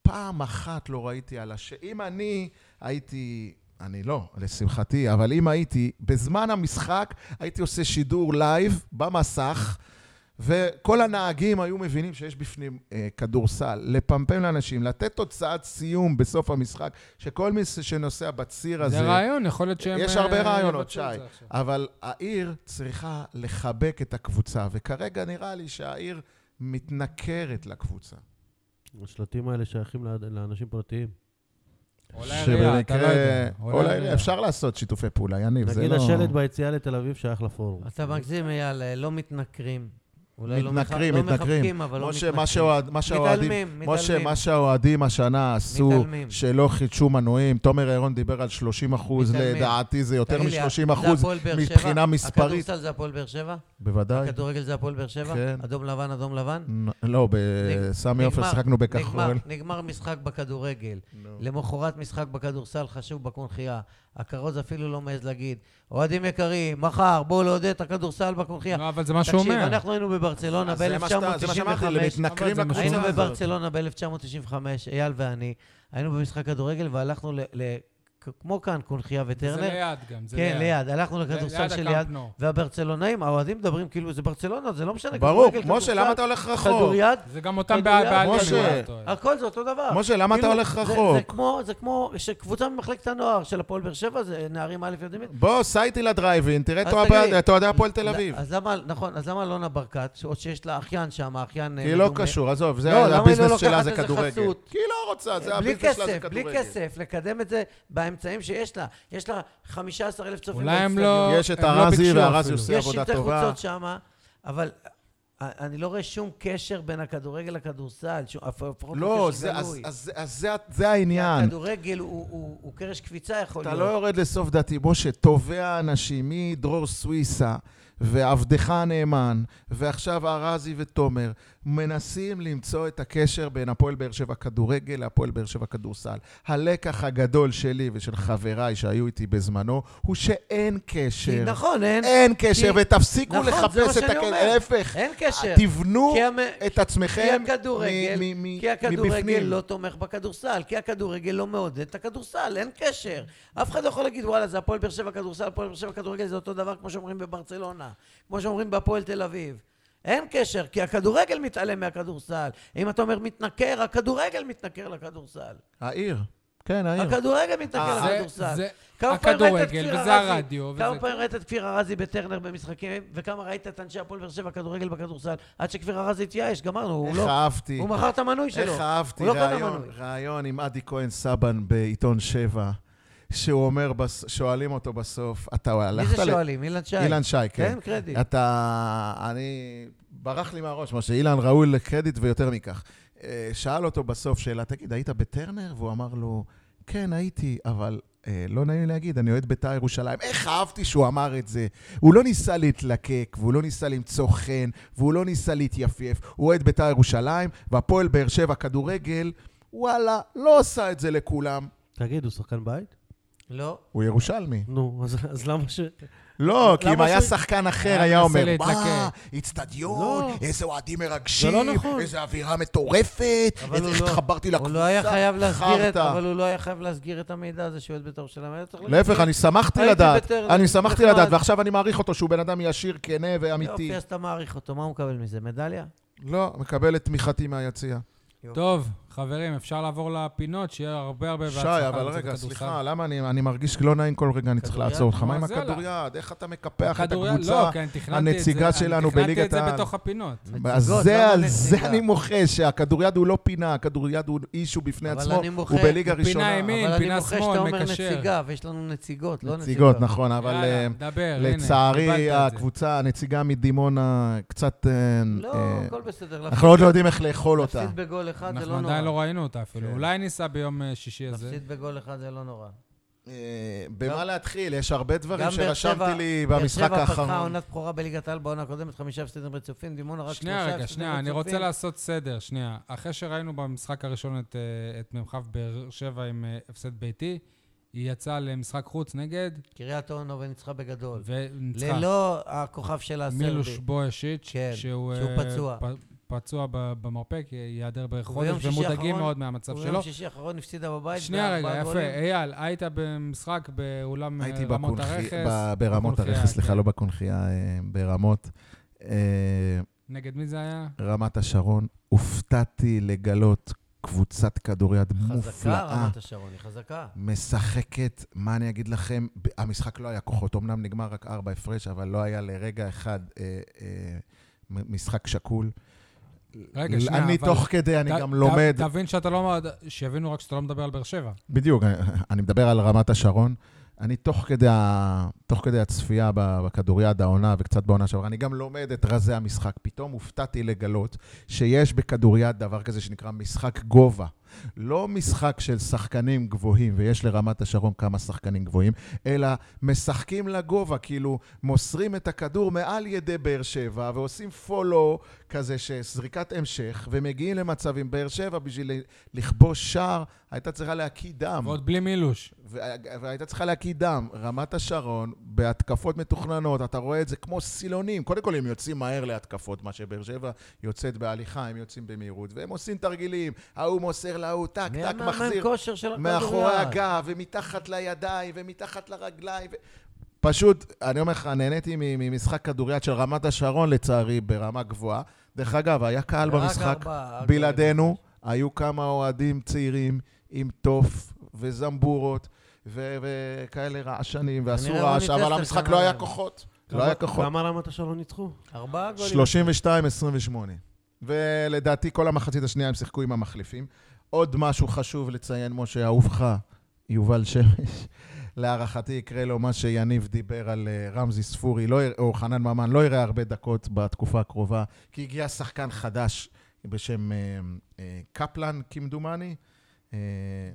S4: פעם אחת לא ראיתי על הש... אם אני הייתי... אני לא, לשמחתי, אבל אם הייתי, בזמן המשחק הייתי עושה שידור לייב במסך, וכל הנהגים היו מבינים שיש בפנים אה, כדורסל, לפמפם לאנשים, לתת תוצאת סיום בסוף המשחק, שכל מי שנוסע בציר הזה...
S1: זה רעיון, יכול להיות שהם...
S4: יש
S1: אה,
S4: הרבה רעיונות, שי,
S1: יבצעו את זה עכשיו.
S4: אבל העיר צריכה לחבק את הקבוצה, וכרגע נראה לי שהעיר מתנכרת לקבוצה.
S2: השלטים האלה שייכים לאד- לאנשים פרטיים.
S1: אולי עירייה, אתה לא
S3: כן,
S1: יודע.
S4: אולי עירייה. אפשר לעשות שיתופי פעולה, יניב, זה
S2: נגיד
S4: לא...
S2: השלט ביציאה לתל אביב שייך לפורום.
S3: אתה מגזים, אייל, אה, לא מתנכרים. אולי לא מח-
S4: מתנכרים,
S3: לא
S4: מתנכרים.
S3: מחבקים, אבל לא
S4: משה,
S3: מתנכרים.
S4: מה שהאוהד- מה שהאוהדים...
S3: מתעלמים,
S4: משה,
S3: מתעלמים.
S4: מה שהאוהדים השנה עשו,
S3: מתעלמים.
S4: שלא חידשו מנועים, תומר ירון דיבר על 30 אחוז,
S3: מתעלמים.
S4: לדעתי זה יותר
S3: תגיד לי,
S4: מ-30
S3: זה
S4: אחוז
S3: הפועל באר שבע?
S4: מבחינה מספרית.
S3: הכדורסל זה הפועל באר שבע?
S4: בוודאי.
S3: הכדורגל זה הפועל באר שבע?
S4: כן.
S3: אדום לבן, אדום לבן?
S4: נ- לא, בסמי עופר
S3: נגמר,
S4: שיחקנו
S3: נגמר,
S4: בכחול. לא.
S3: נגמר משחק בכדורגל. למחרת משחק בכדורסל חשוב בקונכייה. הכרוז אפילו לא מעז להגיד. אוהדים יקרים, מחר בואו לעודד את הכדורסל בקונכייה.
S1: לא, אבל זה מה שהוא
S3: תקשיב,
S1: אומר.
S3: אנחנו היינו בברצלונה
S4: אז זה מה שאתה- זה מה שאמרתי,
S3: ב-1995.
S1: אבל
S4: מתנכרים
S1: זה
S4: לקבוצה
S3: היינו
S1: משמעות.
S4: הזאת.
S3: בברצלונה ב-1995, אייל ואני, היינו במשחק כדורגל והלכנו ל... ל- כ- כמו כאן, קונכייה
S1: זה
S3: וטרנר.
S1: ליד גם, זה ליד.
S3: כן, ליד. הלכנו לכדורסל
S1: ליד
S3: של
S1: הקאמפ
S3: ליד,
S1: נו.
S3: והברצלונאים, האוהדים מדברים כאילו זה ברצלונה, זה לא משנה.
S4: ברור,
S3: כדורגל,
S4: משה,
S3: כדורסל,
S4: למה אתה הולך רחוק?
S3: כדוריד,
S1: זה גם אותם
S3: כדוריד.
S1: בעלים.
S4: משה.
S3: הכל זה אותו דבר.
S4: משה, למה אתה
S3: כאילו,
S4: הולך
S3: זה- זה
S4: רחוק?
S3: כמו, זה כמו שקבוצה ממחלקת הנוער של הפועל באר שבע, זה נערים א' יודעים את זה.
S4: בוא, סע איתי לדרייבין, תראה את
S3: אז תגיד לי, לא,
S4: אוהדי- את אוהדי הפועל תל אביב.
S3: אז למה, נכון, אז למה אלונה ברקת, שעוד שיש לה אחיין שם, אחיין... אה,
S4: כי היא לא
S3: מדומה?
S4: קשור, עזוב,
S3: לא, למה
S4: זה
S3: היא לא
S4: הביזנס שלה
S3: לוקחת
S4: זה
S3: איזה
S4: כדורגל.
S3: חסות?
S4: כי היא לא רוצה, זה
S3: בלי
S4: הביזנס שלה זה
S3: כסף, בלי
S4: כדורגל.
S3: כסף, לקדם את זה באמצעים שיש לה. יש לה 15 אלף צופים
S1: אולי הם
S3: באצטדיון.
S1: לא...
S4: יש את
S1: הם לא
S4: ארזי,
S1: ביקשו
S4: וארזי
S1: אפילו.
S4: עושה-
S3: יש
S4: עבודה
S3: שלטי
S4: טובה.
S3: חוצות שם, אבל אה, אני לא רואה שום קשר בין הכדורגל לכדורסל, שום- אף- לפחות
S4: לא,
S3: קשר
S4: זה- אז-
S3: גלוי.
S4: אז- אז זה- זה העניין.
S3: הכדורגל הוא- הוא הוא קרש קפיצה יכול
S4: אתה
S3: להיות.
S4: לא יורד לסוף דעתי, משה, תובע אנשים מדרור סוויסה ועבדך הנאמן, ועכשיו ארזי ותומר, מנסים למצוא את הקשר בין הפועל באר שבע כדורגל להפועל באר שבע כדורסל. הלקח הגדול שלי ושל חבריי שהיו איתי בזמנו, הוא שאין
S3: כי
S4: קשר.
S3: נכון, אין.
S4: אין קשר,
S3: כי-
S4: ותפסיקו
S3: נכון, זה מה
S4: לחפש את
S3: שאני
S4: הקשר.
S3: אומר.
S4: להפך,
S3: אין קשר.
S4: תבנו
S3: כי המ-
S4: את עצמכם
S3: כי הכדורגל,
S4: מ- מ- מ-
S3: כי הכדורגל
S4: מבפנים.
S3: לא תומך בכדורסל, כי הכדורגל לא מעודד את הכדורסל, אין קשר. אף אחד לא יכול להגיד, וואלה, זה הפועל באר שבע כדורסל, הפועל באר שבע כדורגל זה אותו דבר כמו שאומרים בברצלונה, כמו שאומרים בהפועל תל אביב. אין קשר, כי הכדורגל מתעלם מהכדורסל. אם אתה אומר מתנכר, הכדורגל מתנכר לכדורסל.
S4: העיר. כן, העיר.
S3: הכדורגל מתנכר
S4: אה,
S1: זה-
S3: לכדורסל.
S1: זה-
S3: כמה פעמים ראית את
S1: הכדורגל,
S3: כפיר
S1: וזה
S3: ארזי-
S1: הרדיו,
S3: כמה
S1: וזה-
S3: פעמים ראית את כפיר ארזי בטרנר במשחקים, וכמה ראית את אנשי הפועל באר שבע כדורגל בכדורסל, עד שכפיר ארזי התייאש, גמרנו, הוא
S4: איך
S3: לא...
S4: אהבתי.
S3: הוא מכר את המנוי שלו.
S4: איך אהבתי
S3: הוא לא קנה
S4: ראיון,
S3: מנוי.
S4: ראיון עם אדי כהן סבן בעיתון שבע, שהוא אומר, בס- שואלים אותו בסוף, אתה הלכת...
S3: מי זה
S4: ל-
S3: שואלים? אילן שי.
S4: אילן שי, כן.
S3: תן קרדיט.
S4: אתה... אני... ברח לי מהראש, משה, אילן ראוי לקרדיט ויותר מכך. אה, שאל אותו בסוף שאלה, תגיד, היית בטרנר? והוא אמר לו, כן, הייתי, אבל אה, לא נעים לי להגיד, אני אוהד בית"ר ירושלים. איך אהבתי שהוא אמר את זה. הוא לא ניסה להתלקק, והוא לא ניסה למצוא חן, והוא לא ניסה להתייפייף. הוא אוהד בית"ר ירושלים, והפועל באר שבע כדורגל, וואלה, לא עשה את זה לכולם.
S2: תגיד, הוא שחקן בית?
S3: לא.
S4: הוא ירושלמי.
S2: נו, אז- אז למה ש...
S4: לא, כי
S2: למה
S4: אם היה
S2: שהוא-
S4: שחקן אחר,
S1: היה
S4: היה
S1: מנסה
S4: אומר,
S1: להתלקט."
S4: מה,
S2: לא.
S4: אצטדיון, איזה אוהדים
S2: זה
S4: מרגשים,
S2: לא נכון.
S4: איזה אווירה מטורפת,
S3: אבל
S4: איזה
S3: הוא
S4: איך
S3: לא-
S4: התחברתי
S3: הוא
S4: לקבוצה,
S3: לא היה חייב להסגיר את,
S4: חרטא."
S3: אבל הוא לא היה חייב להסגיר את המידע הזה שהוא ילד בית"ר שלהם. היה צריך
S4: להפך,
S3: להגיד,
S4: אני שמחתי
S3: הייתי
S4: לדעת,
S3: בטרנר,
S4: אני שמחתי
S3: נחמד.
S4: לדעת, ועכשיו אני מעריך אותו שהוא בן אדם ישיר, כנה ואמיתי.
S3: יופי, אז אתה מעריך אותו, מה הוא מקבל מזה? מדליה?
S4: לא, מקבל את תמיכתי מהיציע.
S1: טוב, חברים, אפשר לעבור לפינות, שיהיה הרבה הרבה
S4: שי,
S1: בהצלחה
S4: אבל
S1: בקבוצת
S4: רגע,
S1: הכדורסל.
S4: סליחה, למה אני אני מרגיש לא נעים כל רגע, אני צריך
S3: כדוריד?
S4: לעצור אותך. מה עם
S1: מה זה עלה?
S4: הכדוריד? איך אתה מקפח את
S1: כדוריד-
S4: הקבוצה?
S1: לא, כן, תכננתי את זה,
S4: הנציגה
S1: אני
S4: שלנו בליגת
S1: תכננתי
S4: העל.
S1: את זה בתוך הפינות.
S4: אז
S3: נציגות,
S4: זה,
S3: למה
S4: על זה
S3: נציגה?
S4: אני מוחה, שהכדוריד הוא לא פינה, הכדוריד הוא איש, הוא בפני
S3: אבל
S4: עצמו,
S3: אני מוחה,
S4: הוא בליגה
S1: הוא פינה
S4: ראשונה.
S1: ימין.
S3: אבל אני
S1: פינה
S3: מוחה
S1: שמאל,
S3: שאתה אומר
S1: מקשר.
S3: נציגה, ויש לנו נציגות, לא נציגות.
S4: נציגות, נכון, אבל
S1: יאללה,
S4: אה,
S1: דבר, הנה,
S4: לצערי,
S1: קיבלת את זה.
S4: הקבוצה, הנציגה מדימונה, קצת... אה,
S3: לא,
S4: אה,
S3: הכל בסדר.
S4: אנחנו עוד לא יודעים איך לאכול אותה.
S3: להפסיד בגול אחד זה
S1: אנחנו
S3: לא
S1: עדיין
S3: נורא.
S1: לא ראינו אותה
S4: כן.
S1: אפילו. אולי ניסע ביום אה, שישי הזה.
S3: להפסיד בגול אחד זה לא נורא.
S4: אה, במה להתחיל? יש הרבה דברים
S3: גם באר שבע-
S4: שרשמתי לי
S3: באר
S4: במשחק
S3: שבע פתחה
S4: האחרון.
S3: עונת בכורה בליגת העל בעונה הקודמת, חמישה הפסדים רצופים, דימונה רק שלושה
S1: שנייה
S3: הפסדים
S1: רגע,
S3: רצופים.
S1: שנייה, אני רוצה לעשות סדר, שנייה. אחרי שראינו במשחק הראשון את, אה, את מרחב באר שבע עם אה, הפסד ביתי, היא יצאה למשחק חוץ נגד,
S3: קריית אונו וניצחה בגדול.
S1: וניצחה.
S3: ללא הכוכב של
S1: מילוש
S3: הסרבי.
S1: בויאשיץ',
S3: כן,
S1: שהוא
S3: שהוא
S1: אה,
S3: פצוע.
S1: פ- פצוע ב- במרפק, ייעדר בערך
S3: וביום
S1: חודש,
S3: שישי
S1: ומודאגים
S3: האחרון-
S1: מאוד מהמצב שלו.
S3: ביום שישי האחרון הפסידה בבית.
S1: שנייה רגע,
S3: בארבעה
S1: יפה.
S3: גולים.
S1: אייל, היית במשחק באולם אה,
S4: הייתי
S1: רמות
S4: בקונכי-
S1: הרכס.
S4: ב- ברמות
S1: בקונכייה,
S4: הרכס, סליחה,
S1: כן.
S4: לא בקונכייה, אה, ברמות. אה,
S1: נגד מי זה היה?
S4: רמת השרון, הופתעתי לגלות קבוצת כדוריד
S1: אה,
S3: חזקה
S4: מופלאה.
S3: רמת השרון, היא חזקה.
S4: משחקת, מה אני אגיד לכם, ב- המשחק לא היה כוחות, אמנם נגמר רק ארבע הפרש, אבל לא היה לרגע אחד אה, אה, מ- משחק שקול.
S1: רגע, שנייה,
S4: אני
S1: אבל-
S4: תוך כדי, אני
S1: ת-
S4: גם
S1: ת-
S4: לומד.
S1: תבין שאתה לא... מועד- שיבינו רק שאתה לא מדבר על באר שבע.
S4: בדיוק, אני- אני מדבר על רמת השרון. אני תוך כדי, ה- תוך כדי הצפייה ב- בכדוריד העונה וקצת בעונה שעברה, אני גם לומד את רזי המשחק. פתאום הופתעתי לגלות שיש בכדוריד דבר כזה שנקרא משחק גובה. לא משחק של שחקנים גבוהים, ויש לרמת השרון כמה שחקנים גבוהים, אלא משחקים לגובה, כאילו מוסרים את הכדור מעל ידי באר שבע ועושים פולו כזה שזריקת המשך, ומגיעים למצב עם באר שבע בשביל לכבוש שער, הייתה צריכה להקיא דם.
S1: ועוד בלי מילוש.
S4: וה- והייתה צריכה להקיא דם. רמת השרון, בהתקפות מתוכננות, אתה רואה את זה כמו סילונים. קודם כל, הם יוצאים מהר להתקפות, מה שבאר שבע יוצאת בהליכה, הם יוצאים במהירות, והם עושים תרגילים. ההוא מוסר להוא, טק,
S3: מי
S4: טק,
S3: המאמן
S4: מחזיר.
S3: כושר של הכדוריד?
S4: מאחורי הגב, ומתחת לידיים, ומתחת לרגליים. ו... פשוט, אני אומר לך, נהניתי מ- ממשחק כדוריד של רמת השרון, לצערי, ברמה גבוהה. דרך אגב, היה קהל
S3: ורק
S4: במשחק.
S3: ארבעה גולים.
S4: בלעדינו, היו כמה אוהדים צעירים עם תוף וזמבורות ו- וכאלה רעשנים, ועשו
S3: כנראה
S4: רעש,
S3: רוני
S4: אבל
S3: טסלר
S4: המשחק
S3: גמר
S4: לא היה
S3: עליהם.
S4: כוחות. לא היה כוחות.
S2: כמה רמת השרון ניצחו?
S3: ארבעה גולים.
S4: 32-28. ולדעתי כל המחצית השנייה הם שיחקו עם המחליפים. עוד משהו חשוב לציין, משה, אהובך, יובל שמש. להערכתי יקרה לו מה שיניב דיבר על אה, רמזי ספורי, לא, יר- או חנן ממן, לא יראה הרבה דקות בתקופה הקרובה, כי הגיע שחקן חדש בשם אה, אה, קפלן, כמדומני, אה,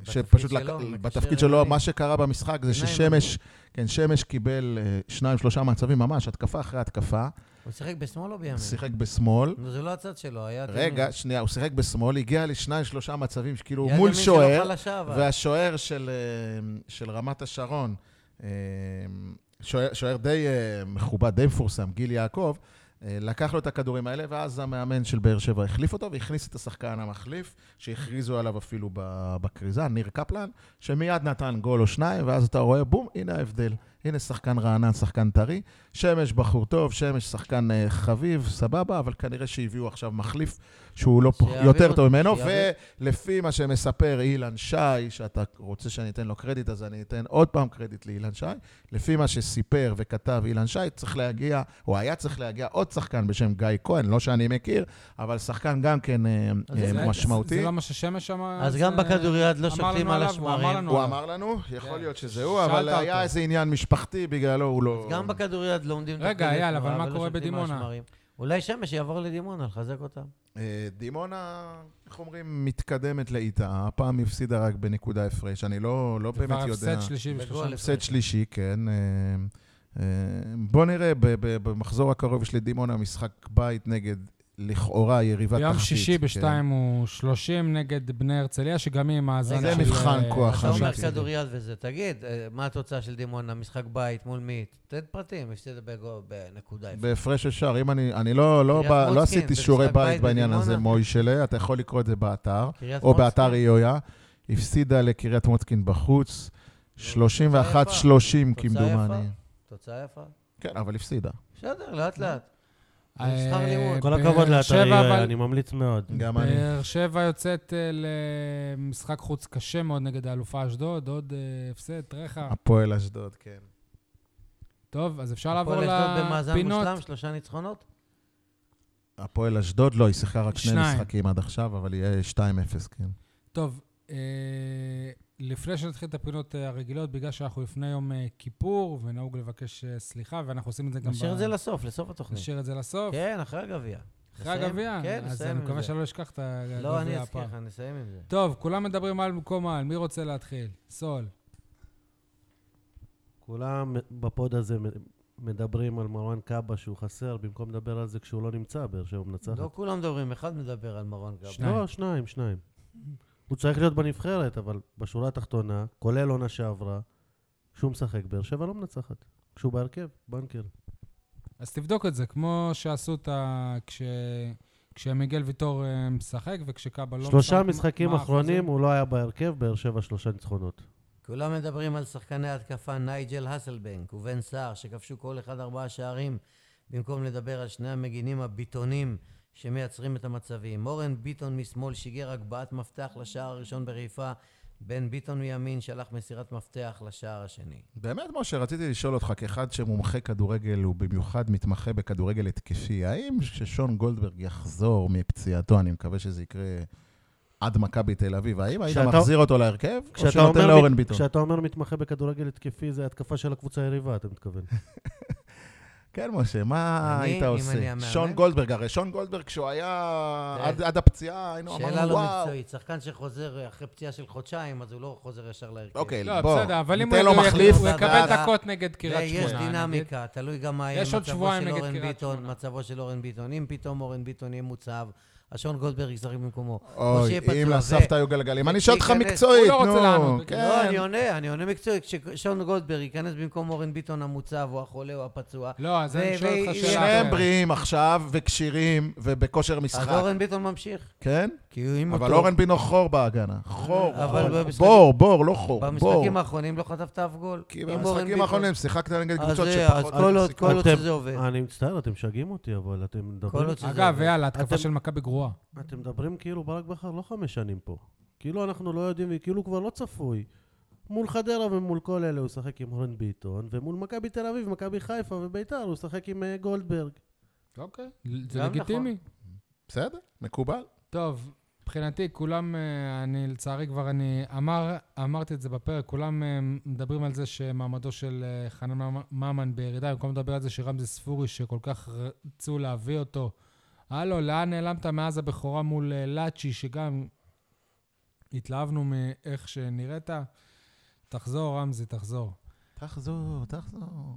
S3: בתפקיד
S4: שפשוט,
S3: שלו,
S4: לק...
S3: מקשר
S4: בתפקיד שלו,
S3: ימני.
S4: מה שקרה במשחק זה
S3: עיניים.
S4: ששמש, כן, שמש קיבל אה, שניים, שלושה מצבים ממש, התקפה אחרי התקפה,
S3: הוא שיחק בשמאל או בימין?
S4: שיחק בשמאל.
S3: נו, זה לא הצד שלו, היה...
S4: רגע, שנייה, הוא שיחק בשמאל, הגיע לשניים, שלושה מצבים, שכאילו
S3: יד
S4: מול
S3: ימין שלו
S4: שוער,
S3: חלשה, אבל.
S4: והשוער של, אה, של רמת השרון, אה, שוער, שוער די אה, מכובד, די מפורסם, גיל יעקב, אה, לקח לו את הכדורים האלה, ואז המאמן של באר שבע החליף אותו, והכניס את השחקן המחליף, שהכריזו עליו אפילו ב- בכריזה, ניר קפלן, שמיד נתן גול או שניים, ואז אתה רואה, בום, הנה ההבדל. הנה שחקן רענן, שחקן טרי. שמש בחור טוב, שמש שחקן אה, חביב, סבבה, אבל כנראה שהביאו עכשיו מחליף שהוא לא פח-
S3: שיעביר
S4: יותר
S3: אותו,
S4: טוב ממנו.
S3: שיעביר.
S4: ולפי מה שמספר אילן שי, שאתה רוצה שאני אתן לו קרדיט, אז אני אתן עוד פעם קרדיט לאילן שי. לפי מה שסיפר וכתב אילן שי, צריך להגיע, או היה צריך להגיע עוד שחקן בשם גיא כהן, לא שאני מכיר, אבל שחקן גם כן אה,
S3: אז
S4: אה,
S3: זה-
S1: זה-
S4: משמעותי.
S1: זה לא מה ששמש אמר?
S3: אז גם בכדוריד לא
S1: אמר
S3: שולטים
S1: לנו
S3: על
S1: עליו, הוא אמר
S3: השמרים.
S1: לנו
S4: הוא
S1: עליו.
S4: אמר לנו, יכול
S1: כן.
S4: להיות שזה הוא,
S1: שאלת
S4: אבל
S1: אותו.
S4: היה איזה עניין משפחתי, בגללו הוא לא...
S3: גם בכדוריד לומדים את
S1: רגע,
S3: הכללי
S1: אייל, אבל
S3: תנועה
S1: מה
S3: ולא
S1: קורה
S3: שולטים על
S1: בדימונה?
S3: השמרים. אולי שמש יעבור לדימונה, לחזק אותם.
S4: אה, דימונה, איך אומרים, מתקדמת לאיטה. הפעם היא הפסידה רק בנקודה הפרש. אני לא, לא
S1: זה
S4: באמת
S1: כבר
S4: יודע.
S1: הפסד שלישי
S3: בגול
S1: בשלושה.
S3: הפסד.
S4: הפסד שלישי, כן. אה, אה, בוא נראה, ב- ב- במחזור הקרוב יש לדימונה משחק בית נגד לכאורה יריבת תחתית.
S1: ביום שישי
S4: כן.
S1: בשתיים הוא 30 נגד בני הרצליה, שגם היא מאזן
S4: זה
S1: של...
S4: מבחן
S1: אה,
S4: כוח
S1: של
S3: אתה אומר
S4: חמישי.
S1: הפסדים.
S3: כדוריד וזה, תגיד, אה, מה התוצאה של דימונה, משחק בית, מול מי? תן פרטים, הפסיד בגו- בנקודה.
S4: בהפרש של שער, אם אני, אני לא, לא,
S3: קריית
S4: בא- לא
S3: מוצקין,
S4: עשיתי
S3: כן, זה
S4: שיעורי
S3: משחק
S4: בית
S3: בית
S4: בעניין הזה,
S3: בדימונה.
S4: מוישלה, אתה יכול לקרוא את זה באתר,
S3: קריית
S4: או
S3: מוצקין.
S4: באתר יויה. הפסידה לקריית מוצקין בחוץ, 31-30
S3: יפה.
S4: כמדומני.
S3: תוצאה יפה.
S4: כן, אבל הפסידה.
S3: בסדר, לאט לאט.
S1: אה,
S3: שכר לימוד.
S2: כל
S1: באר
S2: הכבוד לאתר
S1: שבע,
S2: יואל,
S1: אבל-
S2: אני ממליץ מאוד.
S4: גם אני.
S1: באר שבע יוצאת אה, למשחק חוץ קשה מאוד נגד האלופה אשדוד, עוד אה, הפסד, טרחה.
S4: הפועל אשדוד, כן.
S1: טוב, אז אפשר לעבור
S3: הפועל אשדוד במאזן
S1: לפינות.
S3: מושלם, שלושה ניצחונות?
S4: הפועל אשדוד, לא, היא שיחקה רק שני
S1: שניים.
S4: משחקים עד עכשיו, אבל יהיה 2-0, כן.
S1: טוב, אה, לפני שנתחיל את הפינות אה, הרגילות, בגלל שאנחנו לפני יום אה, כיפור, ונהוג לבקש אה, סליחה, ואנחנו עושים את זה גם...
S3: נשאיר
S1: ב-
S3: את זה לסוף, לסוף התוכנית.
S1: נשאיר את זה לסוף.
S3: כן, אחרי הגביע.
S1: אחרי
S3: נסיים-
S1: הגביע?
S3: כן,
S1: אז
S3: נסיים
S1: אני
S3: עם
S1: מקווה
S3: זה.
S1: שלא אשכח את הגביע הפעם.
S3: לא, אני אזכיר לך, נסיים עם זה.
S1: טוב, כולם מדברים על במקום על, מי רוצה להתחיל? סול.
S2: כולם בפוד הזה מדברים על מרואן קאבה שהוא חסר, במקום לדבר על זה כשהוא לא נמצא, באר שבע מנצחת.
S3: לא כולם מדברים, אחד מדבר על מרון גבי.
S1: שניים.
S2: לא, שניים, שניים. הוא צריך להיות בנבחרת, אבל בשורה התחתונה, כולל עונה שעברה, כשהוא משחק, באר שבע לא מנצחת. כשהוא בהרכב, בנקר.
S1: אז תבדוק את זה, כמו שעשו את ה... כש... כשמיגל ויטור אה, משחק וכשקאבה לא משחק.
S2: שלושה
S1: מה-
S2: משחקים
S1: מה
S2: אחרונים
S1: האחוזים?
S2: הוא לא היה בהרכב, באר שבע שלושה ניצחונות.
S3: כולם מדברים על שחקני התקפה נייג'ל הסלבנק ובן סער, שכבשו כל אחד ארבעה שערים, במקום לדבר על שני המגינים הביטונים שמייצרים את המצבים. אורן ביטון משמאל שיגר הגבהת מפתח לשער הראשון בחיפה, בן ביטון מימין שלח מסירת מפתח לשער השני.
S4: באמת, משה, רציתי לשאול אותך, כאחד שמומחה כדורגל, הוא במיוחד מתמחה בכדורגל התקפי, האם כששון גולדברג יחזור מפציעתו, אני מקווה שזה יקרה עד מכבי תל אביב, האם היית
S2: כשאתה-
S4: מחזיר אותו להרכב, או
S2: כשאתה
S4: שנותן
S2: אומר
S4: לאורן
S2: מת-
S4: ביטון?
S2: כשאתה אומר מתמחה בכדורגל התקפי, זה התקפה של הקבוצה היריבה, אתה מתכוון.
S4: כן, משה, מה
S3: אני,
S4: היית
S3: אם
S4: עושה?
S3: אני המאמן?
S4: שון גולדברג, הרי שון גולדברג, כשהוא היה
S3: כן.
S4: עד- עד הפציעה, היינו
S3: שאלה
S4: אמרנו,
S3: לא
S4: וואו.
S3: מקצועית, שחקן שחוזר אחרי פציעה של חודשיים, אז הוא לא חוזר ישר להרכב.
S4: אוקיי,
S1: לא,
S4: בוא,
S1: בסדר, אבל אם הוא
S4: ניתן לו
S1: הוא
S4: מחליף,
S1: הוא יקבל
S4: ואז-
S3: אתה-
S1: דקות נגד קריית שמונה.
S3: יש
S1: נגיד.
S3: דינמיקה, תלוי גם מה יהיה
S1: יש עוד
S3: מצבו
S1: שבועיים
S3: של
S1: נגד
S3: אורן
S1: קריית
S3: ביטון,
S1: שמונה.
S3: מצבו של אורן ביטון. אם פתאום אורן ביטון יהיה מוצב, השעון גולדברג ישחק במקומו. או
S4: אוי,
S3: שיהיה פצוע,
S4: אם
S3: ו-
S4: לסבתא היו גלגלים. אני שואל אותך
S3: שייכנס-
S4: מקצועית,
S1: הוא לא רוצה
S4: נו.
S1: לענות,
S4: כן.
S3: לא, אני עונה, אני עונה מקצועית. כששעון גולדברג ייכנס במקום אורן ביטון המוצב, או החולה או הפצוע,
S1: לא, אז
S3: ו-
S1: אני שואל אותך
S3: ו-
S1: שאלה.
S4: שניהם
S1: אחרת.
S4: בריאים עכשיו, וכשירים, ובכושר
S3: אז
S4: משחק,
S3: אורן ביטון ממשיך.
S4: כן?
S3: כי הוא עם אותו...
S4: אבל אורן בינו חור בהגנה. חור,
S3: אבל
S4: חור.
S3: במשחק-
S4: בור, בור, לא חור, בור.
S3: במשחקים האחרונים לא חטפת אף גול.
S4: כי
S3: אם אורן
S4: במשחקים
S3: ביטון-
S4: האחרונים שיחקת נגד
S3: אז
S4: קבוצות
S3: זה, אז
S4: שפחות...
S3: כל עוד- כל עוד
S2: אתם-
S3: שזה עובד.
S2: אני מצטער, אתם משגעים אותי, אבל אתם מדברים...
S3: עוד שזה-
S1: אגב, יאללה, התקפה
S2: אתם-
S1: של מכבי גרועה.
S2: אתם מדברים כאילו ברק בכר לא חמש שנים פה. כאילו אנחנו לא יודעים, וכאילו כבר לא צפוי. מול חדרה ומול כל אלה הוא ישחק עם הורן ביטון, ומול מכבי תל אביב, מכבי חיפה וביתר הוא ישחק עם אה, גולדברג.
S1: אוקיי. זה
S3: גם
S1: לגיטימי.
S4: בסדר, מקובל.
S1: טוב, מבחינתי כולם, אה, אני לצערי כבר אני אמר, אמרתי את זה בפרק, כולם אה, מדברים על זה שמעמדו של אה, חנן ממן בירידה, במקום לדבר על זה שרמזי ספורי, שכל כך רצו להביא אותו. הלו, לאן נעלמת מאז הבכורה מול אה, לאצ'י, שגם התלהבנו מאיך שנראית? תחזור, רמזי, תחזור.
S4: תחזור, תחזור.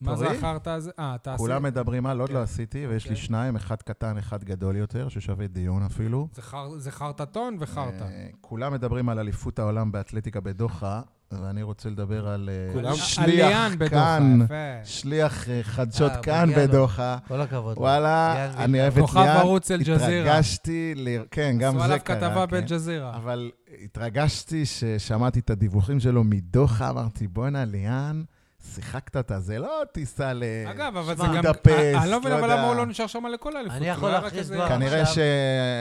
S1: מה זה
S4: תורי?
S1: החרטא הזה? אה, אתה עשית.
S4: כולם מדברים על עוד לא עשיתי, ויש לי
S1: אוקיי.
S4: שניים, אחד קטן, אחד גדול יותר, ששווה דיון אפילו.
S1: זה חר- זה חרטטון וחרטא.
S4: אה, כולם מדברים על אליפות העולם באתלטיקה בדוחה, ואני רוצה לדבר על אה,
S1: כולם-
S4: שליח
S1: עליין בדוחה,
S4: כאן,
S1: יפה.
S4: שליח אה, חדשות
S3: אה,
S4: כאן
S3: מגיע לו.
S4: בדוחה.
S3: כל הכבוד. לו.
S4: וואלה,
S3: יאללה,
S4: אני אוהב את ליאן.
S1: כוכב ערוץ אל-ג'זירה.
S4: התרגשתי, ל- כן, גם
S1: עשו
S4: זה
S1: עליו
S4: קרה.
S1: כתבה
S4: כן.
S1: באל-ג'זירה.
S4: אבל התרגשתי ששמעתי את הדיווחים שלו מדוחה, אמרתי, בואנה, ליאן, שיחקת אותה, זה לא טיסה ל...
S1: אגב, אבל זה
S3: שמע,
S1: גם...
S4: בודפשט,
S1: אני- אני לא מבין
S4: לא
S1: אבל
S4: יודע.
S1: למה הוא לא נשאר שם לכל האליפות. לא
S3: אני יכול
S1: אולי רק
S3: להכריז
S1: איזה-
S3: כבר.
S4: כנראה
S3: עכשיו-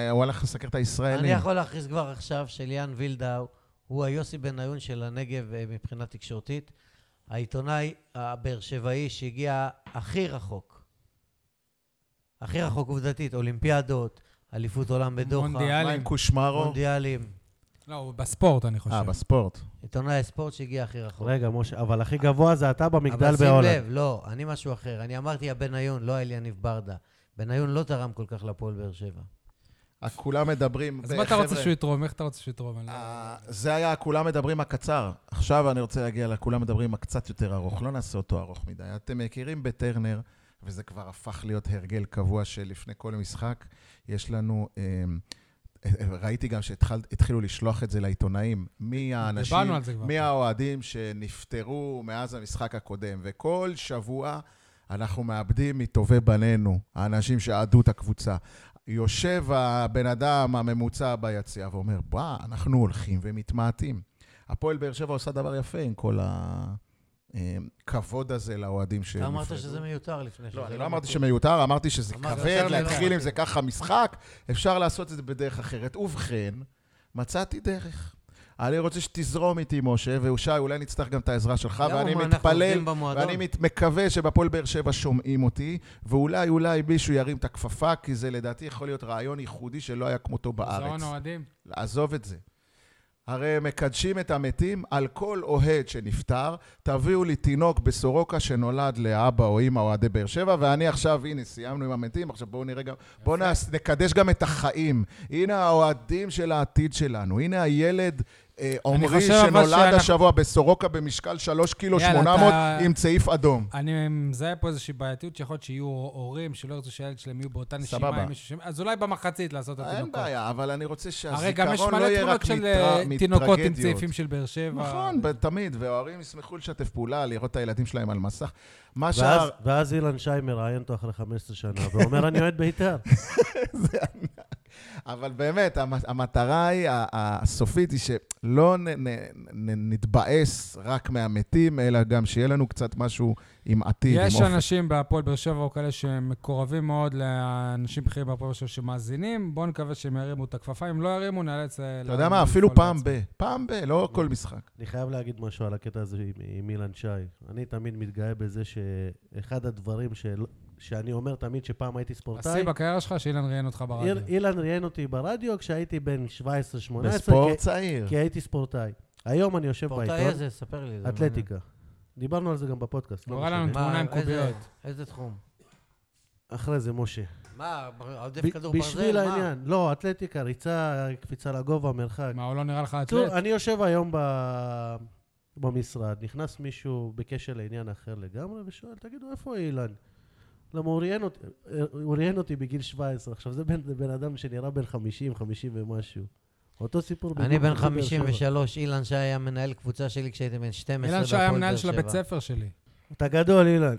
S4: שהוא הלך לשחק את
S3: אני
S4: הישראלים.
S3: יכול להכריז כבר עכשיו שליאן וילדאו הוא היוסי בניון של הנגב אה, מבחינה תקשורתית. העיתונאי הבאר שבעי שהגיע הכי רחוק, הכי רחוק עובדתית, אולימפיאדות, אליפות עולם בדוחה,
S1: מונדיאל.
S4: מה עם קושמרו?
S3: מונדיאלים.
S1: לא, הוא בספורט, אני חושב.
S4: אה, בספורט.
S3: עיתונאי הספורט שהגיע הכי רחוק.
S2: רגע, משה, אבל הכי גבוה זה אתה במגדל
S3: אבל
S2: בהולנד.
S3: שים לב, לא, אני משהו אחר. אני אמרתי הבניון, לא אלי יניב ברדה. בניון לא תרם כל כך לפועל באר שבע.
S4: אה, כולם מדברים...
S1: אז מה אתה
S4: חבר'ה,
S1: רוצה שהוא יתרום? איך אתה רוצה שהוא יתרום? אני לא-
S4: אה, זה היה כולם מדברים הקצר. עכשיו אני רוצה להגיע לכולם מדברים הקצת יותר ארוך. לא נעשה אותו ארוך מדי. אתם מכירים בטרנר וזה כבר הפך להיות הרגל קבוע שלפני כל משחק יש לנו... אמ, ראיתי גם שהתחילו לשלוח את זה לעיתונאים, מי האנשים,
S1: דיברנו על זה כבר.
S4: מי האוהדים שנפטרו מאז המשחק הקודם, וכל שבוע אנחנו מאבדים מטובי בנינו, האנשים שאהדו את הקבוצה. יושב הבן אדם הממוצע ביציע ואומר, בוא, אנחנו הולכים ומתמעטים. הפועל באר שבע עושה דבר יפה עם כל הכבוד הזה לאוהדים שנפרדו.
S3: אתה אמרת שזה מיותר לפני שזה...
S4: לא, אני לא אמרתי
S3: מתאים.
S4: שמיותר, אמרתי שזה
S3: אמרת
S4: כבד
S3: יותר
S4: להתחיל
S3: מדי.
S4: עם זה ככה משחק, אפשר לעשות את זה בדרך אחרת. ובכן, מצאתי דרך. אני רוצה שתזרום איתי, משה, ושי, אולי נצטרך גם את העזרה שלך,
S3: למה?
S4: ואני
S3: מה, אנחנו
S4: מתפלל,
S3: עובדים במועדון?
S4: ואני מת- מקווה שבפועל באר שבע שומעים אותי, ואולי, אולי מישהו ירים את הכפפה, כי זה לדעתי יכול להיות רעיון ייחודי שלא היה כמותו בארץ.
S1: זרון אוהדים.
S4: לעזוב את זה. הרי הם מקדשים את המתים על כל אוהד שנפטר, תביאו לי תינוק בסורוקה שנולד לאבא או אימא אוהדי באר שבע, ואני עכשיו, הנה, סיימנו עם המתים, עכשיו בואו נראה גם, בואו נס- נקדש גם את החיים. הנה האוהדים של העתיד שלנו, הנה הילד אה, עומרי
S1: חושב אבל
S4: שנולד
S1: שאנחנו-
S4: השבוע בסורוקה במשקל 3 קילו
S1: יאללה,
S4: 800
S1: אתה-
S4: עם צעיף אדום.
S1: אני מזהה פה איזושהי בעייתיות שיכול להיות שיהיו הורים שלא ירצו שהילד שלהם יהיו באותה
S4: סבבה.
S1: נשימה עם מישהו ש... אז אולי במחצית לעשות את
S4: אין
S1: התינוקות.
S4: בעיה, אבל אני רוצה
S1: הרי גם יש
S4: שהזיכרון לא
S1: מלא
S4: יהיה
S1: תמונות
S4: רק
S1: של
S4: מטרה-
S1: אה, תינוקות עם
S4: מטרגדיות.
S1: צעיפים של באר שבע.
S4: נכון, ב- תמיד, וההורים ישמחו לשתף פעולה, לראות את הילדים שלהם על מסך. מה
S2: ואז,
S4: שאר...
S2: ואז אילן שי מראיין אותו אחרי 15 שנה, ואומר, אני אוהד בית"ר.
S4: אבל באמת, המ- המטרה היא, ה- הסופית היא שלא נ- נ- נ- נתבאס רק מהמתים, אלא גם שיהיה לנו קצת משהו עם עתיד, עם
S1: יש
S4: אופק.
S1: אנשים בהפועל באר שבע או כאלה שמקורבים מאוד לאנשים בכירים בהפועל באר שבע שמאזינים, בואו נקווה שהם ירימו את הכפפה, אם לא ירימו נאלץ... אה,
S4: אתה יודע מה,
S1: להרים
S4: אפילו
S1: לפעול
S4: פעם
S1: בעצמם.
S4: ב... פעם ב, לא כל משחק.
S2: אני חייב להגיד משהו על הקטע הזה עם, עם אילן שי. אני תמיד מתגאה בזה שאחד הדברים של, שאני אומר תמיד שפעם הייתי ספורטאי,
S1: השיא בקריירה שלך, שאילן ראיין אותך ברדיו.
S2: איל, אילן ראיין אותי ברדיו כשהייתי בן 17-18,
S4: בספורט
S2: כי,
S4: צעיר.
S2: כי הייתי ספורטאי. היום אני יושב
S3: פורטאי
S2: בעיתון,
S3: איזה? לא ספר לי. זה
S2: אתלטיקה. דיברנו על זה גם בפודקאסט,
S1: הוא
S2: לא
S1: הראה לנו
S2: משנה.
S1: תמונה
S3: מעניין.
S1: עם
S3: מה, איזה-
S1: קוביות.
S3: איזה תחום?
S2: אחרי זה, משה.
S3: מה, עודף
S2: ב-
S3: כדור ברזל?
S2: בשביל
S3: מה?
S2: העניין, לא, אתלטיקה, ריצה, קפיצה לגובה, מרחק.
S1: מה, הוא לא נראה לך אתלט?
S2: בקיצור, אני יושב היום ב- במשרד, נכנס מישהו בקשר לעניין אחר לגמרי, ושואל, תגידו, איפה אילן? למה הוא ראיין אותי, הוא ראיין אותי בגיל 17, עכשיו זה בן, זה בן אדם שנראה בן 50, 50 ומשהו. אותו סיפור
S3: אני בן
S2: בבאר שבע.
S3: 53, אילן שי היה מנהל קבוצה שלי כשהייתי בן 12
S1: אילן שהיה
S3: בהפועל
S1: מנהל
S3: באר
S1: של
S3: שבע.
S1: הבית ספר שלי.
S2: אתה גדול, אילן.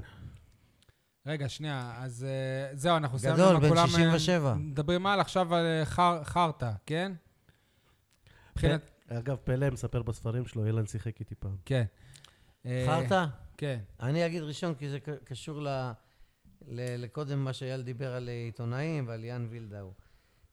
S1: רגע, שנייה, אז אה, זהו, אנחנו
S3: גדול,
S1: סיימנו עם
S3: בן
S1: הכולם, אה,
S3: 67.
S1: מדברים על עכשיו על אה, חר- חרטא, כן? מבחינת...
S2: אגב, פלא מספר בספרים שלו, אילן שיחק איתי פעם.
S1: כן. אה,
S3: חרטא?
S1: כן.
S3: אני אגיד ראשון, כי זה ק- קשור ל- ל- לקודם מה שאייל דיבר על אה, עיתונאים ועל יאן וילדאו.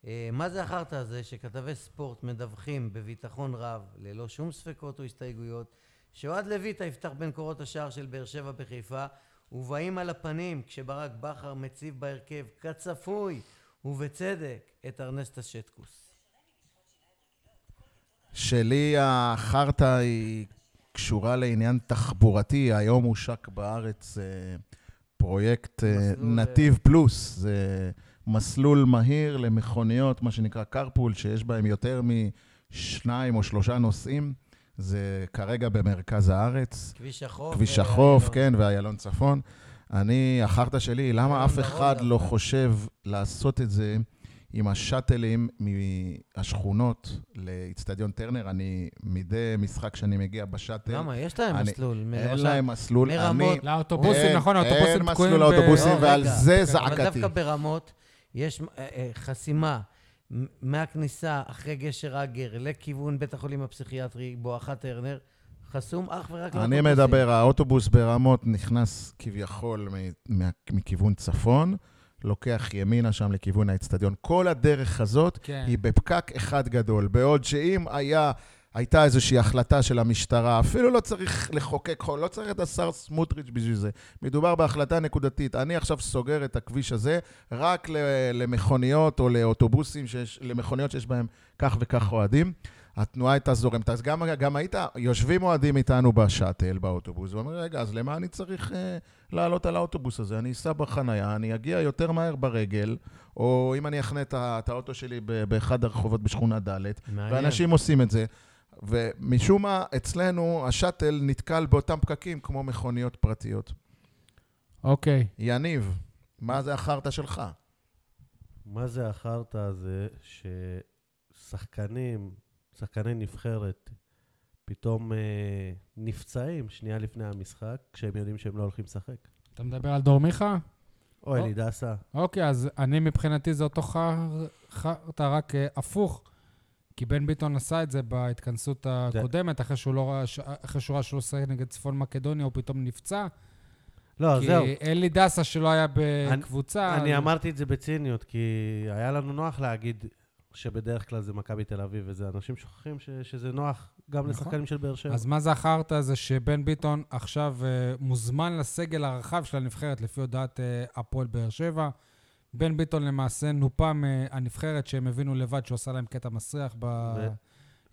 S3: אה, מה זה החרטא הזה שכתבי ספורט מדווחים בביטחון רב, ללא שום ספקות או הסתייגויות, שאוהד לויטה יפתח בין קורות השער של באר שבע בחיפה, ובאים על הפנים כשברק בכר מציב בהרכב, כצפוי ובצדק, את ארנסטה שטקוס.
S4: שלי החרטא היא קשורה לעניין תחבורתי, היום הושק בארץ אה, פרויקט אה,
S3: מסלול,
S4: נתיב פלוס, זה מסלול מהיר למכוניות, מה שנקרא carpool, שיש בהם יותר משניים או שלושה נוסעים, זה כרגע במרכז הארץ,
S3: כביש החוף.
S4: כביש
S3: אה,
S4: החוף,
S3: לא.
S4: כן, ואיילון צפון. אני, החרטא שלי, למה אף
S3: דרום
S4: אחד
S3: גם.
S4: לא חושב לעשות את זה עם השאטלים מהשכונות לאיצטדיון טרנר? אני, מדי משחק שאני מגיע בשאטל,
S3: למה? לא יש להם
S4: אני-
S3: מסלול.
S4: אין
S3: למשל-
S4: להם מסלול.
S3: מרמות
S4: אני-
S1: לאוטובוסים,
S4: אין-
S1: נכון, האוטובוסים
S4: אין
S1: תקועים
S4: מסלול לאוטובוסים,
S1: ב-
S4: ועל
S3: לא, רגע,
S4: זה
S3: אבל
S4: זעקתי.
S3: דווקא ברמות יש אה, אה, חסימה מ- מהכניסה אחרי גשר אגר לכיוון בית החולים הפסיכיאטרי בואכה טרנר, חסום אך ורק
S4: אני
S3: לאוטובוסים.
S4: מדבר, האוטובוס ברמות נכנס כביכול מ- מה- מכיוון צפון, לוקח ימינה שם לכיוון האצטדיון. כל הדרך הזאת
S1: כן.
S4: היא בפקק אחד גדול. בעוד שאם היה, הייתה איזושהי החלטה של המשטרה, אפילו לא צריך לחוקק חוק, לא צריך את השר סמוטריץ' בשביל זה. מדובר בהחלטה נקודתית. אני עכשיו סוגר את הכביש הזה רק ל- למכוניות או לאוטובוסים, שיש, למכוניות שיש בהם כך וכך אוהדים. התנועה הייתה זורמת. אז גם, גם היית, יושבים אוהדים איתנו בשאטל, באוטובוס, ואומרים, רגע, אז למה אני צריך אה, לעלות על האוטובוס הזה? אני אסע בחנייה, אני אגיע יותר מהר ברגל, או אם אני אחנה את, ה- את האוטו שלי ב- באחד הרחובות בשכונה ד',
S3: מעניין.
S4: ואנשים עושים את זה. ומשום מה, אצלנו השאטל נתקל באותם פקקים כמו מכוניות פרטיות.
S1: אוקיי.
S4: יניב, מה זה החרטא שלך?
S2: מה זה החרטא הזה ששחקנים, שחקני נבחרת, פתאום אה, נפצעים שנייה לפני המשחק, כשהם יודעים שהם לא הולכים לשחק?
S1: אתה מדבר על דור מיכה?
S2: או אלי דסה,
S1: אוקיי, אז אני מבחינתי זה אותו חר- חרטא, רק אה, הפוך. כי בן ביטון עשה את זה
S2: כן.
S1: בהתכנסות הקודמת, אחרי שהוא לא ראה, ש- אחרי שהוא ראה שהוא לא שיחק נגד צפון מקדוניה, הוא פתאום נפצע.
S2: לא,
S1: כי אה,
S2: זהו.
S1: אלי דסה שלא היה בקבוצה.
S2: אני
S1: אז-
S2: אמרתי את זה בציניות, כי היה לנו נוח להגיד שבדרך כלל זה מכבי תל אביב וזה. אנשים שוכחים ש- שזה נוח גם
S1: נכון.
S2: לשחקנים של
S3: כן.
S2: באר שבע.
S1: אז מה זה החרטא הזה שבן ביטון עכשיו אה, מוזמן לסגל הרחב של הנבחרת, לפי הודעת אה, הפועל באר שבע. בן ביטון למעשה נופה מהנבחרת שהם הבינו לבד שהוא עשה להם קטע מסריח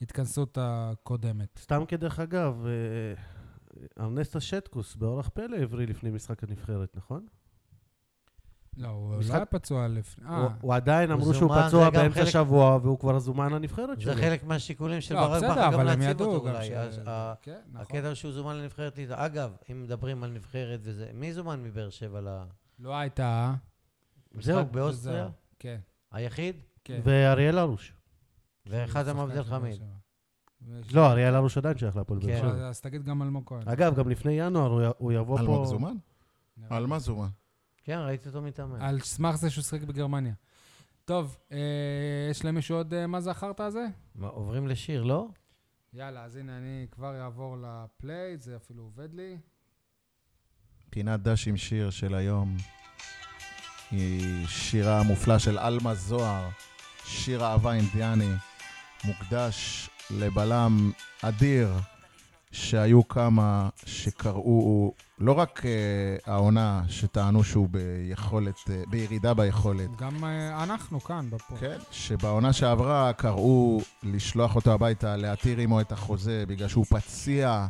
S1: בהתכנסות הקודמת.
S2: סתם כדרך אגב, אה, ארנסטה שטקוס באורח פלא הבריא לפני משחק הנבחרת, נכון?
S1: לא, הוא
S2: משחק-
S1: לא היה פצוע לפני... אה,
S2: הוא- הוא עדיין
S3: הוא
S2: אמרו שהוא
S3: זומן, זה
S2: פצוע
S3: גם
S2: באמצע
S3: חלק-
S2: השבוע, והוא כבר זומן לנבחרת שלו.
S3: זה חלק מהשיקולים של
S1: לא,
S3: ברק
S1: בסדר,
S3: בכר גם
S1: אבל הם
S3: להציב
S1: ידעו
S3: אותו
S1: גם
S3: אולי.
S1: ש-
S3: אז ה-
S1: כן, נכון.
S3: הקטע שהוא זומן לנבחרת ליטא. אגב, אם מדברים על נבחרת וזה, מי זומן מבאר שבע ל...
S1: לא הייתה...
S3: זהו,
S1: זהו,
S3: באוסטריה?
S1: כן,
S3: היחיד?
S1: כן.
S2: ואריאל הרוש.
S3: ואחד
S1: שחקן
S3: המבדל
S1: של
S3: חמיד.
S1: באר שבע. ויש-
S2: לא, אריאל הרוש עדיין שייך להפועל באר
S3: כן.
S1: אבל
S2: שבע.
S1: אז תגיד גם אלמוג כהן.
S2: אגב, גם לפני ינואר הוא י- הוא יבוא פה...
S4: על מה זומן?
S1: נראה
S4: על מה זומן?
S3: כן, ראיתי אותו מתאמן.
S1: על סמך זה שהוא שיחק בגרמניה. טוב, אה, יש למישהו עוד אה, מה זה החרטא הזה?
S3: מה, עוברים לשיר, לא?
S1: יאללה, אז הנה אני כבר אעבור לפליי, זה אפילו עובד לי.
S4: פינת דש עם שיר של היום היא שירה המופלא של עלמה זוהר, שיר אהבה אינדיאני, מוקדש לבלם אדיר, שהיו כמה שקראו, לא רק uh, העונה שטענו שהוא ביכולת, uh, בירידה ביכולת,
S1: גם אה, אנחנו כאן, בפוד.
S4: כן, שבעונה שעברה קראו לשלוח אותו הביתה, להתיר עמו את החוזה, בגלל שהוא פציע,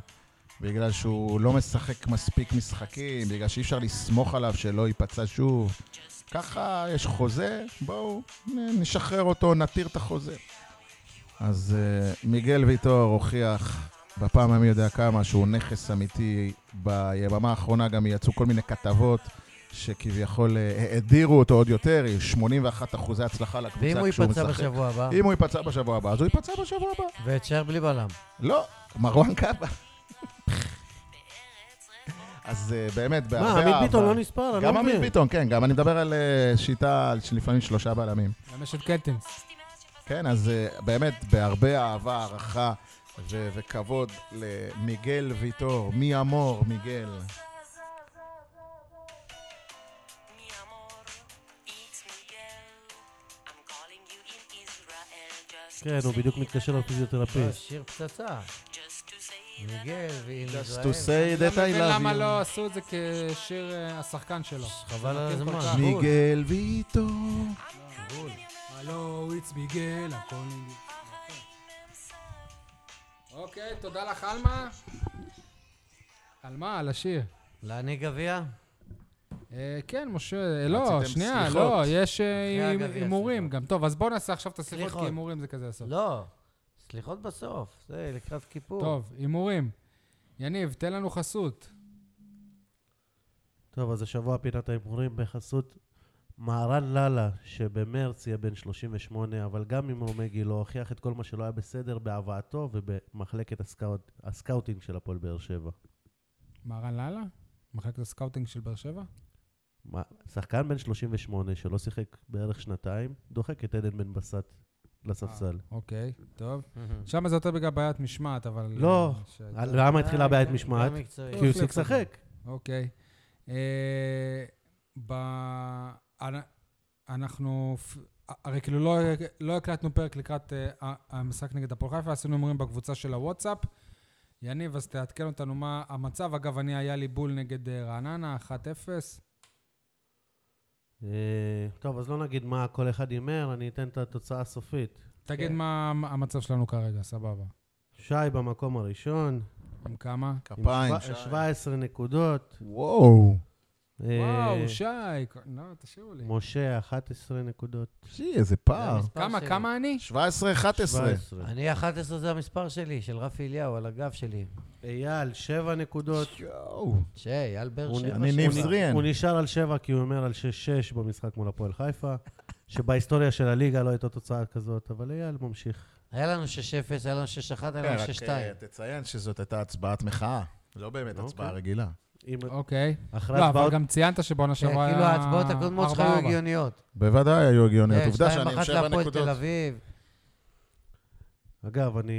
S4: בגלל שהוא לא משחק מספיק משחקים, בגלל שאי אפשר לסמוך עליו שלא ייפצע שוב. ככה יש חוזה, בואו נ- נשחרר אותו, נתיר את החוזה. אז uh, מיגל ויטור הוכיח בפעם המי יודע כמה שהוא נכס אמיתי. ביממה האחרונה גם יצאו כל מיני כתבות שכביכול אה, האדירו אותו עוד יותר, 81 אחוזי הצלחה לקבוצה
S3: ואם הוא
S4: כשהוא
S3: ייפצע
S4: משחק.
S3: בשבוע הבא,
S4: אם הוא ייפצע בשבוע הבא, אז הוא ייפצע בשבוע הבא.
S3: ותישאר בלי בלם.
S4: לא, מרואן קאבה. אז אה, באמת, בהרבה
S2: מה,
S4: אהבה...
S2: עמית ביטון לא נספר? אני
S4: גם
S2: לא
S4: עמית
S2: מבין.
S4: ביטון, כן, גם אני מדבר על אה, שיטה על שלפעמים שלושה בלמים.
S1: גם יש את קלטינס.
S4: כן, אז אה, באמת, בהרבה אהבה, הערכה ו- וכבוד למיגל ויטור, מי אמור מיגל.
S5: Mi amor, it's Miguel. I'm calling you in Israel just
S2: כן, הוא בדיוק מתקשר
S3: לא,
S2: לפיזיותרפיסט.
S3: שיר פצצה.
S5: just to say
S3: מיגל ועם
S4: Just
S3: ישראל.
S4: to say
S1: לא
S4: that I
S1: מבין
S4: love
S1: למה לא
S4: you.
S1: עשו את זה כשיר אה, השחקן שלו.
S3: חבל על
S1: מכיר כל
S3: הזמן.
S1: כך.
S3: מי-
S4: מיגל ויטור.
S1: הלו, it's מיגל, הכל... אוקיי, תודה לך, עלמה. על מה? על השיר.
S3: להעניק גביע?
S1: אה, כן, משה, אה, לא,
S4: רציתם
S1: שנייה,
S4: סליחות.
S1: לא, יש אה,
S3: אחרי
S1: הימ-
S3: הגביע,
S1: הימורים
S3: סליחות.
S1: גם. טוב, אז בואו נעשה עכשיו את הסליחות,
S3: סליחות.
S1: כי הימורים זה כזה הסוף.
S3: לא. סליחות בסוף, זה לקראת כיפור.
S1: טוב, הימורים. יניב, תן לנו חסות.
S2: טוב, אז השבוע פינת ההימורים בחסות מהרן לאללה, שבמרץ יהיה בן 38, אבל גם עם רומי גילו, הוכיח את כל מה שלא היה בסדר בהבאתו ובמחלקת הסקאוט, הסקאוטינג של הפועל באר שבע.
S1: מהרן לאללה? מחלקת הסקאוטינג של באר שבע?
S2: מה- שחקן בן 38 שלא שיחק בערך שנתיים, דוחק את עדן בן בסט לספסל.
S1: אה, אוקיי, טוב. שם זה יותר בגלל בעיית משמעת, אבל...
S2: לא,
S1: אה, שהייתה-
S2: אה, למה התחילה
S3: אה,
S2: בעיית
S3: כן,
S2: משמעת? כאילו,
S3: גם מקצועי.
S2: כי הוא הפסיק לשחק.
S1: אוקיי. אה, ב- אנ- אנחנו, פ- הרי כאילו לא- לא הקלטנו פרק לקראת אה, ה- המשחק נגד הפועל חיפה, עשינו הימורים בקבוצה של הוואטסאפ. יניב, אז תעדכן אותנו מה המצב. אגב, אני, היה לי בול נגד אה, רעננה, 1-0.
S2: אה, טוב, אז לא נגיד מה כל אחד הימר, אני אתן את התוצאה הסופית.
S1: תגיד
S3: כן.
S1: מה מה המצב שלנו כרגע, סבבה.
S2: שי במקום הראשון,
S1: עם כמה?
S2: עם
S4: כפיים,
S2: שבע- 17 נקודות.
S4: וואו.
S2: אה,
S1: וואו, שי. לא, תשאירו לי.
S2: משה, 11 נקודות.
S4: שי, איזה פער.
S3: זה המספר
S1: כמה,
S3: שלי.
S1: כמה אני?
S4: 17-11.
S2: 17.
S3: אני 11 זה המספר שלי, של רפי אליהו, על הגב שלי.
S2: אייל, שבע נקודות.
S4: יואו.
S3: שי, על באר
S2: הוא
S3: שבע.
S4: אני
S3: שבע.
S4: ניב
S2: הוא-
S4: זריאן.
S2: הוא נשאר על שבע כי הוא אומר על שש-שש במשחק מול הפועל חיפה, שבהיסטוריה של הליגה לא הייתה תוצאה כזאת, אבל אייל ממשיך.
S3: היה לנו 6-0, היה לנו 6-1, היה לנו
S4: כן, רק,
S3: 6-2.
S4: אה, תציין שזאת הייתה הצבעת מחאה, לא באמת
S2: אוקיי.
S4: הצבעה רגילה.
S2: אם-
S1: אוקיי.
S2: אחרי
S1: לא, אבל
S2: הצבעות...
S1: גם ציינת שבעונה
S3: כן,
S1: שעברה היה...
S3: כאילו ההצבעות הקודמות שלך היו
S1: 4-4.
S3: הגיוניות.
S4: בוודאי היו הגיוניות,
S3: כן,
S4: עובדה
S3: 2-1
S4: שאני עם שבע
S3: להפועל תל
S4: נקודות.
S3: אביב.
S2: אגב, אני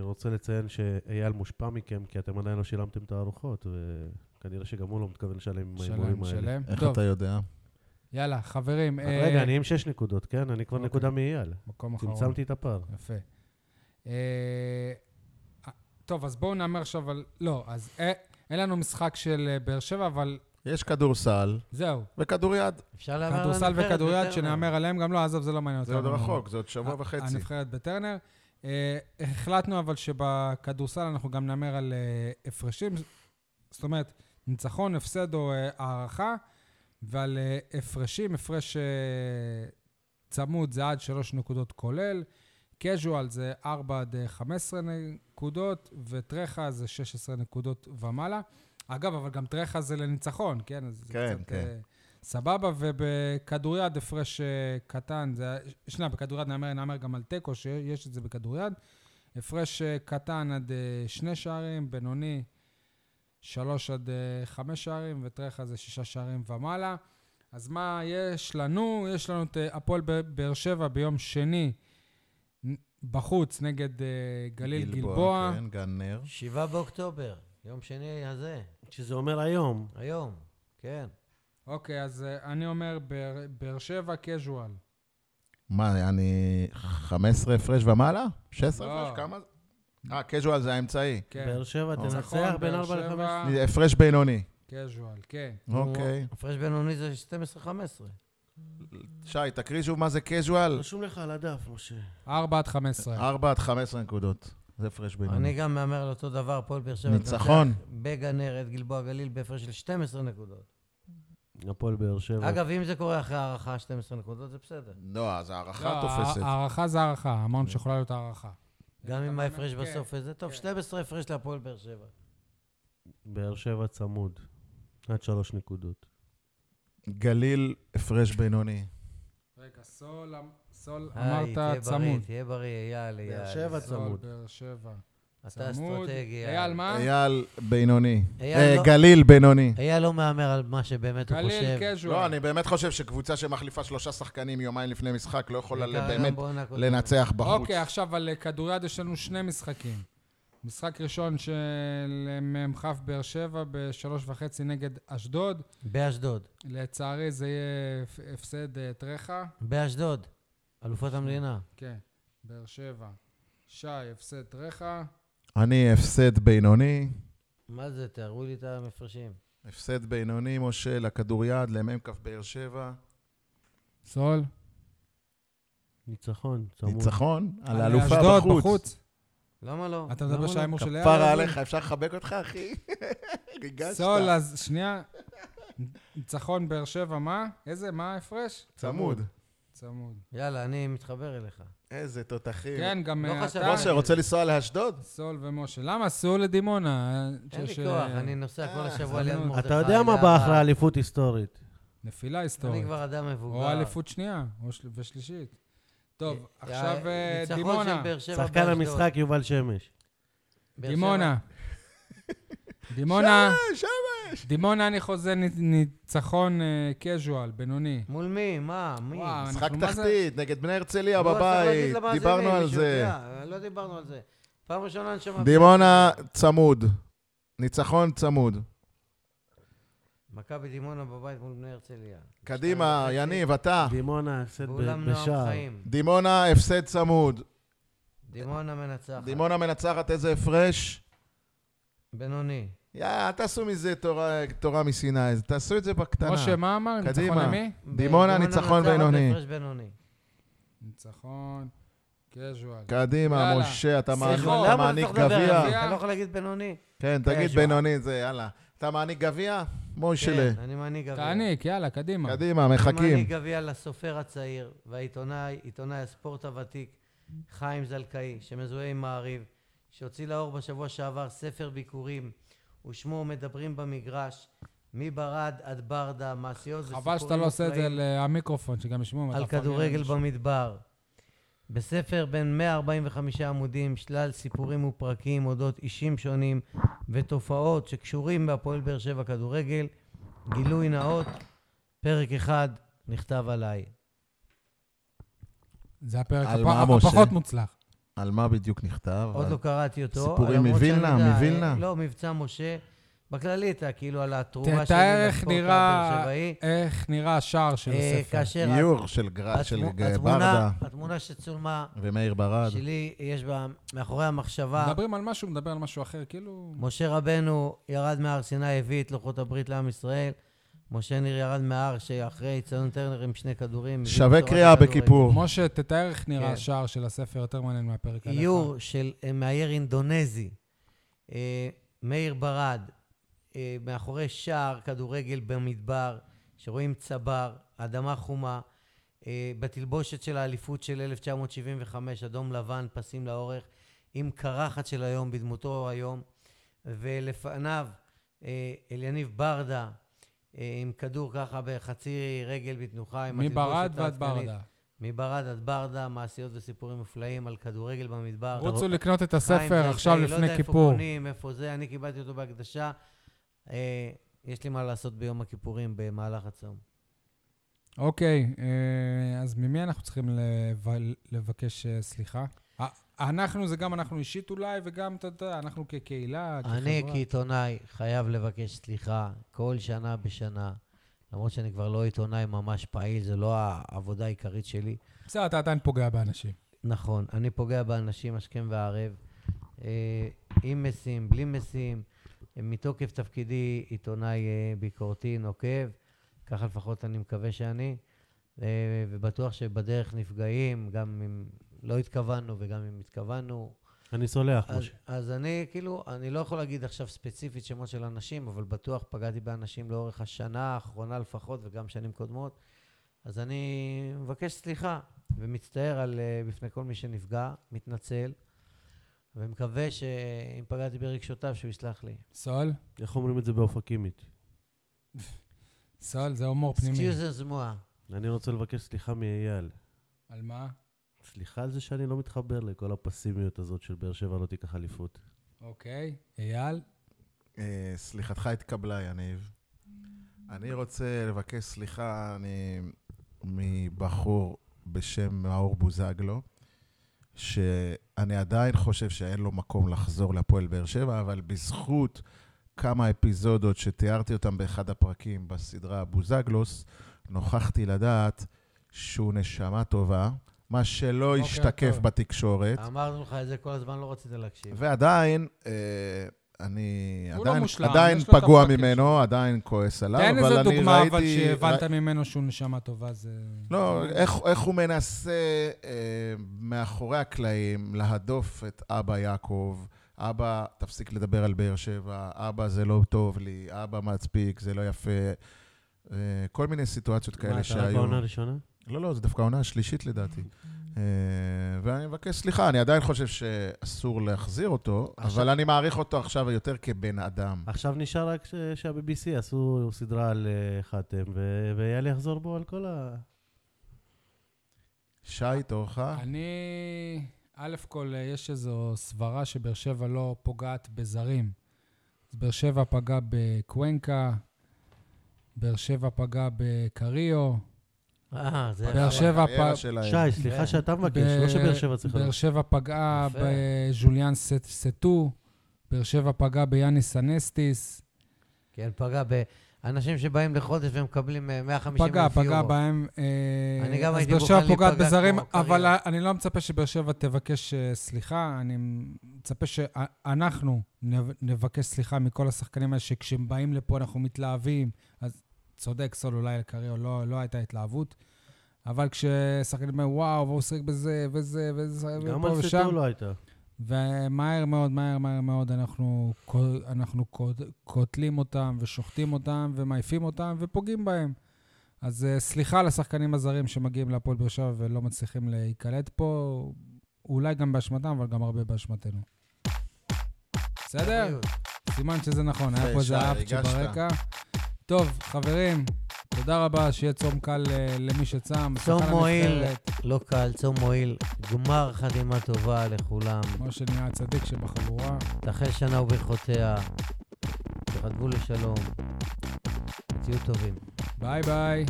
S2: רוצה לציין שאייל מושפע מכם, כי אתם עדיין לא שילמתם את הארוחות, וכנראה שגם הוא לא מתכוון לשלם עם
S1: שלם,
S2: ההימורים האלה.
S1: שלם.
S4: איך
S1: טוב,
S4: אתה יודע?
S1: יאללה, חברים.
S2: אז
S1: אה,
S2: רגע, אני עם שש נקודות, כן? אני כבר
S1: אוקיי. נכון.
S2: נקודה מאייל.
S1: מקום אחרון.
S2: צמצמתי את הפער.
S1: יפה. אה, טוב, אז בואו נאמר עכשיו על... לא, אז אה, אין לנו משחק של אה, באר שבע, אבל
S4: יש כדורסל
S1: זהו.
S4: וכדוריד.
S3: אפשר להמר על
S1: כדורסל
S3: הנבחרת
S1: וכדוריד
S3: בטרנר.
S1: שנאמר עליהם גם לא, עזוב, זה לא מעניין אותנו.
S4: זה עוד רחוק, זה עוד שבוע
S1: ה-
S4: וחצי.
S1: אה, הנבחרת בטרנר. אה, החלטנו אבל שבכדורסל אנחנו גם נאמר על אה, הפרשים, זאת אומרת, ניצחון, הפסד או אה, הערכה, ועל אה, הפרשים, הפרש אה, צמוד זה עד שלוש נקודות כולל, casual זה 4 עד אה, 15 נקודות, וטרחה זה 16 נקודות ומעלה. אגב, אבל גם טרחה זה לניצחון, כן? אז זה
S4: כן,
S1: קצת,
S4: כן.
S1: אה, סבבה, ובכדוריד הפרש אה, קטן, זה... שנייה, בכדוריד נאמר, נאמר גם על תיקו, שיש את זה בכדוריד. הפרש אה, קטן עד אה, שני שערים, בינוני, שלוש עד אה, חמש שערים, וטרחה זה שישה שערים ומעלה. אז מה יש לנו? יש לנו את אה, הפועל ב- באר שבע ביום שני, נ- בחוץ, נגד אה, גליל גלבוע.
S4: כן, גנר.
S3: 7 באוקטובר, יום שני הזה,
S2: שזה אומר היום.
S3: היום, כן.
S1: אוקיי, אז אה, אני אומר, באר- באר שבע קז'ואל.
S4: מה, אני 15 הפרש ומעלה? 16
S1: לא.
S4: הפרש? כמה? זה? אה, קז'ואל זה האמצעי.
S1: כן,
S2: באר שבע
S4: נכון,
S2: תנצח בין
S1: באר
S2: 4 ל-5.
S1: שבע.
S4: אני- הפרש בינוני.
S1: קז'ואל, כן.
S4: אוקיי.
S3: הפרש בינוני זה 12-15.
S4: שי, תקריא שוב מה זה קז'ואל.
S2: רשום לך על הדף, משה.
S1: 4 עד 15.
S4: 4 עד 15 נקודות. זה הפרש
S3: אני
S4: בינוני.
S3: גם מהמר על אותו דבר, הפועל באר שבע.
S4: ניצחון.
S3: תנצח בגנר את גלבוע גליל בהפרש של 12 נקודות.
S2: הפועל באר שבע.
S3: אגב, אם זה קורה אחרי הערכה 12 נקודות, זה בסדר.
S4: לא, אז ההערכה
S1: לא,
S4: תופסת.
S1: הע- הערכה זה הערכה, אמרנו שיכולה להיות הערכה.
S3: גם אם
S1: אתה
S3: ההפרש
S1: מהמר, כן.
S3: בסוף זה טוב,
S1: כן.
S3: 12 הפרש להפועל באר שבע.
S2: באר שבע צמוד. עד שלוש נקודות.
S4: גליל, הפרש בינוני.
S1: רגע, סול, אמ- סול
S3: היי, תהיה
S1: אמרת
S3: בריא,
S1: צמוד.
S3: תהיה בריא, אייל, אייל.
S2: באר שבע
S3: אייל.
S2: צמוד.
S1: סול, באר שבע.
S3: אתה
S1: צמוד.
S3: אסטרטגי,
S1: אייל, מה?
S4: אייל, בינוני.
S3: אייל
S4: אה,
S3: לא-
S4: גליל, בינוני.
S3: אייל לא מהמר על מה שבאמת הוא חושב.
S1: גליל
S4: לא,
S1: קז'ואל.
S4: אני באמת חושב שקבוצה שמחליפה שלושה שחקנים יומיים לפני משחק לא יכולה
S3: בעיקר גם
S4: באמת
S3: בעונה הקודמת.
S4: לנצח בחוץ.
S1: אוקיי, עכשיו על אה, כדוריד יש לנו שני משחקים. משחק ראשון של אה, מ"כ באר שבע בשלוש וחצי נגד אשדוד.
S3: באשדוד.
S1: לצערי זה יהיה הפ- הפסד אה, טרחה.
S3: באשדוד. אלופת המדינה.
S1: כן, באר שבע. שי, הפסד טרחה.
S4: אני הפסד בינוני.
S3: מה זה? תארו לי את המפרשים.
S4: הפסד בינוני, משה, לכדוריד, למ"כ באר שבע.
S1: סול.
S2: ניצחון, צמוד.
S4: ניצחון על
S1: על
S4: האלופה
S1: אשדוד
S4: בחוץ.
S3: למה לא?
S1: אתה מדבר
S2: למה לא?
S1: שההימור של אייל?
S4: כפרה
S1: אבל-
S4: עליך, אפשר לחבק אותך, אחי? ריגשת.
S1: סול, אז שנייה. ניצחון באר שבע, מה? איזה? מה ההפרש?
S4: צמוד.
S1: צמוד.
S3: יאללה, אני מתחבר אליך.
S4: איזה תותחים.
S1: כן, גם
S3: לא
S1: אה,
S3: חשבתי.
S1: אתה.
S4: משה, רוצה לנסוע לאשדוד?
S1: סול ומשה. למה? סעו לדימונה.
S3: אין לי
S1: שיש,
S3: כוח,
S1: אה, לא-
S3: אני נוסע כל השבוע
S1: אז
S3: ליד
S1: אני-
S3: מרדכי.
S2: אתה יודע מה
S3: למה?
S2: בא אחרי אליפות היסטורית.
S1: נפילה
S3: אני
S1: היסטורית.
S3: כבר אדם מבוגר.
S1: או אליפות שנייה, או של- ושלישית. טוב,
S3: אה,
S1: עכשיו אה,
S3: ניצחון של
S1: דימונה.
S3: באר שבע
S2: שחקן
S3: באשדוד.
S2: המשחק יובל שמש.
S3: באר שבע-
S1: דימונה. דימונה,
S4: שמש!
S1: דימונה אני חוזה נ- ניצחון קז'ואל, בינוני.
S3: מול מי? מה? מי?
S1: וואו,
S4: משחק
S1: אנחנו- מה זה-
S4: תחתית, נגד בני הרצליה
S3: לא, אז צריך להגיד
S4: בבית,
S3: למאזינים,
S4: דיברנו על
S3: מישהו
S4: זה.
S3: יודע, לא דיברנו על זה. פעם ראשונה אני שומע...
S4: דימונה צמוד. ניצחון צמוד.
S3: מכבי דימונה בבית מול בני הרצליה.
S4: קדימה,
S3: שתיים וחצי.
S4: יניב, אתה.
S2: דימונה, הפסד ב-
S3: באולם נועם
S2: בשער.
S3: חיים.
S4: דימונה, הפסד צמוד.
S3: דימונה מנצחת.
S4: דימונה מנצחת איזה הפרש?
S3: בינוני.
S4: יא, אל תעשו מזה תורה- תורה מסיני, אז תעשו את זה בקטנה.
S1: משה, מה אמר? ניצחון
S4: קדימה.
S1: למי?
S4: דימונה, ניצחון
S3: מנצחת
S4: בינוני.
S3: בהפרש בינוני.
S1: ניצחון קז'ואל.
S4: קדימה,
S1: יאללה.
S4: משה, אתה
S1: סליחה,
S4: מעניק-
S1: למה
S4: אתה
S1: אתה
S4: מעניק
S3: למה אתה צריך לדבר על זה?
S4: גביע.
S3: אתה לא יכול להגיד בינוני?
S4: כן, תגיד
S1: אה,
S4: בינוני זה, יאללה. אתה מעניק גביע? מוישלה.
S3: כן, אני מעניק גביע.
S1: תעניק, יאללה, קדימה.
S4: קדימה,
S3: אני
S4: מחכים.
S3: מעניק גביע לסופר הצעיר והעיתונאי, עיתונאי הספורט הוותיק, חיים זלקאי, שמזוהה עם מעריב, שהוציא לאור בשבוע שעבר ספר ביקורים ושמו מדברים במגרש, מברד עד ברדה, מעשיות
S1: חבל שאתה לא עושה את זה
S3: מופלאים
S1: למיקרופון, שגם ישמעו.
S3: על
S1: אתה אף פעם לא
S3: כדורגל
S1: יודע.
S3: במדבר. בספר בין 145 עמודים, שלל סיפורים ופרקים אודות אישים שונים ותופעות שקשורים בהפועל באר שבע כדורגל. גילוי נאות, פרק אחד נכתב עליי.
S1: זה הפרק
S4: על
S1: הפ-
S4: מה, משה?
S1: הפחות מוצלח.
S4: על מה בדיוק נכתב?
S3: עוד
S4: על-
S3: לא קראתי אותו.
S4: סיפורים
S3: למרות שאני
S4: מווילנה,
S3: יודע, אה,
S4: מווילנה?
S3: לא, מבצע משה. בכללי, אתה כאילו על התרומה שלי
S1: תתאר איך
S3: לספורט הבאר
S1: נראה-
S3: שבעי.
S1: איך נראה השער של
S3: אה,
S1: הספר.
S3: כאשר
S4: איור של גרא-
S3: התמו-
S4: של
S3: התמונה-
S4: ברדה
S3: התמונה שצולמה
S4: ומאיר ברד.
S3: שלי, יש בה, מאחורי
S4: נכון.
S3: המחשבה,
S1: מדברים על משהו, מדבר על משהו אחר, כאילו...
S3: משה רבנו ירד מהר סיני, הביא את לוחות הברית לעם ישראל. משה ניר ירד מההר שאחרי יציון טרנר עם שני כדורים. הביא
S4: שווה
S3: בשורה
S4: קריאה
S3: לכדורגל.
S4: בכיפור.
S1: משה, תתאר איך נראה
S3: כן.
S1: השער של הספר, יותר מעניין מהפרק עליך.
S3: איור של אה, מאייר אינדונזי, אה, מאיר ברד, אה, מאחורי שער כדורגל במדבר, שרואים צבר, אדמה חומה, אה, בתלבושת של האליפות של 1975, אדום לבן, פסים לאורך, עם קרחת של היום, בדמותו היום, ולפניו אה, אליניב ברדה, אה, עם כדור ככה בחצי רגל בתנוחה, עם
S1: מברד
S3: התלבושת
S1: ועד
S3: העדכנית.
S1: ברדה.
S3: מברד עד ברדה, מעשיות וסיפורים מופלאים על כדורגל במדבר.
S1: רוצו לקנות את
S3: חיים
S1: הספר
S3: זלצלי,
S1: עכשיו
S3: לא יודע
S1: לפני
S3: איפה
S1: כיפור.
S3: קונים, איפה זה, אני קיבלתי אותו בהקדשה. אה, יש לי מה לעשות ביום הכיפורים במהלך הצום.
S1: אוקיי, אה, אז ממי אנחנו צריכים לב- לבקש אה, סליחה? אה, אנחנו זה גם אנחנו אישית אולי, וגם, אתה יודע, אנחנו כקהילה, כחברה.
S3: אני כעיתונאי חייב לבקש סליחה כל שנה בשנה, למרות שאני כבר לא עיתונאי ממש פעיל, זו לא העבודה העיקרית שלי.
S1: בסדר, אתה עדיין פוגע באנשים.
S3: נכון, אני פוגע באנשים השכם והערב, אה, עם משים, בלי משים, אה, מתוקף תפקידי עיתונאי אה, ביקורתי נוקב, ככה לפחות אני מקווה שאני, אה, ובטוח שבדרך נפגעים, גם אם לא התכוונו וגם אם התכוונו.
S2: אני סולח,
S3: אז,
S2: משה.
S3: אז אני כאילו, אני לא יכול להגיד עכשיו ספציפית שמות של אנשים, אבל בטוח פגעתי באנשים לאורך השנה האחרונה לפחות, וגם שנים קודמות. אז אני מבקש סליחה ומצטער על, אה, בפני כל מי שנפגע, מתנצל, ומקווה שאם פגעתי ברגשותיו, שהוא יסלח לי.
S1: סול?
S2: איך אומרים את זה באופקימית?
S1: סול, זה הומור פנימי.
S3: סקיוזס מואה.
S2: אני רוצה לבקש סליחה מאייל.
S1: על מה?
S2: סליחה על זה שאני לא מתחבר לכל הפסימיות הזאת של באר שבע לא תיקח אליפות.
S1: אוקיי. אייל?
S4: לא, אה, סליחתך התקבלה, יניב. אני רוצה לבקש סליחה אני, מבחור בשם מאור בוזגלו, שאני עדיין חושב שאין לו מקום לחזור להפועל באר שבע, אבל בזכות כמה אפיזודות שתיארתי אותן באחד הפרקים בסדרה בוזגלוס, נוכחתי לדעת שהוא נשמה טובה, מה שלא
S1: בוקר
S4: השתקף
S1: טוב.
S4: בתקשורת,
S3: אמרנו לך את זה כל הזמן, לא רצית להקשיב.
S4: ועדיין, אה, אני
S1: הוא לא
S4: עדיין,
S1: מושלם,
S4: עדיין
S1: יש לו את
S4: פגוע
S1: הפאקט
S4: ממנו, עדיין כועס עליו,
S1: תן
S4: אבל אני
S1: איזה
S4: ראיתי...
S1: דוגמה, אבל שהבנת
S4: ר-
S1: ממנו שהוא נשמה טובה, זה...
S4: לא, איך, איך הוא מנסה אה, מאחורי הקלעים להדוף את אבא יעקב, אבא, תפסיק לדבר על באר שבע, אבא, זה לא טוב לי, אבא מצפיק, זה לא יפה. אה, כל מיני סיטואציות
S2: מה,
S4: כאלה
S2: אתה רק
S4: שהיו.
S2: בעונה הראשונה?
S4: לא, לא, זו דווקא העונה השלישית לדעתי. אה, ואני מבקש סליחה, אני עדיין חושב שאסור להחזיר אותו,
S2: עכשיו-
S4: אבל אני מעריך אותו עכשיו יותר כבן אדם.
S2: עכשיו נשאר רק ש- שה-BBC עשו סדרה על אה, חתם, ו- ואייל יחזור בו על כל ה...
S4: שי, תורך?
S1: אני... א' כל, אה, יש איזו סברה שבאר שבע לא פוגעת בזרים. אז באר שבע פגעה בקוונקה, באר שבע פגעה בקריו,
S3: אה, זה...
S1: באר שבע
S4: הקריירה
S1: פ-
S4: שלהם.
S2: שי, סליחה
S3: כן.
S2: שאתה מבקש,
S1: ב-
S2: לא שבאר שבע צריכה...
S1: באר שבע פגעה
S3: יפה.
S1: בז'וליאן סט- סטו, באר שבע פגעה ביאניס אנסטיס,
S3: כן, פגע באנשים שבאים לחודש ומקבלים אה, 150 אלף
S1: פגע,
S3: יורו.
S1: פגע בהם. אה,
S3: אני גם
S1: אז
S3: הייתי
S1: באר שבע
S3: מוכן
S1: פוגעת
S3: להיפגע
S1: בזרים,
S3: כמו
S1: אבל
S3: קריו.
S1: אני לא מצפה שבאר שבע תבקש אה, סליחה, אני מצפה שאנחנו נבקש סליחה מכל השחקנים האלה, שכשהם באים לפה אנחנו מתלהבים. אז צודק סול, אולי לקריו לא, לא הייתה התלהבות. אבל כששחקנים אומרים, וואו, והוא שיחק בזה, וזה, וזה,
S2: גם
S1: ופה
S2: על
S1: ושם,
S2: סטור לא הייתה.
S1: ומהר מאוד, מהר מהר מאוד אנחנו, קו- אנחנו קוד- קוטלים אותם ושוחטים אותם ומעיפים אותם ופוגעים בהם. אז אה, סליחה לשחקנים הזרים שמגיעים להפועל באר שבע ולא מצליחים להיקלט פה, אולי גם באשמתם, אבל גם הרבה באשמתנו. בסדר?
S3: בריאות.
S1: סימן שזה נכון, היה
S4: יפה,
S1: פה איזה
S4: שי,
S1: אפצ'י
S4: ריגשת.
S1: ברקע. טוב, חברים, תודה רבה, שיהיה צום קל אה, למי שצם.
S3: צום
S1: הצלחה
S3: מועיל,
S1: לנבחרת.
S3: לא קל, צום מועיל. גמר חתימה טובה לכולם.
S1: משה נהיה הצדיק שבחבורה.
S3: תחל שנה וברכותיה. תרדבו לשלום. תהיו טובים.
S1: ביי ביי.